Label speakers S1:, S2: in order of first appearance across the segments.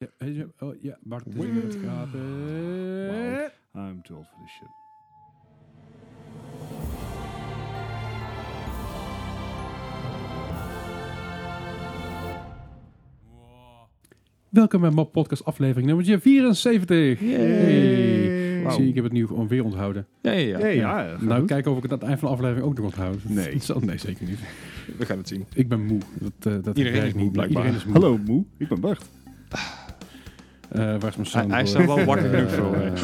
S1: Ja, weet je- oh, ja, Bart is weer aan het gapen.
S2: Wow. I'm too old for this shit.
S1: Welkom bij Map Podcast aflevering nummer 74. Hey.
S2: Wauw.
S1: Zie, ik heb het nu gewoon weer onthouden.
S3: Ja, ja, ja.
S2: Hey, ja, gaat
S1: nou,
S2: goed.
S1: kijken of ik het aan het eind van de aflevering ook nog onthoud.
S2: Nee.
S1: Dat zal- nee, zeker niet.
S3: We gaan het zien.
S1: Ik ben moe. Dat, eh, dat
S3: Iedereen
S1: werkt
S3: is moe,
S1: niet.
S3: blijkbaar.
S1: Iedereen is moe.
S2: Hallo Moe, ik ben Bart.
S1: Eh, waar is mijn
S3: Hij-
S1: sound?
S3: hij is daar wel wakker
S1: Eh,
S3: genoeg voor, hè.
S1: oké.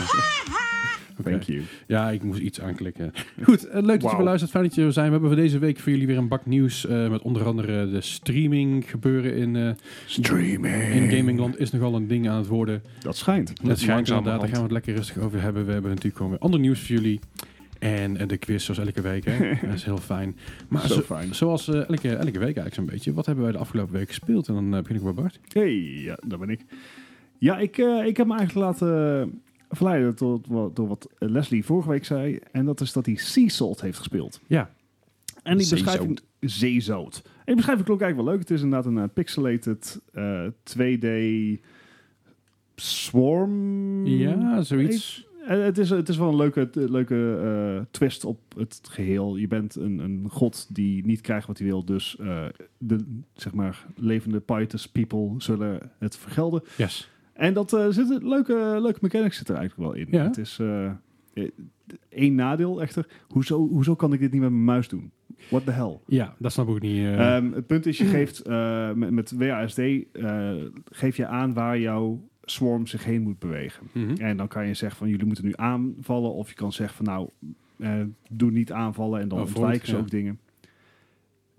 S2: Thank you.
S1: Ja, ik moest iets aanklikken. Goed, eh, leuk dat je
S2: Wauw.
S1: weer luistert. Fijn dat je er zijn. We hebben voor deze week voor jullie weer een bak nieuws. eh, met onder andere de streaming gebeuren in, eh,
S2: Streaming.
S1: in gamingland is nogal een ding aan het worden.
S2: Dat schijnt.
S1: Dat schijnt
S3: langzamerhand.
S1: inderdaad. Daar gaan we het lekker rustig over hebben. We hebben natuurlijk gewoon weer ander nieuws voor jullie. En eh, de quiz zoals elke week. Hè. Dat is heel fijn. Maar
S2: Zo
S1: zo-
S2: fijn.
S1: zoals eh, elke, elke week eigenlijk zo'n beetje. Wat hebben wij de afgelopen week gespeeld? En dan eh, begin ik bij Bart.
S2: Hey, ja, daar ben ik. Ja, ik, eh, ik heb me eigenlijk laten verleiden tot, wat- door wat Leslie vorige week zei. En dat is dat hij Sea Salt heeft gespeeld.
S1: Ja.
S2: En die
S3: Zeezout.
S2: beschrijving... Zeezout. En die beschrijving klonk eigenlijk wel leuk. Het is inderdaad een eh, pixelated eh, 2D swarm.
S1: Ja, zoiets.
S2: Eh, Het is, het is wel een leuke, leuke eh, twist op het geheel. Je bent een, een god die niet krijgt wat hij wil. Dus eh, de zeg maar, levende Pythus people zullen het vergelden.
S1: Yes.
S2: En dat eh, zit een leuke, leuke mechanics zit er eigenlijk wel in.
S1: Ja.
S2: Het is eh, eh, één nadeel echter. Hoezo, hoezo kan ik dit niet met mijn muis doen? What the hell?
S1: Ja, dat snap ik ook niet. eh.
S2: Ehm, het punt is, je geeft eh, met, met WASD eh, geef je aan waar jouw swarm zich heen moet bewegen.
S1: Mhm.
S2: En dan kan je zeggen van jullie moeten nu aanvallen. Of je kan zeggen van nou, eh, doe niet aanvallen en dan
S1: Oh, front,
S2: ontwijken ze
S1: ja.
S2: ook dingen.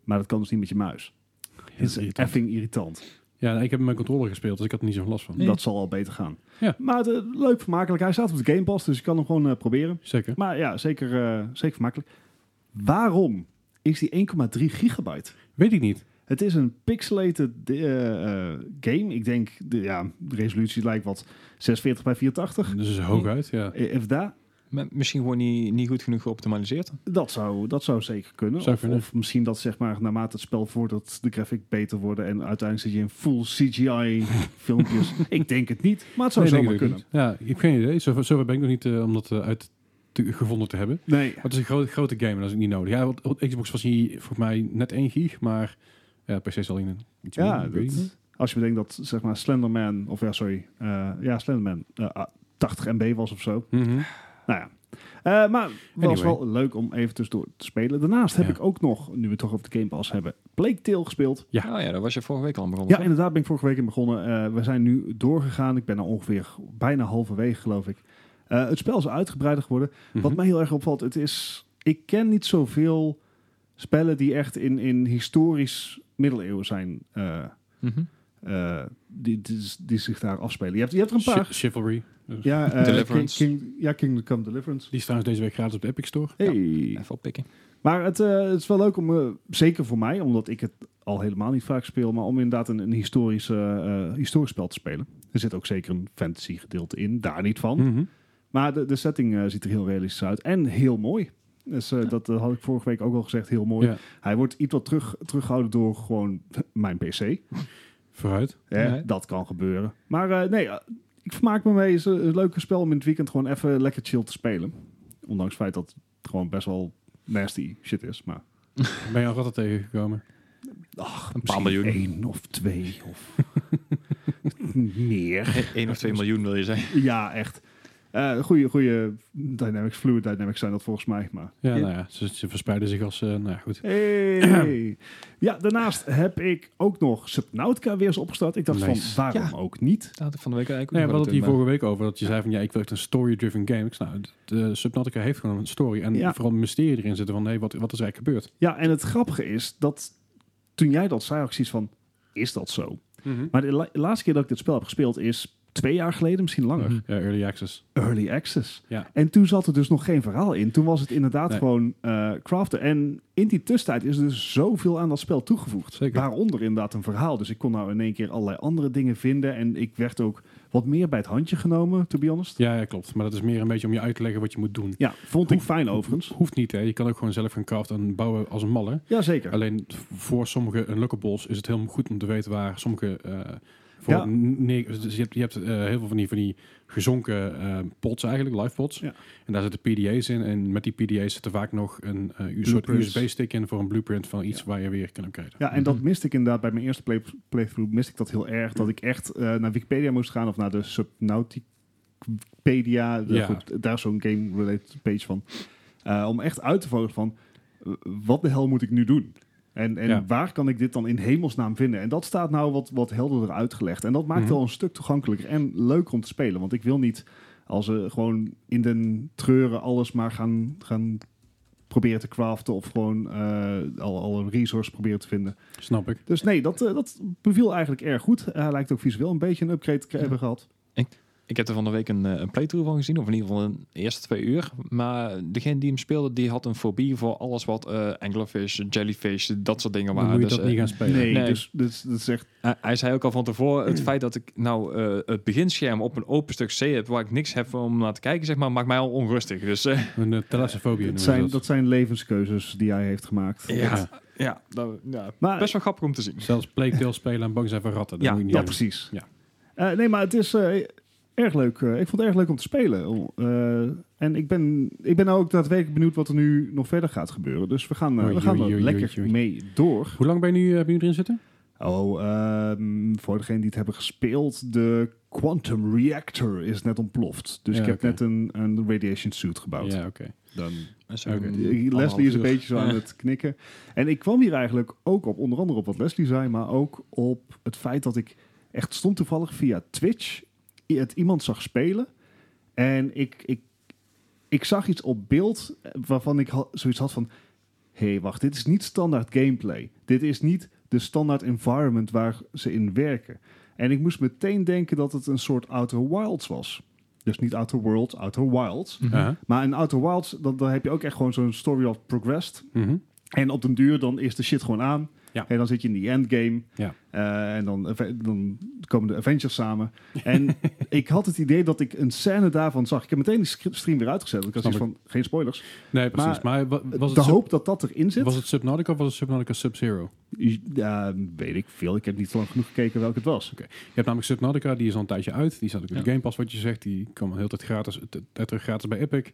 S2: Maar dat kan dus niet met je muis. Het is
S1: irritant.
S2: effing irritant.
S1: Ja, ik heb met mijn controller gespeeld, dus ik had er niet zo'n last van.
S2: Dat zal al beter gaan.
S1: Ja.
S2: Maar het, eh, leuk vermakelijk. Hij staat op de Game Pass, dus je kan hem gewoon eh, proberen.
S1: Zeker.
S2: Maar ja, zeker, eh, zeker vermakelijk. Waarom is die 1,3 gigabyte?
S1: Weet ik niet.
S2: Het is een pixelated eh, eh, game. Ik denk, de, ja, de resolutie lijkt wat 46 bij Eh, 84.
S1: Dus is hooguit, ja.
S2: If that.
S3: Maar misschien gewoon niet, niet goed genoeg geoptimaliseerd.
S2: Dat zou, dat zou zeker kunnen.
S1: Zou
S2: of,
S1: kunnen.
S2: of misschien dat zeg maar, naarmate het spel voordat de graphic beter worden en uiteindelijk zit je in full CGI filmpjes. Ik denk het niet, maar het zou
S1: Nee, denk
S2: zomaar
S1: ik ook
S2: kunnen.
S1: niet. Ja, ik heb geen idee. Zover, zover ben ik nog niet eh, om dat eh, uit te, gevonden te hebben.
S2: Nee,
S1: Maar het is een grote grote game en dat is niet nodig. Ja, want op Xbox was hij volgens mij net 1 gig, maar ja, PC zal in iets
S2: ja,
S1: minder, weet
S2: dat-
S1: ik niet.
S2: als je bedenkt dat zeg maar Slenderman of ja sorry, eh, ja Slenderman eh, ah, 80 MB was of zo.
S1: Mhm.
S2: Nou ja. Eh, maar het was
S1: Anyway.
S2: wel leuk om even tussendoor te spelen. Daarnaast heb
S1: Ja.
S2: ik ook nog, nu we het toch over de Game Pass hebben, Plague Tale gespeeld.
S1: Ja.
S3: Ja. Oh ja, daar was je vorige week al aan begonnen.
S2: Ja, inderdaad ben ik vorige week in begonnen. Eh, we zijn nu doorgegaan. Ik ben nou ongeveer bijna halverwege, geloof ik. Eh, het spel is uitgebreider geworden.
S1: Mhm.
S2: Wat mij heel erg opvalt, het is... Ik ken niet zoveel spellen die echt in, in historisch middeleeuwen zijn... eh,
S3: Mhm.
S2: eh, die, die, die zich daar afspelen. Je hebt, je hebt er een
S1: Chi-
S2: paar.
S1: Chivalry. Dus-
S2: Ja, eh,
S3: Deliverance.
S2: King, King- ja, Kingdom Come Deliverance.
S1: Die is trouwens deze week gratis op de Epic Store.
S2: Hey.
S3: Even oppikken.
S2: Maar het, eh, het is wel leuk om, eh, zeker voor mij, omdat ik het al helemaal niet vaak speel, maar om inderdaad een, een historisch, eh, eh, historisch spel te spelen. Er zit ook zeker een fantasy gedeelte in, daar niet van.
S1: Mhm.
S2: Maar de, de setting eh, ziet er heel realistisch uit en heel mooi. Dus eh, dat eh, had ik vorige week ook al gezegd, heel mooi.
S1: Ja.
S2: Hij wordt iets wat terug, teruggehouden door gewoon mijn PC.
S1: Vooruit.
S2: Hè,
S3: Ja.
S2: Dat kan gebeuren. Maar eh, nee, eh, ik vermaak me mee. Het is een, een leuke spel om in het weekend gewoon even lekker chill te spelen. Ondanks het feit dat het gewoon best wel nasty shit is, maar...
S1: Ben je al ratten tegengekomen?
S3: Een paar
S2: Misschien
S3: miljoen.
S2: één of twee of meer.
S3: Eén of twee miljoen wil je zeggen.
S2: Ja, echt. Eh goede, goede dynamics, fluid dynamics zijn dat volgens mij. Maar.
S1: Ja,
S3: Ja.
S1: nou ja. Ze, ze verspreiden zich als, eh, nou ja, goed.
S2: Hey. ja, daarnaast heb ik ook nog Subnautica weer eens opgestart. Ik dacht
S1: Nice.
S2: van, waarom ook niet?
S3: Daar had ik van de week eigenlijk
S1: Nee, we
S3: ook
S1: hadden het
S3: nog
S1: hier
S3: wel
S1: vorige week over. Dat je zei van, ja, ik wil echt een story-driven game. Ik zei, nou, de Subnautica heeft gewoon een story. En
S2: Ja.
S1: vooral een mysterie erin zitten van, nee, wat, wat is er eigenlijk gebeurd?
S2: Ja, en het grappige is dat toen jij dat zei, had ik zoiets van, is dat zo? Maar de la- laatste keer dat ik dit spel heb gespeeld is twee jaar geleden, misschien langer.
S3: Mhm.
S1: Ja, early access.
S2: Early access.
S1: Ja.
S2: En toen zat er dus nog geen verhaal in. Toen was het inderdaad
S1: Nee.
S2: gewoon eh, craften. En in die tussentijd is er dus zoveel aan dat spel toegevoegd.
S1: Zeker.
S2: Waaronder inderdaad een verhaal. Dus ik kon nou in één keer allerlei andere dingen vinden. En ik werd ook wat meer bij het handje genomen, to be honest.
S1: Ja, ja, klopt. Maar dat is meer een beetje om je uit te leggen wat je moet doen.
S2: Ja, vond ik fijn overigens.
S1: Hoeft niet, hè. Je kan ook gewoon zelf gaan craften en bouwen als een malle.
S2: Jazeker.
S1: Alleen v- voor sommige unlockables is het heel goed om te weten waar sommige eh, Voor
S2: Ja.
S1: ni- dus je hebt, je hebt eh, heel veel van die, van die gezonken eh, pots eigenlijk, live pots.
S2: Ja.
S1: En daar zitten PDA's in. En met die PDA's zit er vaak nog een eh, u- soort
S2: Blueprints.
S1: USB-stick in voor een blueprint van iets
S2: Ja.
S1: waar je weer kan upgraden.
S2: Ja, en dat miste ik inderdaad bij mijn eerste play- playthrough. Miste ik dat heel erg. Dat
S1: Mhm.
S2: ik echt eh, naar Wikipedia moest gaan of naar de Subnautica. de-
S1: Ja.
S2: goed, daar is zo'n game-related page van. Eh, om echt uit te vogelen van eh, wat de hel moet ik nu doen? En, en
S1: Ja.
S2: waar kan ik dit dan in hemelsnaam vinden? En dat staat nou wat, wat helderder uitgelegd. En dat maakt
S1: Mhm.
S2: wel een stuk toegankelijker en leuker om te spelen. Want ik wil niet als ze gewoon in den treuren alles maar gaan, gaan proberen te craften of gewoon eh al, al een resource proberen te vinden.
S1: Snap ik.
S2: Dus nee, dat, eh, dat beviel eigenlijk erg goed. Eh, Hij lijkt ook visueel een beetje een upgrade te hebben gehad.
S3: Ik heb er van de week een, eh, een playthrough van gezien, of in ieder geval een eerste twee uur. Maar degene die hem speelde, die had een fobie voor alles wat eh anglerfish, jellyfish, dat soort dingen
S1: Dan
S3: waren.
S1: moet je
S3: Dus,
S1: dat
S3: eh,
S1: niet gaan spelen.
S2: Nee,
S3: Nee.
S2: Dus, dus dat is echt...
S3: Hij, hij zei ook al van tevoren, het feit dat ik nou eh, het beginscherm op een open stuk C heb, waar ik niks heb om naar te kijken, zeg maar, maakt mij al onrustig. Dus eh,
S1: Een uh, thalassofobie
S2: Dat
S1: noemen ze
S2: zijn,
S1: dat.
S2: dat zijn levenskeuzes die hij heeft gemaakt.
S1: Ja.
S3: ja, dat- ja,
S2: Maar
S3: best wel grappig om te zien.
S1: Zelfs Plague Tale spelen en bang zijn voor ratten. Dat
S3: Ja,
S1: moet je niet
S2: Ja,
S1: doen.
S2: precies.
S1: Ja.
S2: Eh, nee, maar het is eh, erg leuk. Eh, ik vond het erg leuk om te spelen. Oh, eh, en ik ben, ik ben nou ook daadwerkelijk benieuwd wat er nu nog verder gaat gebeuren. Dus we gaan, eh,
S1: Oei,
S2: we gaan
S1: oei,
S2: er
S1: oei,
S2: lekker
S1: oei, oei.
S2: mee door.
S1: Hoe lang ben je nu, eh, ben je erin zitten?
S2: Oh, ehm, voor degenen die het hebben gespeeld, de Quantum Reactor is net ontploft. Dus
S1: Ja,
S2: ik heb
S1: oké.
S2: net een, een radiation suit gebouwd.
S1: Ja, oké.
S2: Dan,
S3: Zo'n
S1: Oké.
S3: anderhalf
S2: Mm, Leslie is een
S3: uur.
S2: beetje zo aan het knikken. En ik kwam hier eigenlijk ook op, onder andere op wat Leslie zei, maar ook op het feit dat ik echt stond toevallig via Twitch i- het iemand zag spelen. En ik, ik, ik zag iets op beeld eh, waarvan ik ha- zoiets had van... Hé, hey, wacht, dit is niet standaard gameplay. Dit is niet de standaard environment waar ze in werken. En ik moest meteen denken dat het een soort Outer Wilds was. Dus niet Outer Worlds, Outer Wilds.
S3: Mhm.
S1: Aha.
S2: Maar in Outer Wilds, dan, dan heb je ook echt gewoon zo'n story of progressed.
S1: Mhm.
S2: En op den duur, dan is de shit gewoon aan.
S1: Ja.
S2: En dan zit je in die endgame.
S1: Ja.
S2: Eh, en dan, dan komen de Avengers samen. En ik had het idee dat ik een scène daarvan zag. Ik heb meteen die sc- stream weer uitgezet. want Ik had
S1: Snap
S2: iets van, geen spoilers.
S1: Nee, precies. Maar, wa- was,
S2: de
S1: het sub,
S2: hoop dat dat erin zit,
S1: was het Subnautica of was het Subnautica Sub-Zero?
S2: ja, weet ik veel. Ik heb niet lang genoeg gekeken welke het was.
S1: Je hebt namelijk Subnautica, die is al een tijdje uit. Die staat ook in de
S3: Ja.
S1: Game Pass, wat je zegt. Die kwam heel tijd gratis, t- t- terug gratis bij Epic.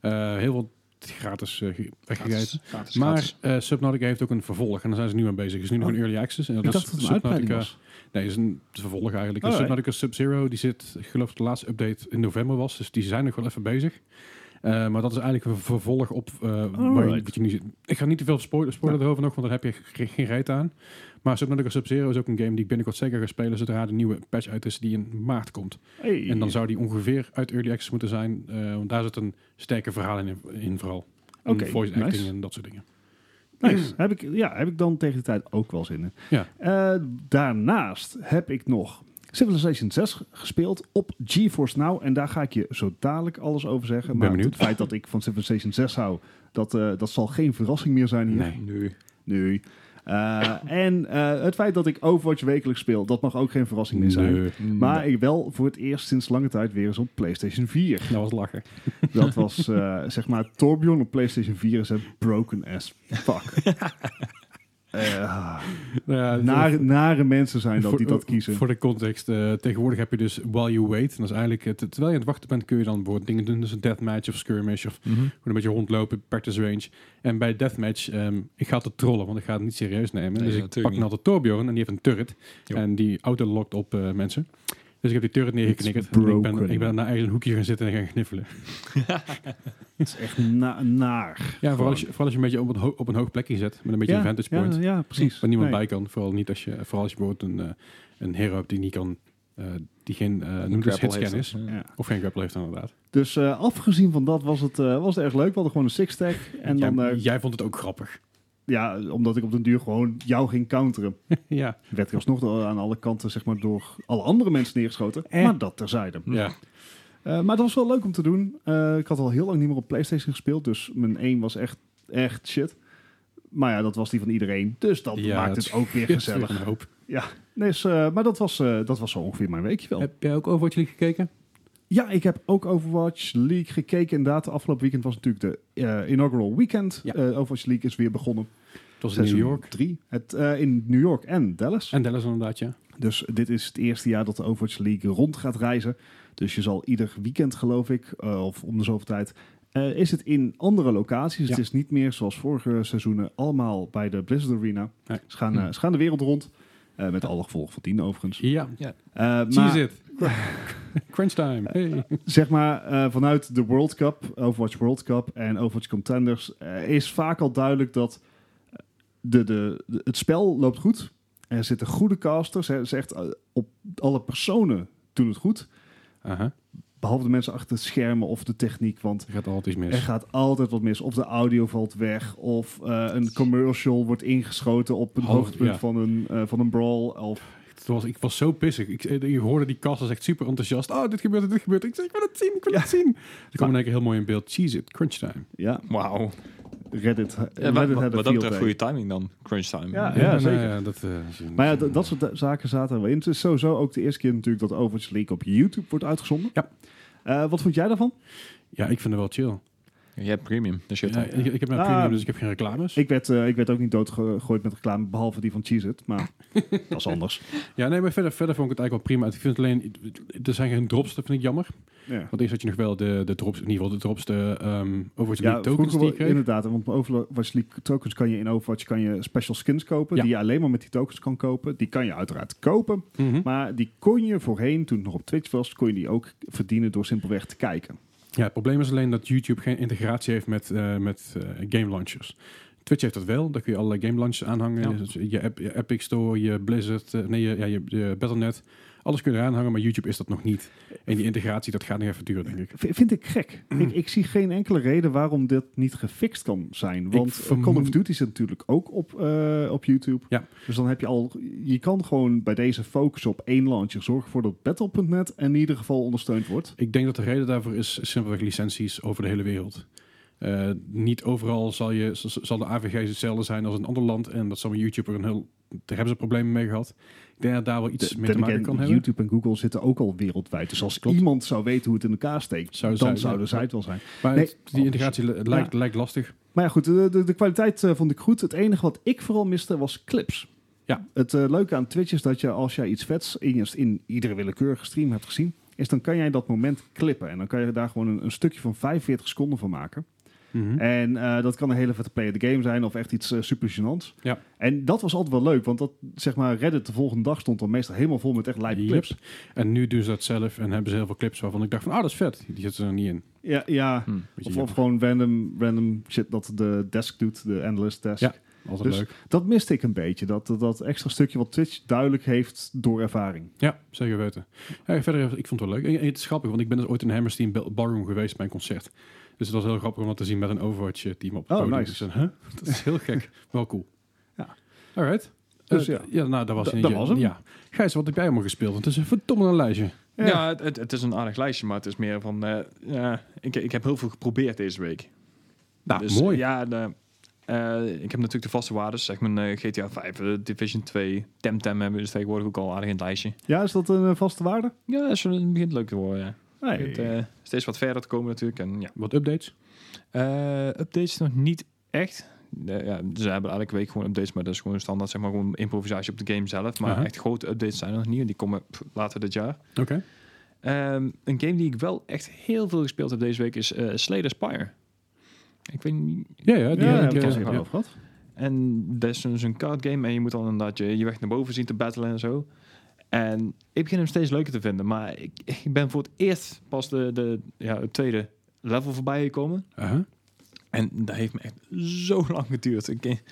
S1: Eh, heel veel gratis eh, ge-
S3: Gratis,
S1: weggegeven.
S3: gratis,
S1: Maar
S3: gratis.
S1: eh, Subnautica heeft ook een vervolg. En daar zijn ze nu mee bezig. Het is nu nog
S2: Oh.
S1: een early access. En dat
S2: ik
S1: is
S2: dacht dat het een uitbreiding
S1: Subnautica-
S2: was.
S1: Nee, is een vervolg eigenlijk. En
S2: Alright.
S1: Subnautica Sub-Zero, die zit, ik geloof dat de laatste update in november was. Dus die zijn nog wel even bezig. Eh, maar dat is eigenlijk een vervolg op eh, waar je,
S2: Alright.
S1: wat je nu zit. Ik ga niet te veel spoilen, spoilen erover nog, want daar heb je ge- geen reet aan. Maar Subnautica Sub-Zero is ook een game die ik binnenkort zeker ga spelen... zodra de nieuwe patch uit is die in maart komt.
S2: Hey.
S1: En dan zou die ongeveer uit Early Access moeten zijn. eh, want daar zit een sterke verhaal in, in vooral. En
S2: Oké,
S1: voice acting
S2: nice.
S1: en dat soort dingen.
S2: Nice. Hmm. heb ik, ja, heb ik dan tegen de tijd ook wel zin in.
S1: Ja.
S2: Eh, daarnaast heb ik nog Civilization 6 gespeeld op GeForce Now. En daar ga ik je zo dadelijk alles over zeggen.
S1: Ben
S2: maar
S1: benieuwd.
S2: het feit dat ik van Civilization 6 hou, dat, eh, dat zal geen verrassing meer zijn hier.
S1: Nee.
S3: Nu.
S2: Nee. Eh, en eh, het feit dat ik Overwatch wekelijks speel, dat mag ook geen verrassing meer zijn.
S1: Nee,
S3: Mm.
S2: Maar ik wel voor het eerst sinds lange tijd weer eens op PlayStation 4.
S1: dat was lachen.
S2: Dat was eh, zeg maar Torbjorn op PlayStation 4 is een broken as fuck. Eh,
S1: Ja,
S2: nare, nare mensen zijn dat die dat kiezen.
S1: Voor de context, eh, tegenwoordig heb je dus while you wait. En dat is eigenlijk, het, terwijl je aan het wachten bent, kun je dan bijvoorbeeld dingen doen. Dus een deathmatch of skirmish of
S3: Mhm.
S1: gewoon een beetje rondlopen, practice range. En bij deathmatch, ehm, ik ga te trollen, want ik ga het niet serieus nemen.
S3: Nee,
S1: dus ik pak
S3: natuurlijk
S1: een altijd Torbjorn en die heeft een turret.
S3: Jo.
S1: En die auto lokt op eh, mensen. Dus ik heb die turret neergeknikkerd.
S2: It's
S1: En Ik ben,
S2: broken.
S1: ik ben naar eigen hoekje gaan zitten en gaan gniffelen.
S2: Het is echt na- naar.
S1: Ja, vooral als, je, vooral als je een beetje op een, ho- op een hoog plekje zet. Met een beetje een vantage point.
S2: Ja, ja, precies.
S1: Waar niemand
S2: Nee.
S1: bij kan. Vooral, niet als je, vooral als je bijvoorbeeld een, eh, een hero hebt die niet kan... eh, die geen eh noem het
S3: Grapple heeft
S1: hitscan
S3: dat.
S1: is.
S3: Ja.
S2: Ja.
S1: Of geen grapple heeft inderdaad.
S2: Dus eh, afgezien van dat was het, eh, was het erg leuk. We hadden gewoon een six-stack. En
S1: jij,
S2: dan, eh,
S1: jij vond het ook grappig.
S2: ja, omdat ik op den duur gewoon jou ging counteren.
S1: ja.
S2: Werd ik alsnog door- aan alle kanten zeg maar, door alle andere mensen neergeschoten.
S1: Eh.
S2: Maar dat terzijde.
S1: ja.
S2: Eh, maar dat was wel leuk om te doen. Eh, ik had al heel lang niet meer op PlayStation gespeeld, dus mijn 1 was echt, echt shit. Maar ja, dat was die van iedereen. Dus dat
S1: Ja,
S2: maakt
S1: dat
S2: het ook weer gezellig.
S1: Een hoop.
S2: Nee, is, eh, maar dat was, eh, dat was zo ongeveer mijn weekje wel.
S1: Heb jij ook Overwatch League gekeken?
S2: Ja, ik heb ook Overwatch League gekeken. Inderdaad, de afgelopen weekend was natuurlijk de eh, inaugural weekend.
S1: Ja.
S2: Eh, Overwatch League is weer begonnen.
S1: Het was in New
S2: Seizoen
S1: York.
S2: drie. Het, eh, in New York en Dallas.
S1: En Dallas inderdaad, ja.
S2: Dus dit is het eerste jaar dat de Overwatch League rond gaat reizen. Dus je zal ieder weekend, geloof ik, eh, of om de zoveel tijd, eh, is het in andere locaties. Het
S1: Ja.
S2: is niet meer zoals vorige seizoenen allemaal bij de Blizzard Arena.
S1: Nee.
S2: Ze, gaan, eh, ze gaan de wereld rond. eh, met alle gevolgen van tien overigens.
S1: Ja,
S2: Eh,
S1: cheese
S2: maar-
S1: it. Crunch time. Hey.
S2: zeg maar, eh, vanuit de World Cup, Overwatch World Cup en Overwatch Contenders, eh, is vaak al duidelijk dat de, de, de- het spel loopt goed. Er zitten goede casters. Hè, zegt, eh, op alle personen doen het goed.
S1: Aha,
S2: Behalve de mensen achter de schermen of de techniek. Want
S1: er gaat altijd iets
S2: er
S1: mis.
S2: gaat altijd wat mis. Of de audio valt weg. Of eh, een commercial wordt ingeschoten op een
S1: Oh,
S2: hoogtepunt
S1: ja.
S2: van, een, eh, van een brawl. Of,
S1: Het was, ik was zo pissig. Ik, je hoorde die kast was echt super enthousiast. Oh, dit gebeurt, dit gebeurt. Ik zeg, ik wil het zien, ik wil het zien. Er kwam in één keer heel mooi in beeld. Cheese it, crunch time.
S2: ja,
S3: Wauw.
S2: Reddit, eh,
S3: Ja,
S2: Reddit
S3: wat
S2: had a
S3: wat dat
S2: field
S3: betreft
S2: day.
S3: goede timing dan, crunch time.
S2: Ja,
S1: nou
S2: zeker.
S1: dat, eh, is een-
S2: Maar ja, d- dat soort da- zaken zaten er wel in. Het is sowieso ook de eerste keer natuurlijk dat Overwatch League op YouTube wordt uitgezonden.
S1: Ja.
S2: Eh, wat vond jij daarvan?
S1: ja, ik vind het wel chill.
S3: Je hebt premium, dus je hebt
S1: Ja,
S3: hem.
S1: ik, ik heb mijn
S2: Ah.
S1: premium, dus ik heb geen reclames.
S2: Ik werd, eh, ik werd ook niet doodgegooid met reclame, behalve die van Cheez-It. Maar dat is anders.
S1: Ja, nee, maar verder, verder vond ik het eigenlijk wel prima. Ik vind het alleen, er zijn geen drops, dat vind ik jammer.
S2: Ja,
S1: Want eerst had je nog wel de, de drops, in ieder geval de drops, de ehm Overwatch
S2: ja
S1: League tokens
S2: vroeger
S1: die
S2: wel-
S1: je kreeg.
S2: inderdaad. Want bij Overwatch League tokens kan je in Overwatch kan je special skins kopen.
S1: Ja.
S2: Die je alleen maar met die tokens kan kopen. Die kan je uiteraard kopen.
S1: Mhm.
S2: Maar die kon je voorheen, toen het nog op Twitch was, kon je die ook verdienen door simpelweg te kijken.
S1: Ja, het probleem is alleen dat YouTube geen integratie heeft met, eh, met eh, game launchers. Twitch heeft dat wel, daar kun je allerlei game launchers aanhangen.
S3: Ja.
S1: Dus je, app, je Epic Store, je Blizzard, eh, nee, je, ja, je, je Battle.net. Alles kun je eraan hangen, maar YouTube is dat nog niet. En die integratie, dat gaat nog even duren, denk ik.
S2: V- vind ik gek.
S1: Mm.
S2: ik, ik zie geen enkele reden waarom dit niet gefixt kan zijn. Want eh, Call of
S1: vermoed-
S2: Duty zit natuurlijk ook op, eh, op YouTube.
S1: Ja.
S2: Dus dan heb je al... Je kan gewoon bij deze focussen op één launcher. Zorg ervoor dat Battle.net in ieder geval ondersteund wordt.
S1: Ik denk dat de reden daarvoor is simpelweg licenties over de hele wereld. Eh, niet overal zal, je, z- zal de AVG's hetzelfde zijn als in een ander land. En dat zal met YouTube er een heel... Daar hebben ze problemen mee gehad. Ik denk dat daar wel iets
S2: De-
S1: mee te
S2: ten
S1: maken
S2: again,
S1: kan hebben.
S2: YouTube en Google zitten ook al wereldwijd. Dus als
S1: Klopt.
S2: iemand zou weten hoe het in elkaar steekt,
S1: Zou-
S2: dan
S1: zou-
S2: zouden
S1: ja.
S2: zij het wel zijn.
S1: Maar
S2: Nee.
S1: het- die integratie li- lijkt, lijkt lastig.
S2: Maar ja, goed, de, de, de kwaliteit eh, vond ik goed. Het enige wat ik vooral miste was clips.
S1: Ja.
S2: Het eh, leuke aan Twitch is dat je als jij iets vets in, je- in iedere willekeurige stream hebt gezien, is dan kan jij dat moment clippen. En dan kan je daar gewoon een, een stukje van 45 seconden van maken.
S1: Mhm.
S2: En eh, dat kan een hele vette play of the game zijn of echt iets eh, super gênants.
S1: Ja.
S2: En dat was altijd wel leuk, want dat, zeg maar, Reddit de volgende dag stond dan meestal helemaal vol met echt live
S1: Yep.
S2: clips.
S1: En nu doen ze dat zelf en hebben ze heel veel clips waarvan ik dacht van, ah, dat is vet. Die zitten er niet in.
S2: Ja,
S1: Mhm.
S2: ja.
S3: Hm.
S1: Beetje
S2: Of, of
S1: jammer.
S2: gewoon random, random shit dat de desk doet, de analyst desk.
S1: Ja. Altijd
S2: dus-
S1: leuk.
S2: Dat miste ik een beetje. Dat, dat, dat extra stukje wat Twitch duidelijk heeft door ervaring.
S1: Ja, zeker weten. Ja, verder, ik vond het wel leuk. En, en het is grappig, want ik ben dus ooit in Hammerstein Bel- Ballroom geweest bij een concert. Dus het was heel grappig om dat te zien met een Overwatch-team op het
S2: Oh,
S1: podium.
S2: nice.
S1: Dus, dan, huh? Dat is heel gek. wel cool.
S2: Ja.
S1: All right.
S2: Dus
S1: Eh,
S2: ja.
S1: nou, dat was,
S2: Da-
S1: in
S2: dat
S1: je-
S2: was hem.
S1: Ja. Gijs, wat heb jij allemaal gespeeld? Want het is een verdomme een lijstje.
S2: Ja.
S3: Ja, het- het, het is een aardig lijstje, maar het is meer van... eh, ja, ik, ik heb heel veel geprobeerd deze week.
S1: Nou,
S3: Dus,
S1: mooi.
S3: Ja, de, eh, ik heb natuurlijk de vaste waardes, zeg maar eh, GTA 5, eh, Division 2, Temtem hebben we dus tegenwoordig ook al aardig in het lijstje.
S2: Ja, is dat een eh, vaste waarde?
S3: Ja, dus het begint leuk te worden, ja. Het
S2: Nee.
S3: begint eh, steeds wat verder te komen natuurlijk. En, ja.
S1: Wat updates?
S3: Eh, updates nog niet echt. Eh, ja, ze hebben elke week gewoon updates, maar dat is gewoon standaard, zeg maar, gewoon improvisatie op de game zelf. Maar
S1: Aha.
S3: echt grote updates zijn er nog niet en die komen pff, later dit jaar.
S1: Oké.
S3: Ehm, een game die ik wel echt heel veel gespeeld heb deze week is eh Slay the Spire. Ik weet niet...
S1: Ja, ja. Die
S2: ja,
S1: had ik,
S2: ja, dat
S1: eh,
S2: was ik
S1: ja.
S2: over gehad.
S3: En dat is dus een card game en je moet dan inderdaad je, je weg naar boven zien te battelen en zo. En ik begin hem steeds leuker te vinden, maar ik, ik ben voor het eerst pas de, de, ja, het tweede level voorbij gekomen.
S1: Aha.
S3: En dat heeft me echt zo lang geduurd. Ik, ik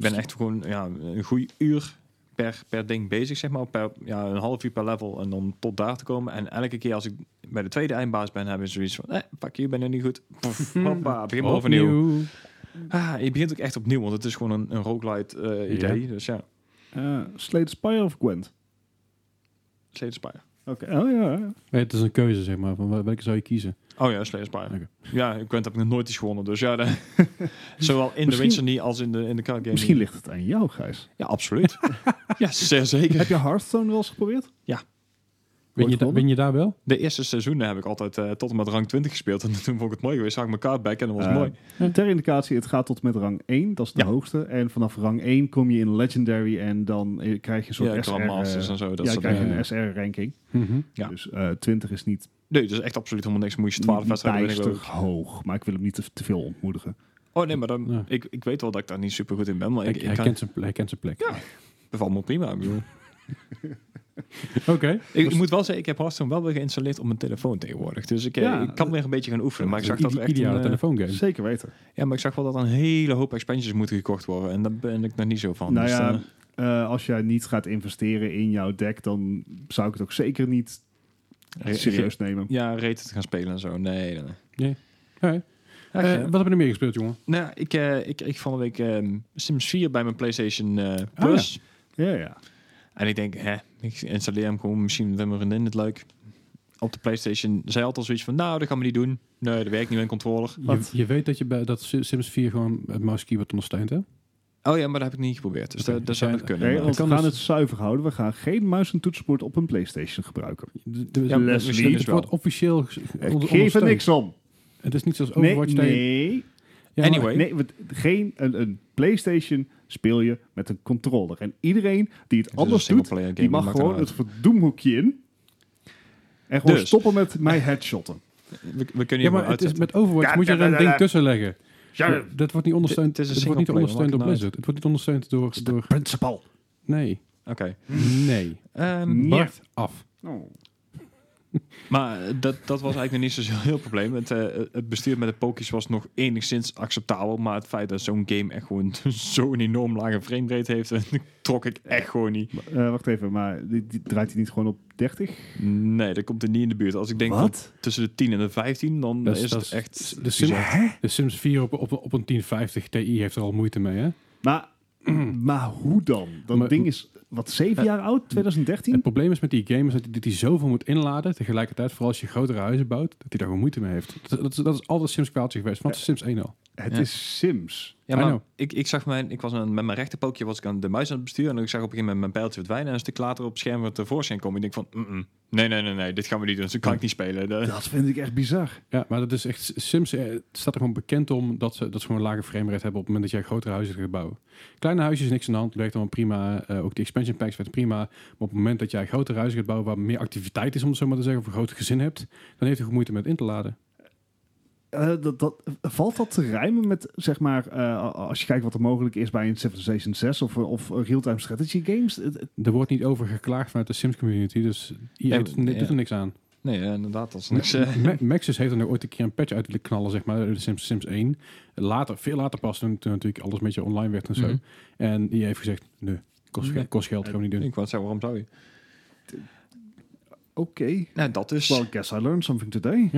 S3: ben echt gewoon ja, een goede uur per, per ding bezig, zeg maar. Per, ja, een half uur per level en om tot daar te komen. En elke keer als ik bij de tweede eindbaas ben, heb ik zoiets van... Eh, fuck you, ben je niet goed. Poef, hoppa, begin maar overnieuw.
S1: Opnieuw.
S3: Ah, je begint ook echt opnieuw, want het is gewoon een, een roguelite eh, idee. Dus ja,
S2: Eh Slade Spire of Gwent?
S3: Slay the Spire.
S2: Oké. Oh ja. ja.
S1: Nee, het is een keuze, zeg maar. Van wel- welke zou je kiezen?
S3: Oh ja, Slay the Spire.
S1: Oké.
S3: Ja, ik weet heb ik nog nooit eens gewonnen. Dus ja, de- zowel in de
S2: Misschien-
S3: Witcher niet als in de, in de card game.
S2: Misschien
S3: niet.
S2: ligt het aan jou, Gijs.
S3: Ja, absoluut. ja, zeer zeker.
S2: Heb je Hearthstone wel eens geprobeerd?
S3: Ja.
S1: Win je, da-
S2: gewonnen?
S1: win je daar wel?
S3: De eerste seizoenen heb ik altijd eh, tot en met rang 20 gespeeld. En toen vond ik het mooi geweest. Zag ik mijn kaart back en dat was
S2: Eh,
S3: mooi.
S2: Ter indicatie, het gaat tot met rang 1. Dat is de
S3: Ja.
S2: hoogste. En vanaf rang 1 kom je in Legendary en dan eh, krijg je een soort
S3: Ja,
S2: SR...
S3: Grand Masters
S2: eh,
S3: en zo. Dat
S2: ja,
S3: soort
S2: krijg je
S1: dingen.
S2: een SR-ranking.
S1: Mhm.
S3: Ja.
S2: Dus eh, 20 is niet,
S3: Nee, dat is echt absoluut helemaal niks. Moest je 12
S2: niet
S3: wedstrijden winnen.
S2: bijster
S3: geloof ik.
S2: hoog. Maar ik wil hem niet te, te veel ontmoedigen.
S3: Oh nee, maar dan,
S1: Ja.
S3: ik, ik weet wel dat ik daar niet super goed in ben. Maar
S1: Hij,
S3: ik, ik
S1: hij,
S3: kan,
S1: kent zijn, hij kent zijn plek.
S3: Ja. bevalt me prima. Ik, bedoel.
S1: Oké.
S3: ik moet wel zeggen, ik heb Hearthstone wel weer geïnstalleerd op mijn telefoon tegenwoordig. Dus ik, eh,
S2: Ja,
S3: ik kan weer een beetje gaan oefenen. Maar ik zag
S1: Ide-
S3: dat er echt een,
S1: Dus ideale
S3: eh,
S1: telefoongame.
S2: Zeker weten.
S3: ja, maar ik zag wel dat er een hele hoop expansions moeten gekocht worden. En daar ben ik nog niet zo van.
S2: nou
S3: Dus,
S2: ja,
S3: eh,
S2: eh, als jij niet gaat investeren in jouw deck, dan zou ik het ook zeker niet
S3: re-
S2: serieus nemen.
S3: Ja, rated gaan spelen en zo. Nee, nee, nee.
S1: Oké.
S3: Ja,
S1: Eh,
S3: ik, eh,
S1: wat hebben we meer gespeeld, jongen?
S3: nou, ja, ik, eh, ik, ik vond de week ehm, Sims 4 bij mijn PlayStation eh,
S1: Oh, ja.
S3: Plus.
S2: Ja, ja.
S3: En ik denk, hè, ik installeer hem gewoon. Misschien vindt mijn vriendin het leuk. Op de PlayStation zei altijd al zoiets van, nou, dat gaan we niet doen. Nee, dat werkt niet met een controller.
S1: Je,
S2: Wat?
S1: je weet dat, je bij, dat Si- Sims 4 gewoon het mouse keyboard ondersteunt, hè?
S3: Oh ja, maar dat heb ik niet geprobeerd. Dus
S1: Oké.
S3: dat, dat zou
S1: Ja,
S3: nog kunnen.
S2: Nee,
S3: maar-
S1: dat
S2: want we
S1: kan
S2: gaan
S1: dus-
S2: het zuiver houden. We gaan geen muis en toetsenbord op een PlayStation gebruiken.
S1: De- de-
S3: Ja, maar
S1: het
S3: misschien
S1: wordt
S3: dus wel.
S1: officieel ge-
S2: Ik
S1: onder-
S2: geef er
S1: ondersteund.
S2: niks om.
S1: Het is niet zoals
S2: Nee,
S1: Overwatch dat je-
S2: nee.
S1: Ja, maar-
S3: Anyway.
S2: Nee, want geen, een, een PlayStation speel je met een controller. En iedereen die het,
S3: Het is een
S2: anders doet,
S3: singleplayer game,
S2: die mag
S3: dat maakt
S2: gewoon
S3: er
S2: het verdoemhoekje in. En gewoon
S3: Dus.
S2: stoppen met mij headshotten.
S3: nou uit. We, we kunnen
S1: Ja, maar
S3: hier maar
S1: het is
S3: uitzetten.
S1: met Overwatch
S2: Ja,
S1: moet je
S2: ja,
S1: er een
S2: ja,
S1: ding
S2: ja.
S1: tussen leggen. Dat wordt niet ondersteund.
S3: Het is een
S1: Het wordt niet
S3: singleplayer,
S1: ondersteund door
S3: maakt het
S1: Blizzard. Het wordt niet ondersteund door door.
S2: Principal.
S1: Nee,
S3: Oké.
S1: nee.
S3: Ehm,
S2: Ja.
S1: Bart af.
S3: Maar eh, dat, dat was eigenlijk nog niet zo'n heel heel probleem. Het, eh, het bestuur met de pokies was nog enigszins acceptabel. Maar het feit dat zo'n game echt gewoon zo'n enorm lage framerate heeft... trok ik echt gewoon niet.
S2: Eh, wacht even, maar die, die draait hij niet gewoon op 30?
S3: Nee, dat komt er niet in de buurt. Als ik denk van tussen de 10 en de 15, dan
S1: Dat is-
S3: is
S1: dat
S3: het
S1: is-
S3: echt...
S1: de Sims, de Sims 4 op, op, op een 1050 Ti heeft er al moeite mee, hè?
S2: Maar, maar hoe Eh, dan? Dat
S1: Maar-
S2: ding is, wat, 7 jaar oud?
S1: Het
S2: 2013?
S1: probleem is met die game is dat hij dat hij zoveel moet inladen tegelijkertijd, vooral als je grotere huizen bouwt, dat hij daar gewoon moeite mee heeft. Dat, dat, is- dat is altijd Sims kwaaltje geweest, want Sims 1 al.
S2: Het
S3: Ja.
S2: is Sims.
S3: Ja,
S1: I
S3: maar
S1: know.
S3: ik, ik zag mijn, ik was aan- met mijn rechterpookje was ik aan de muis aan het besturen en ik zag op een gegeven moment mijn pijltje verdwijnen en een stuk later op het scherm wat tevoorschijn komen. Ik denk van, mm-mm, nee, nee, nee, nee, dit gaan we niet doen, zo kan ik niet spelen. Dat-
S2: Dat vind ik echt bizar.
S1: Ja, maar dat is echt. Sims eh, het staat er gewoon bekend om dat ze, dat ze gewoon een lage framerate hebben op het moment dat jij grotere huizen gaat bouwen. Kleine huisjes, niks aan de hand, werkt allemaal prima. Eh, ook die expansion packs werkt prima. Maar op het moment dat jij grotere huizen gaat bouwen waar meer activiteit is, om het zo maar te zeggen, of een groot gezin hebt, dan heeft hij moeite met in te laden.
S2: Eh, dat, dat, valt dat te rijmen met, zeg maar, eh, als je kijkt wat er mogelijk is bij een Civilization 6 of, of real-time strategy games? Het- het-
S1: Er wordt niet over geklaagd vanuit de Sims community, dus je
S3: Ja,
S1: doet, doet
S3: ja.
S1: er niks aan.
S3: Nee, ja, inderdaad, dat is niks. eh.
S1: Ma- Maxis heeft er nog ooit een keer een patch uit willen knallen, zeg maar, de Sims, Sims 1. Later, veel later pas, toen, toen natuurlijk alles een beetje online werd en zo.
S3: Mhm.
S1: En die heeft gezegd, nee, kost, ge-
S3: Nee.
S1: kost geld, gaan we niet doen.
S3: ik wou zeggen, waarom zou je?
S2: Oké.
S3: Nou, dat is.
S2: Well, guess I learned something today.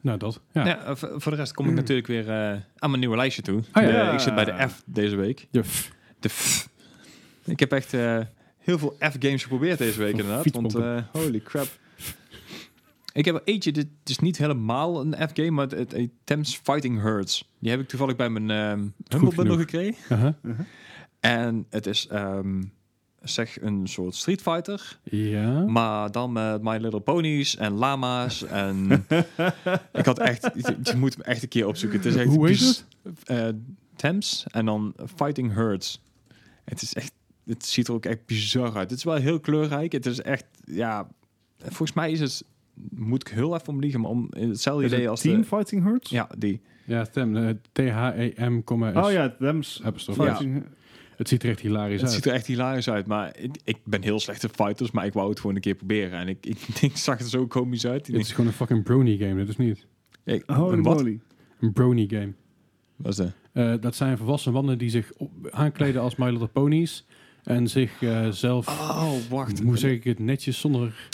S1: Nou, dat. Ja.
S3: Ja. eh, voor voor de rest kom ik natuurlijk weer eh, aan mijn nieuwe lijstje toe.
S1: Ah, Mm. ja.
S3: Eh,
S2: Ja.
S3: ik zit bij de F deze week.
S1: Ja, pff.
S3: De F. Ik heb echt eh, heel veel F-games geprobeerd deze week inderdaad. Want
S1: fietspompen.
S3: eh, holy crap. Ik heb er eentje, dit is niet helemaal een F-game, maar het, het heet Thames Fighting Herds. Die heb ik toevallig bij mijn ehm Humble Bundle
S1: genoeg.
S3: gekregen.
S1: Aha.
S2: Uh-huh.
S3: En het is, ehm, zeg, een soort Street Fighter.
S1: Ja.
S3: Maar dan met My Little Ponies en lama's. En ik had echt, je, je moet hem echt een keer opzoeken. Het is echt
S1: Hoe heet
S3: bis-
S1: het?
S3: eh Thames en dan Fighting Herds. Het is echt, het ziet er ook echt bizar uit. Het is wel heel kleurrijk. Het is echt, ja, volgens mij is het, moet ik heel even om liegen, maar om hetzelfde
S2: Is
S3: idee
S2: het
S3: als
S2: Team
S3: de,
S2: Fighting Hurts?
S3: ja, die.
S1: Ja, Tem, eh, T-H-E-M, komma, S.
S2: Oh ja, Them's
S1: App Store.
S3: Ja.
S2: Fighting Hurts.
S1: Het ziet er echt hilarisch
S3: Het
S1: uit.
S3: ziet er echt hilarisch uit, maar ik, ik ben heel slecht in fighters, maar ik wou het gewoon een keer proberen. En ik, ik, ik zag er zo komisch uit. Ik
S1: Het
S3: denk,
S1: is gewoon een fucking brony game, dat is niet.
S3: hey,
S2: Holy
S3: een wat
S2: moly.
S1: Een brony game.
S3: was dat?
S1: Eh, dat zijn volwassen mannen die zich op- aankleden als My Little Ponies. En zich eh, zelf,
S3: Oh, wacht.
S1: hoe zeg ik het, netjes zonder...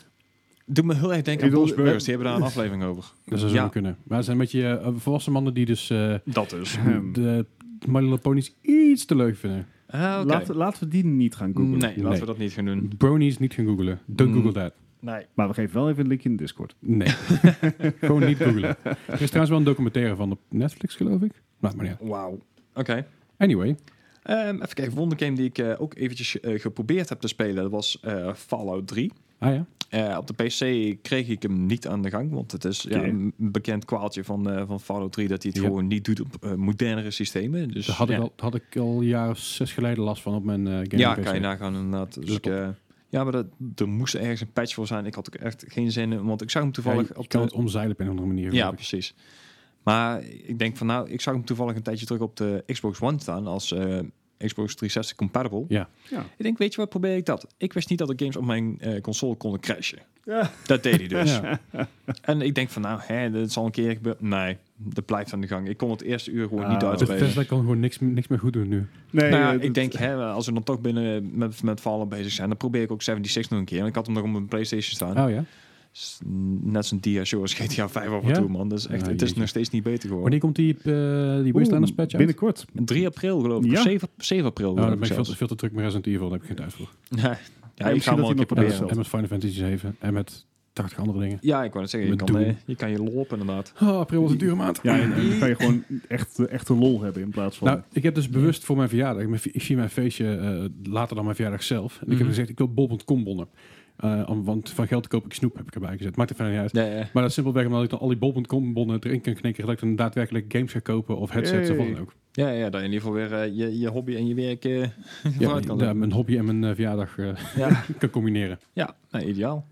S3: Doe me heel erg denken aan
S2: Ik bedoel,
S3: Bob's Burgers. Die hebben daar een aflevering over.
S1: Dat zou zo
S3: Ja.
S1: kunnen. Maar het zijn een beetje eh, volwassen mannen die dus eh,
S3: Dat dus.
S2: Ehm,
S1: de My Little Ponies iets te leuk vinden.
S3: Ah, oké.
S2: laten, laten we die niet gaan googlen.
S3: Nee, laten
S1: Nee.
S3: we dat niet gaan doen.
S1: Bronies niet gaan googlen. Don't
S3: Mm.
S1: google that.
S3: Nee.
S2: Maar we geven wel even een linkje in de Discord.
S1: Nee. Gewoon niet googlen. Er is trouwens wel een documentaire van op Netflix, geloof ik. Maakt maar niet uit.
S3: Wauw. Oké.
S1: Anyway.
S3: Ehm, even kijken, volgende game die ik eh, ook eventjes eh, geprobeerd heb te spelen, dat was eh, Fallout 3.
S1: Ah ja?
S3: Eh, op de PC kreeg ik hem niet aan de gang, want het is ja,
S2: Oké.
S3: een bekend kwaaltje van, eh van Fallout 3 dat hij het
S1: Ja.
S3: gewoon niet doet op eh, modernere systemen. Dus
S1: Daar had, ik
S3: ja.
S1: al, had ik al een jaar of zes geleden last van op mijn eh game
S3: Ja,
S1: PC.
S3: kan je nagaan inderdaad. Dus
S1: Dus
S3: ik, eh, ja, maar dat, er moest ergens een patch voor zijn. Ik had ook echt geen zin in, want ik zag hem
S1: Ja,
S3: toevallig
S1: je- je
S3: op
S1: kan
S3: de...
S1: het omzeilen op een andere manier.
S3: Ja,
S1: geloof ik.
S3: precies. Maar ik denk van nou, ik zag hem toevallig een tijdje terug op de Xbox One staan als eh, Xbox 360 compatible.
S1: Ja.
S2: Ja.
S3: Ik denk, weet je wat, probeer ik dat. Ik wist niet dat de games op mijn eh, console konden crashen.
S2: Ja.
S3: Dat deed hij dus.
S1: Ja.
S3: En ik denk van nou, hè, dat zal een keer gebeuren. Nee, dat blijft aan de gang. Ik kon het eerste uur gewoon niet
S2: Ah.
S1: Dus
S3: uitspelen.
S1: Tesla kan gewoon niks, niks meer goed doen nu.
S2: Nee,
S3: Nou ja,
S2: eh, dat-
S3: ik denk, hè, als we dan toch binnen met, met Fallen bezig zijn, dan probeer ik ook 76 nog een keer. Want ik had hem nog op mijn Playstation staan.
S1: Oh ja?
S3: S- Net zo'n dia show als GTA 5 over
S1: Ja?
S3: toe, man. Dus echt,
S1: Ah,
S3: het is
S1: jeetje.
S3: nog steeds niet beter geworden.
S1: Wanneer komt die, eh die Westlanders
S2: Oeh,
S1: patch uit?
S2: Binnenkort.
S3: 3 april geloof ik.
S2: Ja.
S3: 7, 7 april.
S1: Oh,
S3: geloof
S1: dan ben ik veel
S3: zelfs.
S1: te, veel te druk met Resident Evil. Daar heb ik geen tijd voor.
S3: ja, ja, ik
S2: misschien
S3: ga hem
S2: dat
S3: wel een keer
S2: hij nog
S1: En,
S2: Ja,
S1: met-
S3: proberen.
S2: zelf.
S1: en met Final Fantasy 7. En met 80 andere dingen.
S3: Ja, ik wou net zeggen, je
S1: Met
S3: kan,
S1: Doom.
S3: eh, je kan je lopen inderdaad.
S1: Oh, april was een dure maand.
S2: Ja, en, en dan kan je gewoon echt, eh, echt een lol hebben in plaats van...
S1: Nou, ik heb dus bewust voor mijn verjaardag, mijn- ik zie mijn feestje eh, later dan mijn verjaardag zelf. En ik
S3: Mhm.
S1: heb gezegd, ik wil bol.com bonnen. Eh, om- want van geld koop ik snoep, heb ik erbij gezet. Maakt er verder niet uit.
S3: Ja, ja.
S1: Maar dat is simpelweg omdat ik dan al die bol.com bonnen erin kan knikken. Dat ik dan daadwerkelijk games ga kopen of headsets of wat dan ook.
S3: Ja, ja, dat je in ieder geval weer eh, je, je hobby en je werk eh
S1: Ja,
S3: vooruit kan
S1: ja,
S3: doen.
S1: mijn hobby en mijn eh, verjaardag eh,
S3: Ja,
S1: kan combineren.
S3: ja nou, ideaal.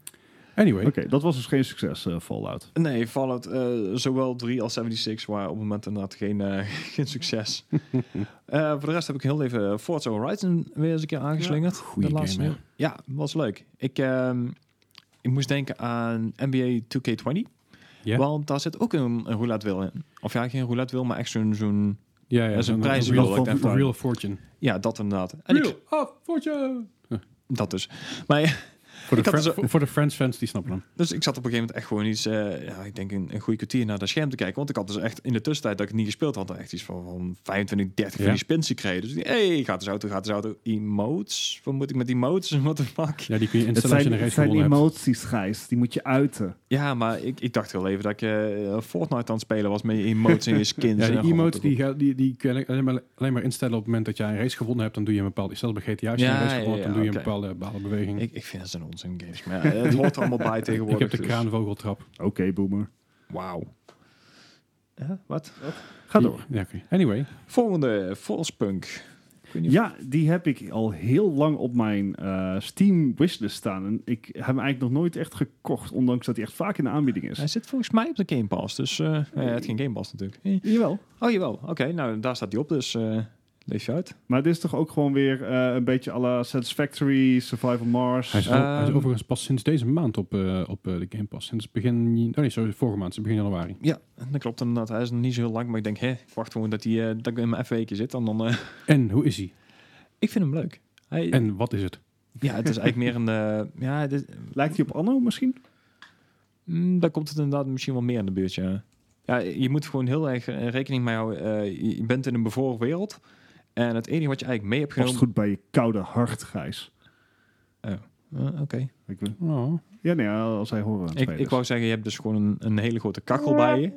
S1: Anyway,
S2: Oké, dat was dus geen succes, eh, Fallout.
S3: Nee, Fallout, eh, zowel 3 als 76 waren op het moment inderdaad geen, eh, geen succes. Eh, voor de rest heb ik heel even Forza Horizon weer eens een keer aangeslingerd.
S1: goeie
S3: de
S1: game,
S3: laatste.
S1: hè?
S3: ja, was leuk. Ik, ehm, ik moest denken aan NBA 2K20.
S1: Ja.
S3: Want daar zit ook een, een roulette wheel in. Of ja, geen roulette wheel, maar echt zo'n... zo'n-
S1: ja, ja,
S3: Dat is een
S1: zo'n-
S3: prijs-
S1: Real,
S3: Real-
S1: van- Real Fortune.
S3: ja, dat inderdaad. En
S1: Real
S3: ik,
S1: of Fortune!
S3: dat dus. Maar ja,
S1: Voor de,
S3: Ik had
S1: Fran-
S3: dus-
S1: voor- voor de Friends fans, die snappen hem.
S3: dus ik zat op een gegeven moment echt gewoon iets... eh, ja, ik denk een, een goede kwartier naar dat scherm te kijken. Want ik had dus echt in de tussentijd dat ik het niet gespeeld had... echt iets van, van 25, 30
S1: Ja.
S3: van die spins gekregen. Dus ik dacht, hey, gaat dus auto, gaat dus auto. Emotes? Wat moet ik met emotes? Wat de fuck?
S1: Ja, die kun je instellen
S2: Het
S1: als je
S2: zijn,
S1: een
S2: het
S1: race
S2: zijn
S1: gewonnen hebt.
S2: emoties, Gijs. Die moet je uiten.
S3: Ja, maar ik, ik dacht wel even dat ik eh, Fortnite aan het spelen was... met je emotes en je skins.
S1: Ja,
S3: en
S1: die
S3: gewoon-
S1: emotes die, ga- die, die kun je alleen maar, alleen maar instellen op het moment dat jij een race gewonnen hebt. Dan doe je een bepaalde... Zelfs bij GTA, als je
S3: Ja,
S1: een race
S3: ja,
S1: gewonnen hebt, dan
S3: ja,
S1: doe je een
S3: oké.
S1: bepaalde, bepaalde beweging. Ik,
S3: Ik, ik vind dat een onzin games. Maar ja, het hoort er allemaal bij tegenwoordig.
S1: heb de
S3: dus-
S1: kraanvogeltrap.
S2: Oké, boomer.
S3: Wauw. Huh, wat?
S2: Ga door.
S1: Ja, oké. Anyway.
S3: Volgende, Volspunk. Ik weet niet of-
S2: Ja, die heb ik al heel lang op mijn eh, Steam wishlist staan. En ik heb hem eigenlijk nog nooit echt gekocht, ondanks dat hij echt vaak in de aanbieding is.
S3: Hij zit volgens mij op de Game Pass. Dus eh, nou ja, het geen Game Pass natuurlijk. Eh.
S2: Jawel.
S3: Oh jawel. Oké, nou daar staat hij op. Dus eh, leef je uit.
S2: Maar dit is toch ook gewoon weer eh, een beetje à la Satisfactory, Survival Mars.
S1: Hij is,
S3: Ehm.
S1: hij is overigens pas sinds deze maand op, eh, op eh, de Game Pass. Sinds begin... Oh nee, sorry, vorige maand. Sinds begin januari.
S3: Ja, dat klopt inderdaad. Hij is nog niet zo heel lang. Maar ik denk, hè, ik wacht gewoon dat, hij, eh, dat ik in mijn F-weekje zit. En dan, eh,
S1: En hoe is hij?
S3: ik vind hem leuk. Hij,
S1: En wat is het?
S3: Ja, het is eigenlijk meer een... eh, ja, het is-
S2: Lijkt hij op Anno misschien?
S3: Mm, daar komt het inderdaad misschien wel meer in de buurt, ja. Ja, je moet gewoon heel erg eh, rekening mee houden. Eh, je- je bent in een bevroren wereld. En het enige wat je eigenlijk mee hebt
S2: Past
S3: genomen...
S2: goed bij je koude hart, Gijs.
S3: Eh, Oké.
S2: Ik ben-
S1: Oh.
S2: Ja, nee, als hij horen aan het
S3: Ik,
S2: spelen
S3: ik
S2: is.
S3: wou zeggen, je hebt dus gewoon een, een hele grote kachel bij je.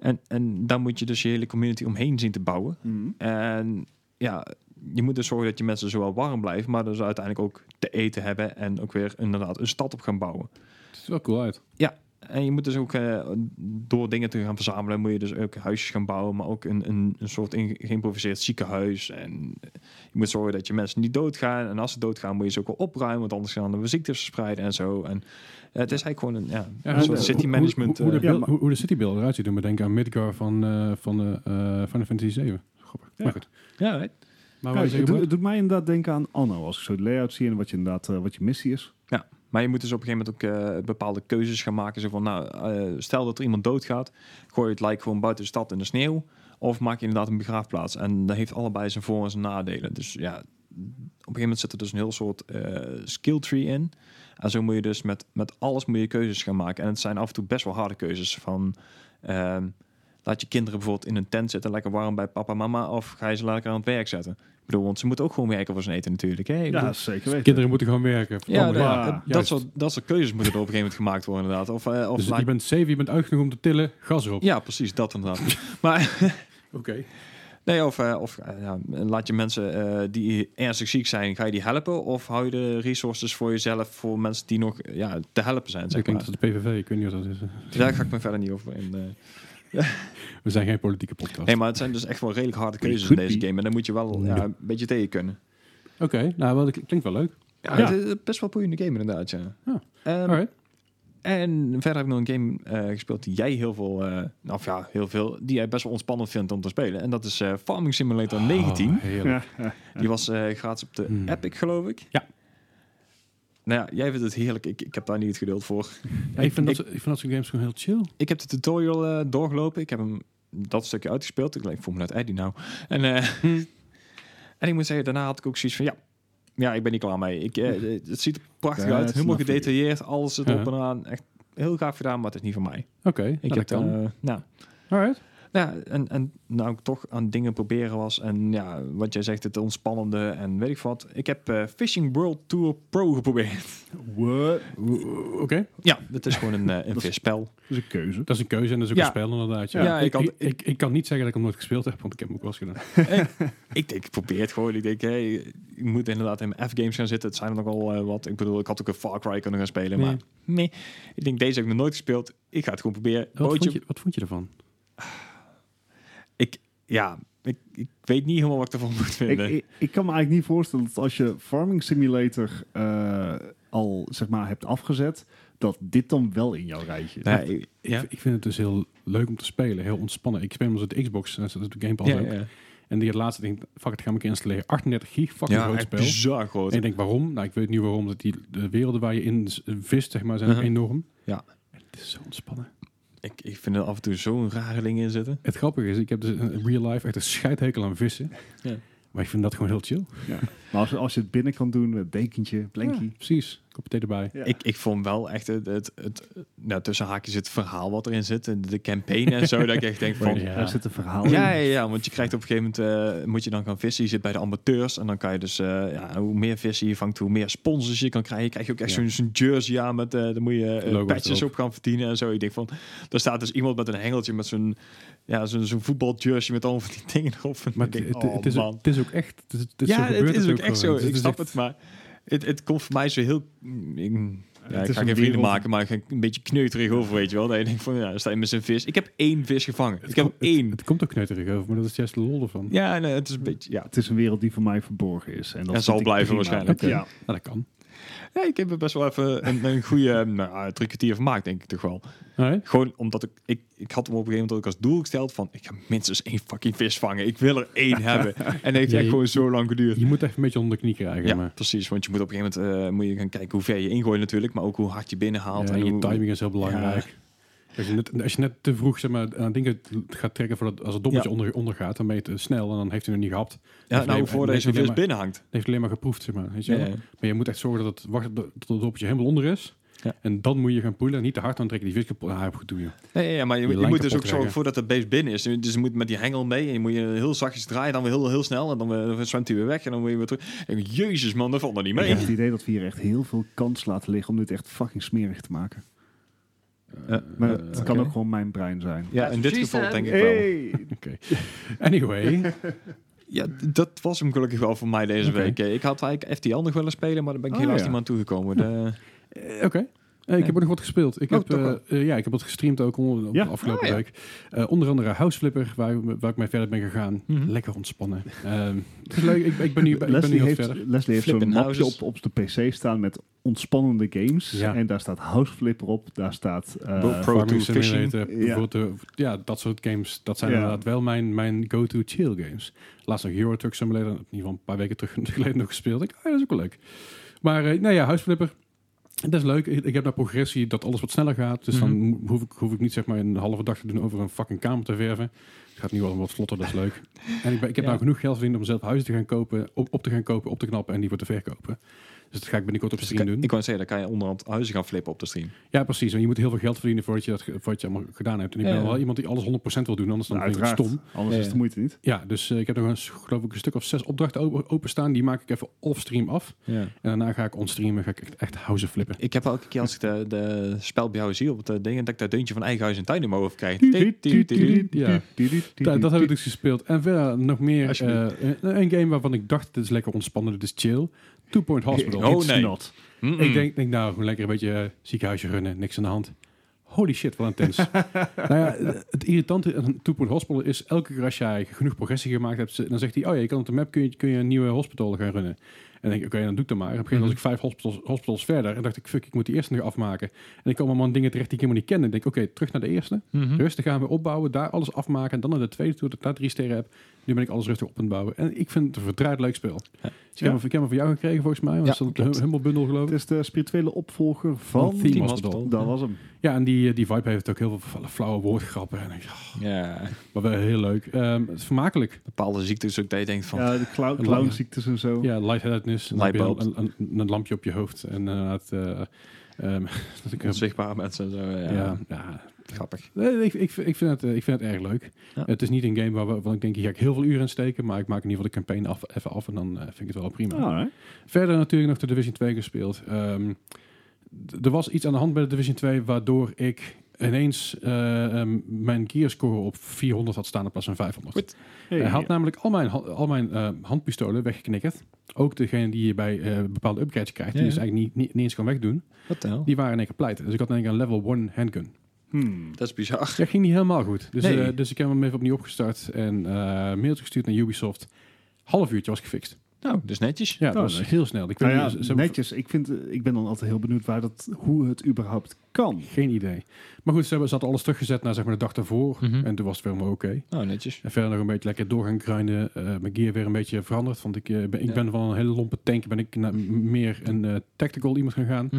S3: En, en daar moet je dus je hele community omheen zien te bouwen.
S2: Mhm.
S3: En ja, je moet dus zorgen dat je mensen zowel warm blijven... maar dus uiteindelijk ook te eten hebben... en ook weer inderdaad een stad op gaan bouwen.
S1: Het ziet er wel cool uit.
S3: En je moet dus ook eh, door dingen te gaan verzamelen, moet je dus ook huisjes gaan bouwen, maar ook een, een, een soort inge- geïmproviseerd ziekenhuis. En eh, je moet zorgen dat je mensen niet doodgaan. En als ze doodgaan, moet je ze ook wel opruimen, want anders gaan er ziektes verspreiden en zo. En eh, het is eigenlijk gewoon een, ja,
S1: Ja,
S3: een
S1: hoe-
S3: soort
S1: hoe-
S3: city management.
S1: Hoe, hoe,
S3: eh,
S1: de,
S2: Ja,
S1: beeld-
S2: maar-
S1: hoe, hoe de citybeelden eruit ziet. Doe me denken aan Midgar van, eh, van eh, eh, Final Fantasy 7. Grappig.
S2: Ja.
S1: Maar goed.
S3: eh, ja, right.
S1: Maar wat
S2: Ja, het,
S1: is er
S2: doet-
S1: gebeurd?
S2: het doet mij inderdaad denken aan Anno. Als ik zo de layout zie en wat je, inderdaad, eh, wat je missie is.
S3: Maar je moet dus op een gegeven moment ook eh, bepaalde keuzes gaan maken. Zo van, nou, eh, stel dat er iemand doodgaat, gooi je het lijk gewoon buiten de stad in de sneeuw. Of maak je inderdaad een begraafplaats. En dat heeft allebei zijn voor- en zijn nadelen. Dus ja, op een gegeven moment zit er dus een heel soort eh, skill tree in. En zo moet je dus met, met alles moet je keuzes gaan maken. En het zijn af en toe best wel harde keuzes. Van, ehm, laat je kinderen bijvoorbeeld in een tent zitten, lekker warm bij papa en mama. Of ga je ze lekker aan het werk zetten. Ik bedoel, want ze moeten ook gewoon werken voor zijn eten natuurlijk. Hè? Ik bedoel,
S2: Ja, zeker weten.
S1: Kinderen moeten gewoon werken.
S3: ja,
S1: Verdomme.
S2: ja.
S3: nou, dat,
S1: Juist.
S3: soort, dat soort keuzes moeten er op een gegeven moment gemaakt worden, inderdaad. Of, eh, of
S1: Dus
S3: laat-
S1: je bent safe, je bent oud genoeg om te tillen. Gas erop.
S3: Ja, precies, dat inderdaad. maar
S1: Oké.
S3: Nee, of, eh, of eh, ja, laat je mensen eh, die ernstig ziek zijn, ga je die helpen? Of hou je de resources voor jezelf, voor mensen die nog eh, ja, te helpen zijn, zeg
S1: ik denk
S3: maar.
S1: dat het PVV, ik weet niet wat dat is.
S3: Daar ga ik me verder niet over in. eh.
S1: We zijn geen politieke podcast.
S3: Nee, maar het zijn dus echt wel redelijk harde
S2: Could
S3: keuzes in
S2: be.
S3: deze game. En daar moet je wel ja,
S1: Ja.
S3: een beetje tegen kunnen.
S1: Oké, nou, wel, dat klinkt wel leuk.
S3: Ja,
S1: Ja.
S3: Het is best wel boeiende game inderdaad, ja.
S1: Ja.
S3: Ehm,
S1: Alright.
S3: En verder heb ik nog een game eh, gespeeld die jij heel veel, eh nou of ja, heel veel, die jij best wel ontspannend vindt om te spelen. En dat is eh, Farming Simulator 19.
S1: Oh, heerlijk.
S3: Die was eh, gratis op de
S1: Hmm.
S3: Epic, geloof ik.
S1: Ja.
S3: Nou ja, jij vindt het heerlijk. Ik, ik heb daar niet het geduld voor.
S1: Ja, ik, vind dat, ik vind dat soort games gewoon heel chill.
S3: Ik heb de tutorial eh, doorgelopen. Ik heb hem dat stukje uitgespeeld. Ik denk, ik voel me net Eddie nou. En, eh,
S1: Hmm.
S3: en ik moet zeggen, daarna had ik ook zoiets van, ja, ja ik ben niet klaar mee. Ik,
S1: Hmm.
S3: eh, het ziet er prachtig
S2: Ja,
S3: uit.
S2: dat
S3: Helemaal
S2: snap ik.
S3: gedetailleerd. Alles zit
S1: Ja.
S3: op en aan. Echt heel gaaf gedaan, maar het is niet van mij.
S1: Oké,
S3: Ik
S1: nou,
S3: heb
S1: dat kan.
S3: eh, nou,
S1: Alright.
S3: Ja, en, en nou ik toch aan dingen proberen was. En ja, wat jij zegt, het ontspannende en weet ik wat. Ik heb eh, Fishing World Tour Pro geprobeerd.
S2: What?
S1: Oké,
S3: Ja, dat is gewoon een, eh, een visspel.
S2: Dat is een keuze.
S1: dat is een keuze en dat is ook
S3: Ja.
S1: een spel inderdaad. Ja,
S3: Ja, ik
S1: ik,
S3: had-
S1: ik, ik, ik kan niet zeggen dat ik hem nooit gespeeld heb, want ik heb hem ook wel eens gedaan.
S3: Ik denk, ik probeer het gewoon. Ik denk, hey, ik moet inderdaad in mijn F-games gaan zitten. Het zijn er nogal eh, wat. Ik bedoel, ik had ook een Far Cry kunnen gaan spelen.
S1: Nee.
S3: Maar nee, Oh, ik denk, deze heb ik nog nooit gespeeld. Ik ga het gewoon proberen.
S1: Wat vond,
S3: Bootje,
S1: je, wat vond je ervan?
S3: ik, ja, ik, ik weet niet helemaal wat ik ervan moet
S2: Ik,
S3: vinden.
S2: ik, ik kan me eigenlijk niet voorstellen dat als je Farming Simulator eh, al zeg maar hebt afgezet, dat dit dan wel in jouw rijtje is.
S3: Nee, ik- ja,
S1: Ik vind het dus heel leuk om te spelen, heel ontspannen. Ik speel hem als de Xbox, dat is de Game Pass
S3: ja,
S1: ook.
S3: ja.
S1: En die het laatste ding, fuck het, ga ik installeren. 38 gig, fucking
S3: ja
S1: groot
S3: echt dus-
S1: spel.
S3: bizar groot.
S1: En ik denk, waarom? Nou, ik weet niet waarom. Dat die, de werelden waar je in z- vist, zeg maar, zijn
S3: Uh-huh.
S1: enorm.
S3: Ja.
S1: En Het is zo ontspannen.
S3: Ik, ik vind er af en toe zo'n rare dingen in zitten.
S1: Het grappige is, ik heb dus in real life echt een scheidhekel aan vissen.
S3: Ja.
S1: Maar ik vind dat gewoon heel chill.
S2: Maar als, als je het binnen kan doen met dekentje, blankie.
S1: Ja, precies. Kopje thee erbij.
S2: Ja.
S3: Ik, ik vond wel echt het, het, het nou, tussen haakjes het verhaal wat erin zit. en De campaign en zo. dat ik echt denk van...
S1: Ja.
S2: Daar zit een verhaal
S3: Ja, ja,
S2: in.
S3: ja, want je krijgt op een gegeven moment... eh, moet je dan gaan vissen. Je zit bij de amateurs. En dan kan je dus... eh, ja, hoe meer vissen je vangt, hoe meer sponsors je kan krijgen. Krijg je ook echt
S1: Ja.
S3: zo'n zo'n jersey aan. Met, eh dan moet je eh,
S1: Logo's
S3: patches
S1: erop.
S3: op gaan verdienen en zo. Ik denk van... Daar staat dus iemand met een hengeltje met zo'n... Ja, zo'n zo'n voetbaljersey met al van die dingen erop. En
S1: Maar
S3: ik
S1: het,
S3: denk,
S1: het, het is,
S3: oh, man.
S1: ook- het is ook echt... Het is, het is zo
S3: ja,
S1: gebeurd
S3: het is ook
S1: gewoon.
S3: echt zo.
S1: Dus het
S3: Ik
S1: is
S3: snap
S1: echt-
S3: het, maar het, het komt voor mij zo heel... mm, Ik, ja,
S2: is
S3: ik ga
S2: een
S3: geen vrienden
S2: wereld.
S3: maken, maar ik ga een beetje kneuterig over, weet je wel. Dat je denkt van, ja, dan sta je met zijn vis. Ik heb één vis gevangen. ik heb
S1: het-
S3: één.
S1: Het komt ook kneuterig over, maar dat is juist de lol ervan.
S3: ja, nee, het is een beetje... Ja.
S2: Het is een wereld die voor mij verborgen is. En dat
S3: En
S2: vind
S3: zal
S2: ik
S3: blijven
S2: prima.
S3: waarschijnlijk.
S2: Ja.
S1: Nou, dat kan.
S3: Ja, ik heb er best wel even een, een goede nou, drie kwartier van gemaakt, denk ik toch wel.
S1: Alright.
S3: Gewoon omdat ik, ik... Ik had hem op een gegeven moment ook als doel gesteld van... Ik ga minstens één fucking vis vangen. Ik wil er één hebben. En dat heeft
S1: Ja,
S3: echt
S1: je-
S3: gewoon zo lang geduurd.
S1: Je moet even een beetje onder de knie krijgen,
S3: Ja,
S1: maar...
S3: precies. Want je moet op een gegeven moment eh, moet je gaan kijken hoe ver je ingooit natuurlijk. Maar ook hoe hard je binnenhaalt.
S1: Ja, en je
S3: hoe-
S1: timing is heel belangrijk. Als, je net, als je net te vroeg zeg maar, aan dingen gaat trekken voordat als het dobbeltje onder, ondergaat, dan ben je te snel en dan heeft hij nog niet gehapt. Dan
S3: Ja,
S1: heeft hij-
S3: nou, voordat
S1: dan
S3: je
S1: heeft
S3: zo'n
S1: hij
S3: vis
S1: alleen maar-
S3: binnenhangt.
S1: dan heeft hij alleen maar geproefd, zeg maar. Weet je wel?
S3: Ja, ja.
S1: Maar je moet echt zorgen dat het wacht tot het dobbeltje helemaal onder is.
S3: Ja.
S1: En dan moet je gaan poelen. Niet te hard aantrekken, die vis kapot. Ah, goed doen, joh.
S3: Nee, ja, maar
S1: Die
S3: je, moet- je
S1: lijn
S3: moet
S1: kapot
S3: dus ook zorgen
S1: krijgen.
S3: voor dat de beest binnen is. Dus je moet met die hengel mee en je moet je heel zachtjes draaien. Dan weer heel, heel snel en dan, weer- dan zwemt hij weer weg en dan moet je weer terug. Ik denk, jezus man, dat valt nog niet
S2: Ik
S3: mee.
S2: heb het idee dat we hier echt heel veel kans laten liggen om dit echt fucking smerig te maken. Maar het
S1: Eh,
S2: kan
S3: oké.
S2: ook gewoon mijn brein zijn.
S3: Ja, in dit
S4: She
S3: geval
S4: said.
S3: denk ik wel.
S2: Hey!
S1: Anyway,
S3: Ja, d- dat was hem gelukkig wel voor mij deze
S1: Oké.
S3: week. Eh, Ik had eigenlijk FTL nog willen spelen, maar daar ben ik
S2: Oh,
S3: helaas
S2: ja.
S3: niet aan toegekomen. De-
S1: Eh, oké. Eh, ik heb ook nog wat gespeeld. Ik
S2: Oh,
S1: heb,
S2: toch wel.
S1: eh, eh, ja, ik heb wat gestreamd ook on- op
S2: Ja.
S1: de afgelopen
S3: Ah, ja.
S1: week. Eh, onder andere House Flipper, waar, waar ik mee verder ben gegaan.
S3: Mhm.
S1: Lekker ontspannen. Ehm, het is leuk. Ik, ik ben nu, ik ben nu
S2: Leslie
S1: heel
S2: heeft,
S1: verder.
S2: Leslie heeft
S3: Flippin'
S2: zo'n mapje
S3: houses.
S2: op, op de PC staan met ontspannende games.
S1: Ja.
S2: En daar staat House Flipper op. Daar staat... eh,
S3: Bo- Pro
S1: Farming
S3: Tour Fishing.
S1: Simulator,
S2: Ja.
S1: bijvoorbeeld, eh, ja, dat soort games. Dat zijn
S2: Ja.
S1: inderdaad wel mijn, mijn go-to chill games. Laatst nog Euro Truck Simulator, in ieder geval een paar weken terug geleden nog gespeeld. Ik, oh ja, dat is ook wel leuk. Maar eh, nou ja, huisflipper. Dat is leuk. Ik ik heb naar progressie dat alles wat sneller gaat. Dus
S3: Mhm.
S1: dan mo- hoef ik, hoef ik niet zeg maar een halve dag te doen over een fucking kamer te verven. Het gaat nu al wat vlotter, dat is leuk. En ik, ben, ik heb
S3: Ja.
S1: nou genoeg geld verdiend om zelf huizen te gaan kopen, op, op te gaan kopen, op te knappen en die voor te verkopen. Dus dat ga ik binnenkort op
S3: Dus
S1: stream
S3: ik-
S1: doen.
S3: Ik kan zeggen, dan kan je onderhand huizen gaan flippen op de stream.
S1: Ja, precies. Want je moet heel veel geld verdienen voordat je dat, ge- voordat je allemaal gedaan hebt. En ik
S3: Ja,
S1: ben
S3: ja.
S1: wel iemand die alles 100% wil doen, anders dan
S2: Nou,
S1: vind ik het
S2: uiteraard.
S1: stom.
S2: Anders
S3: Ja,
S2: is
S3: ja.
S2: de moeite niet.
S1: Ja, dus eh, ik heb nog eens, geloof ik, een stuk of zes opdrachten open, openstaan. Die maak ik even off-stream af.
S3: Ja.
S1: En daarna ga ik on-stream en ga ik echt, echt house flippen.
S3: Ik heb elke keer als ik de, de spel bij jou zie op het eh, ding, dat ik dat deuntje van eigen huis en tuin in mijn hoofd krijg.
S1: Ja. Da- dat heb ik dus gespeeld. En verder nog meer
S3: Alsjeblieft.
S1: eh, een, een game waarvan ik dacht, dit is lekker ontspannen, dit is chill. Two Point Hospital.
S3: Oh,
S2: It's
S3: nee.
S2: not.
S3: Mm-mm.
S1: Ik denk, denk, nou, gewoon lekker een beetje eh, ziekenhuisje runnen, niks aan de hand. Holy shit, wat intens. nou ja, het irritante aan Two Point Hospital is, elke keer als jij genoeg progressie gemaakt hebt, ze- dan zegt hij, oh ja, je kan op de map kun je, kun je een nieuwe hospital gaan runnen. En dan denk ik, oké, dan doe ik dat maar. Op een gegeven moment was
S3: Mhm.
S1: ik vijf hospitals, hospitals verder en dacht ik, fuck, ik moet die eerste nog afmaken. En ik kwam allemaal aan dingen terecht die ik helemaal niet kende. Ik denk, oké, terug naar de eerste.
S3: Mhm.
S1: Rustig gaan we opbouwen, daar alles afmaken. En dan naar de tweede toe, dat ik daar drie sterren heb. Nu ben ik alles rustig op aan het bouwen. En ik vind het een verdraaid leuk spel. Dus ik, heb hem, ik heb hem van jou gekregen volgens mij. Want
S3: Ja,
S1: het stond op
S3: klopt.
S1: de Humble Bundle geloof ik.
S2: Het is de spirituele opvolger
S1: Van
S2: van...
S3: Team
S1: Team
S3: Hospital.
S1: Hospital.
S2: Dat was hem.
S1: Ja, en die, eh, die vibe heeft ook heel veel flauwe woordgrappen. En, ja,
S3: Ja,
S1: maar wel heel leuk. Ehm, het is vermakelijk.
S3: bepaalde ziektes ook dat je denkt van...
S2: Ja, de clown,
S1: Een
S2: clownziektes en zo.
S1: Ja, lightheadedness. En dan heb je
S3: Lightbulb.
S1: Een, een, een lampje op je hoofd. En inderdaad... eh, ehm, dat ik, eh,
S3: Onzichtbare mensen en zo. Ja,
S1: ja, ja,
S3: grappig.
S1: Nee, ik, ik, ik, vind het, eh, ik vind het erg leuk.
S3: Ja.
S1: Het is niet een game waar, we- waarvan ik denk, hier ga ik heel veel uren in steken. Maar ik maak in ieder geval de campaign af, even af en dan eh, vind ik het wel prima.
S2: Alright.
S1: Verder natuurlijk nog de Division 2 gespeeld. Ehm, d- er was iets aan de hand bij de Division 2 waardoor ik ineens eh, ehm, mijn gearscore op 400 had staan in plaats van 500.
S3: Goed.
S2: Hey.
S1: Hij had nou- namelijk al mijn, ha- al mijn eh, handpistolen weggeknikkerd. Ook degene die je bij eh, bepaalde upgrades krijgt,
S3: Ja,
S1: die is
S3: ja.
S1: eigenlijk niet, niet, niet eens kan wegdoen.
S3: Wat de hel?
S1: Die waren in één keer pleit. Dus ik had in één keer een level 1 handgun.
S2: Hmm.
S3: Dat is bizar.
S1: Dat ging niet helemaal goed. Dus,
S3: Nee.
S1: eh, dus ik heb hem even opnieuw opgestart en eh mailtje gestuurd naar Ubisoft. Half uurtje was ik gefixt.
S3: Nou, dus netjes.
S1: Ja, dat
S2: Oh,
S1: was
S2: nee.
S1: heel snel. Ik
S2: Nou
S1: weet
S2: ja,
S1: niet, ze- ze hebben-
S2: netjes. Ik, vind, eh, ik ben dan altijd heel benieuwd waar dat, hoe het überhaupt kan.
S1: Geen idee. Maar goed, ze, hebben, ze hadden alles teruggezet naar zeg maar, de dag daarvoor.
S3: Mhm.
S1: En toen was het weer maar oké.
S3: Nou, netjes.
S1: En verder nog een beetje lekker door gaan grinden. eh, mijn gear weer een beetje veranderd. Want ik, eh, ben, ik
S3: Ja.
S1: ben van een hele lompe tank ben ik naar m- meer een eh, tactical iemand gaan
S3: Hm.
S1: gaan.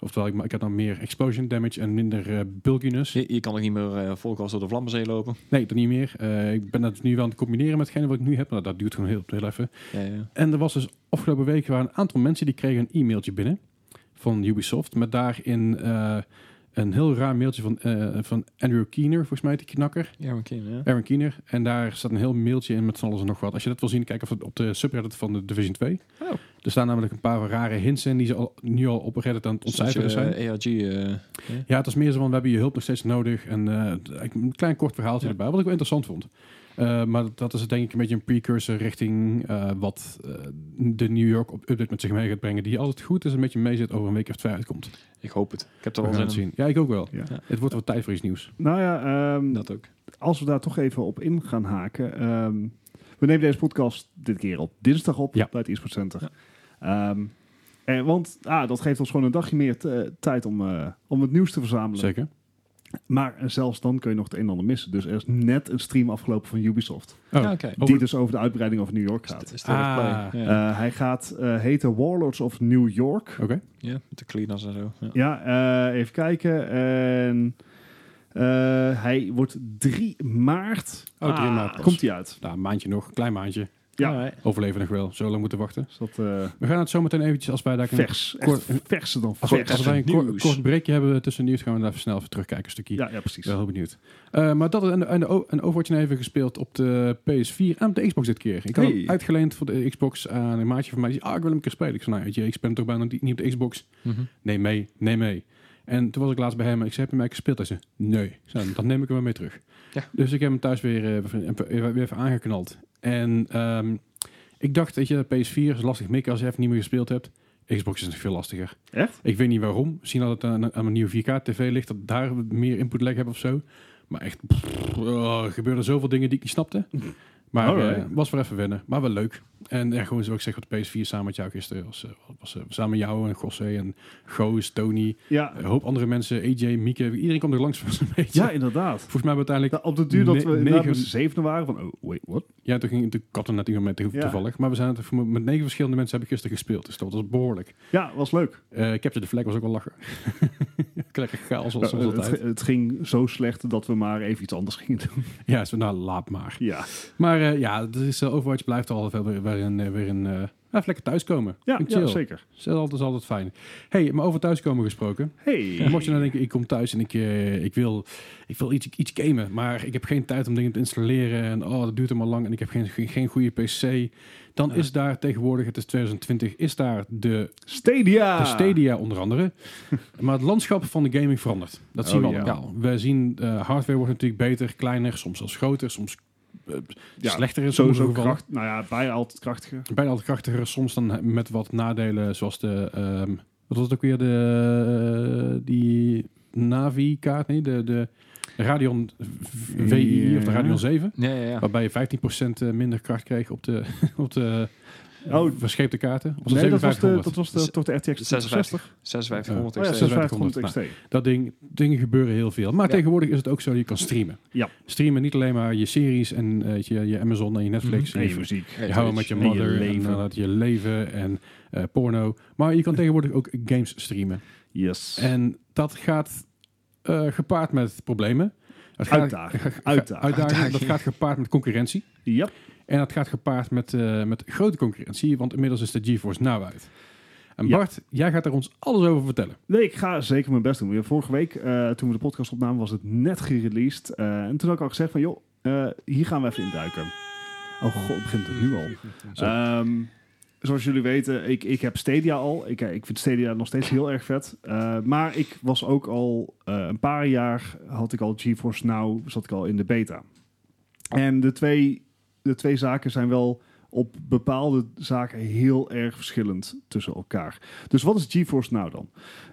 S1: Oftewel, ik, ma- ik had dan meer explosion damage en minder eh, bulkiness.
S3: Je, je kan ook niet meer eh volk als door de Vlammenzee lopen.
S1: Nee, dat niet meer. Eh, ik ben dat nu wel aan het combineren met hetgene wat ik nu heb. Maar dat duurt gewoon heel, heel even.
S3: Ja, ja.
S1: En er was dus afgelopen week waren een aantal mensen die kregen een e-mailtje binnen van Ubisoft. Met daarin eh, een heel raar mailtje van, eh, van Andrew Keener, volgens mij, die knakker.
S3: Ja, maar kind, ja. Dus
S1: Aaron Keener. En daar staat een heel mailtje in met van alles en nog wat. Als je dat wil zien, kijk even op de subreddit van de Division 2.
S3: Oh.
S1: Er staan namelijk een paar rare hints in die ze al, nu al op Reddit aan het ontcijferen zijn.
S3: ERG. Dus eh,
S1: Ja, het is meer zo van, we hebben je hulp nog steeds nodig. En eh, eigenlijk een klein kort verhaaltje
S3: Ja.
S1: erbij, wat ik wel interessant vond. Eh, maar dat is denk ik een beetje een precursor richting eh, wat eh, de New York op update met zich mee gaat brengen. Die altijd goed is, een beetje mee zit over een week of twee uitkomt.
S3: ik hoop het. Ik heb
S1: We
S3: er wel
S1: gaan
S3: zin
S1: het
S3: in.
S1: zien. Ja, ik ook wel.
S2: Ja.
S3: Ja.
S1: Het wordt wel tijd voor iets nieuws.
S2: Nou ja, ehm,
S3: Dat ook.
S2: als we daar toch even op in gaan haken. ehm, we nemen deze podcast dit keer op dinsdag op
S1: Ja.
S2: bij het eSport Center. Ehm, en, want ah, dat geeft ons gewoon een dagje meer t- eh, tijd om, eh, om het nieuws te verzamelen.
S1: Zeker.
S2: Maar eh, zelfs dan kun je nog het een en ander missen. Dus er is net een stream afgelopen van Ubisoft.
S1: Oh,
S3: Ja, oké.
S2: Die
S1: Over-
S2: dus over de uitbreiding over New York
S3: Is
S2: gaat.
S3: het- is het erg
S1: Ah.
S3: blij? Ja,
S2: Eh, hij gaat eh, heten Warlords of New York.
S1: Oké.
S3: Ja, met de cleaners en zo. Ja.
S2: Ja, eh, even kijken. En, eh, hij wordt 3 maart.
S1: Oh, 3 maart
S3: Ah,
S1: pas.
S2: Komt hij uit.
S1: Nou, een maandje nog, een klein maandje.
S2: Ja.
S3: Alright.
S1: Overleven nog wel, zo lang moeten wachten.
S2: Dus dat eh,
S1: We gaan het zo meteen eventjes, als wij daar een,
S2: vers.
S1: kort-
S2: Echt verser dan
S1: als, we- als
S2: vers.
S1: wij een kort,
S3: Nieuws.
S1: kort breakje hebben tussen nieuws, gaan we daar even snel even terugkijken een stukje.
S2: Ja, ja, precies.
S1: Ik ben heel benieuwd. Eh, maar dat en, en, de- en Overwatch even gespeeld op de PS4 en op de Xbox dit keer. Ik had
S2: Hey.
S1: hem uitgeleend voor de Xbox aan een maatje van mij. Die zei, ah, ik wil hem een keer spelen. Ik zei, nou, weet je, ik speel hem toch bijna niet niet op de Xbox.
S3: Mhm.
S1: Nee, mee, nee, mee. En toen was ik laatst bij hem en ik zei, heb je hem eigenlijk gespeeld? Hij zei, nee. Ik zei, dan neem ik hem wel mee terug.
S3: Ja.
S1: Dus ik heb hem thuis weer, eh, even- even- weer even aangeknald. En ehm, ik dacht, weet je, PS4 is lastig mikken als je even niet meer gespeeld hebt. Xbox is nog veel lastiger.
S2: Echt?
S1: Ik weet niet waarom. Misschien dat het aan, aan mijn nieuwe 4K-tv ligt, dat daar meer input lag hebben of zo. Maar echt, pff, oh, er gebeurden zoveel dingen die ik niet snapte. Maar eh,
S2: Alright.
S1: was wel even wennen, maar wel leuk. En eh, gewoon zoals ik zeg, op de PS4 samen met jou gisteren. Was, eh, was, eh, samen met jou en Gosse en Goos, Tony,
S2: Ja,
S1: een hoop andere mensen, AJ, Mieke. Iedereen kwam er langs voor zo'n beetje.
S2: ja inderdaad.
S1: Volgens mij hebben we uiteindelijk...
S2: Nou, op de duur dat
S1: Ne-
S2: we inderdaad
S1: negen-
S2: met z'n zevenen waren van, oh, wait, what?
S1: Ja, toen ging de katten net iemand met
S2: Ja.
S1: toevallig. Maar we zijn het, met negen verschillende mensen heb ik gisteren gespeeld. Dus dat was behoorlijk.
S2: Ja, was leuk.
S1: Eh Capture the Flag was ook wel lachen. Lekker chaos
S2: Nou,
S1: als zoals altijd.
S2: het, het ging zo slecht dat we maar even iets anders gingen doen.
S1: Ja, zo, nou, laat maar.
S2: ja.
S1: Maar eh, ja, dus, Overwatch blijft al wel weer, weer een, eh, weer een eh, Even lekker thuiskomen.
S2: Ja,
S1: Vind ik
S2: ja
S1: chill.
S2: zeker.
S1: Dat is altijd, altijd fijn. hey, maar over thuiskomen gesproken.
S2: Hey.
S1: Mocht je nou denken, ik kom thuis en ik, eh, ik wil, ik wil iets, iets gamen, maar ik heb geen tijd om dingen te installeren en oh, dat duurt allemaal lang en ik heb geen, geen, geen goede PC. Dan
S3: Ja.
S1: is daar tegenwoordig, het is 2020, is daar de,
S2: Stadia.
S1: de Stadia onder andere. maar het landschap van de gaming verandert. Dat zien we
S2: Oh, ja.
S1: allemaal. We zien, eh, hardware wordt natuurlijk beter, kleiner, soms zelfs groter, soms eh,
S2: Ja,
S1: slechter in sommige
S2: Sowieso
S1: gevallen.
S2: kracht. Nou ja, bij altijd krachtiger.
S1: Bijna altijd krachtiger, soms dan met wat nadelen, zoals de. ehm, wat was het ook weer? De. eh, die Navi-kaart, nee, de, de Radion V- VI of de
S2: Ja.
S1: Radion 7.
S3: Ja, ja, ja.
S1: Waarbij je 15% minder kracht kreeg op de, op de eh,
S2: Oh.
S1: verscheepte kaarten. Of
S2: Nee, dat was, de,
S1: 5700.
S2: dat was de, toch de RTX
S3: 56. 5600
S2: Oh ja,
S3: XT.
S2: 5600 XT.
S1: Dat ding, dingen gebeuren heel veel. Maar
S3: Ja.
S1: tegenwoordig is het ook zo, je kan streamen.
S2: Ja.
S1: Streamen niet alleen maar je series en eh, je, je Amazon en je Netflix.
S2: Mhm. Nee,
S1: en je
S2: Nou, muziek.
S1: Je houden met je mother en
S2: leven.
S1: inderdaad je leven en eh, porno. Maar je kan tegenwoordig ook games streamen.
S2: Yes.
S1: En dat gaat eh, gepaard met problemen. Het gaat-
S2: Uitdagen.
S1: ga- ga-
S2: Uitdagen.
S1: uitdagingen. Dat gaat gepaard met concurrentie.
S2: Yep.
S1: En dat gaat gepaard met, eh, met grote concurrentie, want inmiddels is de GeForce Now uit. En
S2: Ja.
S1: Bart, jij gaat er ons alles over vertellen.
S2: Nee, ik ga zeker mijn best doen. Ja, Vorige week, eh, toen we de podcast opnamen, was het net gereleased. Eh, en toen had ik al gezegd van, joh, eh, hier gaan we even induiken. Oh god, begint het nu al.
S1: Zo.
S2: Ehm, zoals jullie weten, ik, ik heb Stadia al. Ik, eh, ik vind Stadia nog steeds heel erg vet. Eh, maar ik was ook al eh, een paar jaar, had ik al GeForce Now, zat ik al in de beta. En de twee, de twee zaken zijn wel op bepaalde zaken heel erg verschillend tussen elkaar. Dus wat is GeForce Now dan?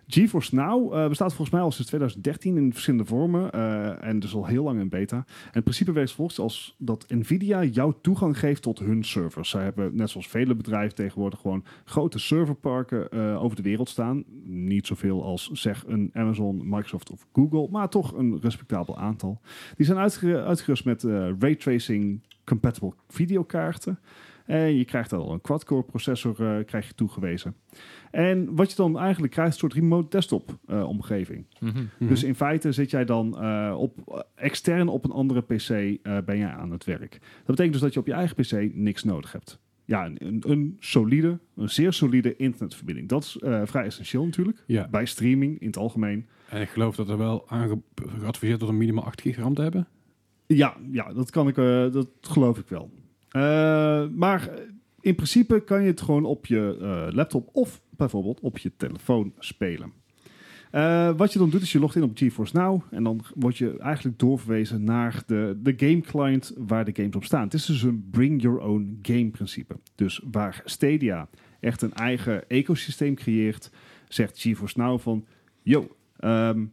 S2: GeForce Now eh, bestaat volgens mij al sinds 2013 in verschillende vormen eh, en dus al heel lang in beta. En het principe werkt als volgt als dat Nvidia jou toegang geeft tot hun servers. Zij hebben, net zoals vele bedrijven tegenwoordig, gewoon grote serverparken eh, over de wereld staan. Niet zoveel als zeg een Amazon, Microsoft of Google, maar toch een respectabel aantal. Die zijn uitge- uitgerust met eh raytracing compatible videokaarten. En je krijgt dan al een quad-core processor eh, krijg je toegewezen. En wat je dan eigenlijk krijgt, is een soort remote desktop eh, omgeving.
S3: Mhm.
S1: Mhm.
S2: Dus in feite zit jij dan eh, op, extern op een andere PC eh, ben jij aan het werk. Dat betekent dus dat je op je eigen PC niks nodig hebt. Ja, een, een, een solide, een zeer solide internetverbinding. Dat is eh, vrij essentieel natuurlijk.
S1: ja.
S2: Bij streaming in het algemeen.
S1: En ik geloof dat er wel aange- geadviseerd wordt om minimaal 8 gig RAM te hebben.
S2: Ja, ja dat, kan ik, eh, dat geloof ik wel. Eh, maar in principe kan je het gewoon op je eh, laptop of bijvoorbeeld op je telefoon spelen. Eh, wat je dan doet is je logt in op GeForce Now en dan word je eigenlijk doorverwezen naar de, de game client waar de games op staan. Het is dus een bring your own game principe. Dus waar Stadia echt een eigen ecosysteem creëert, zegt GeForce Now van, yo, ehm,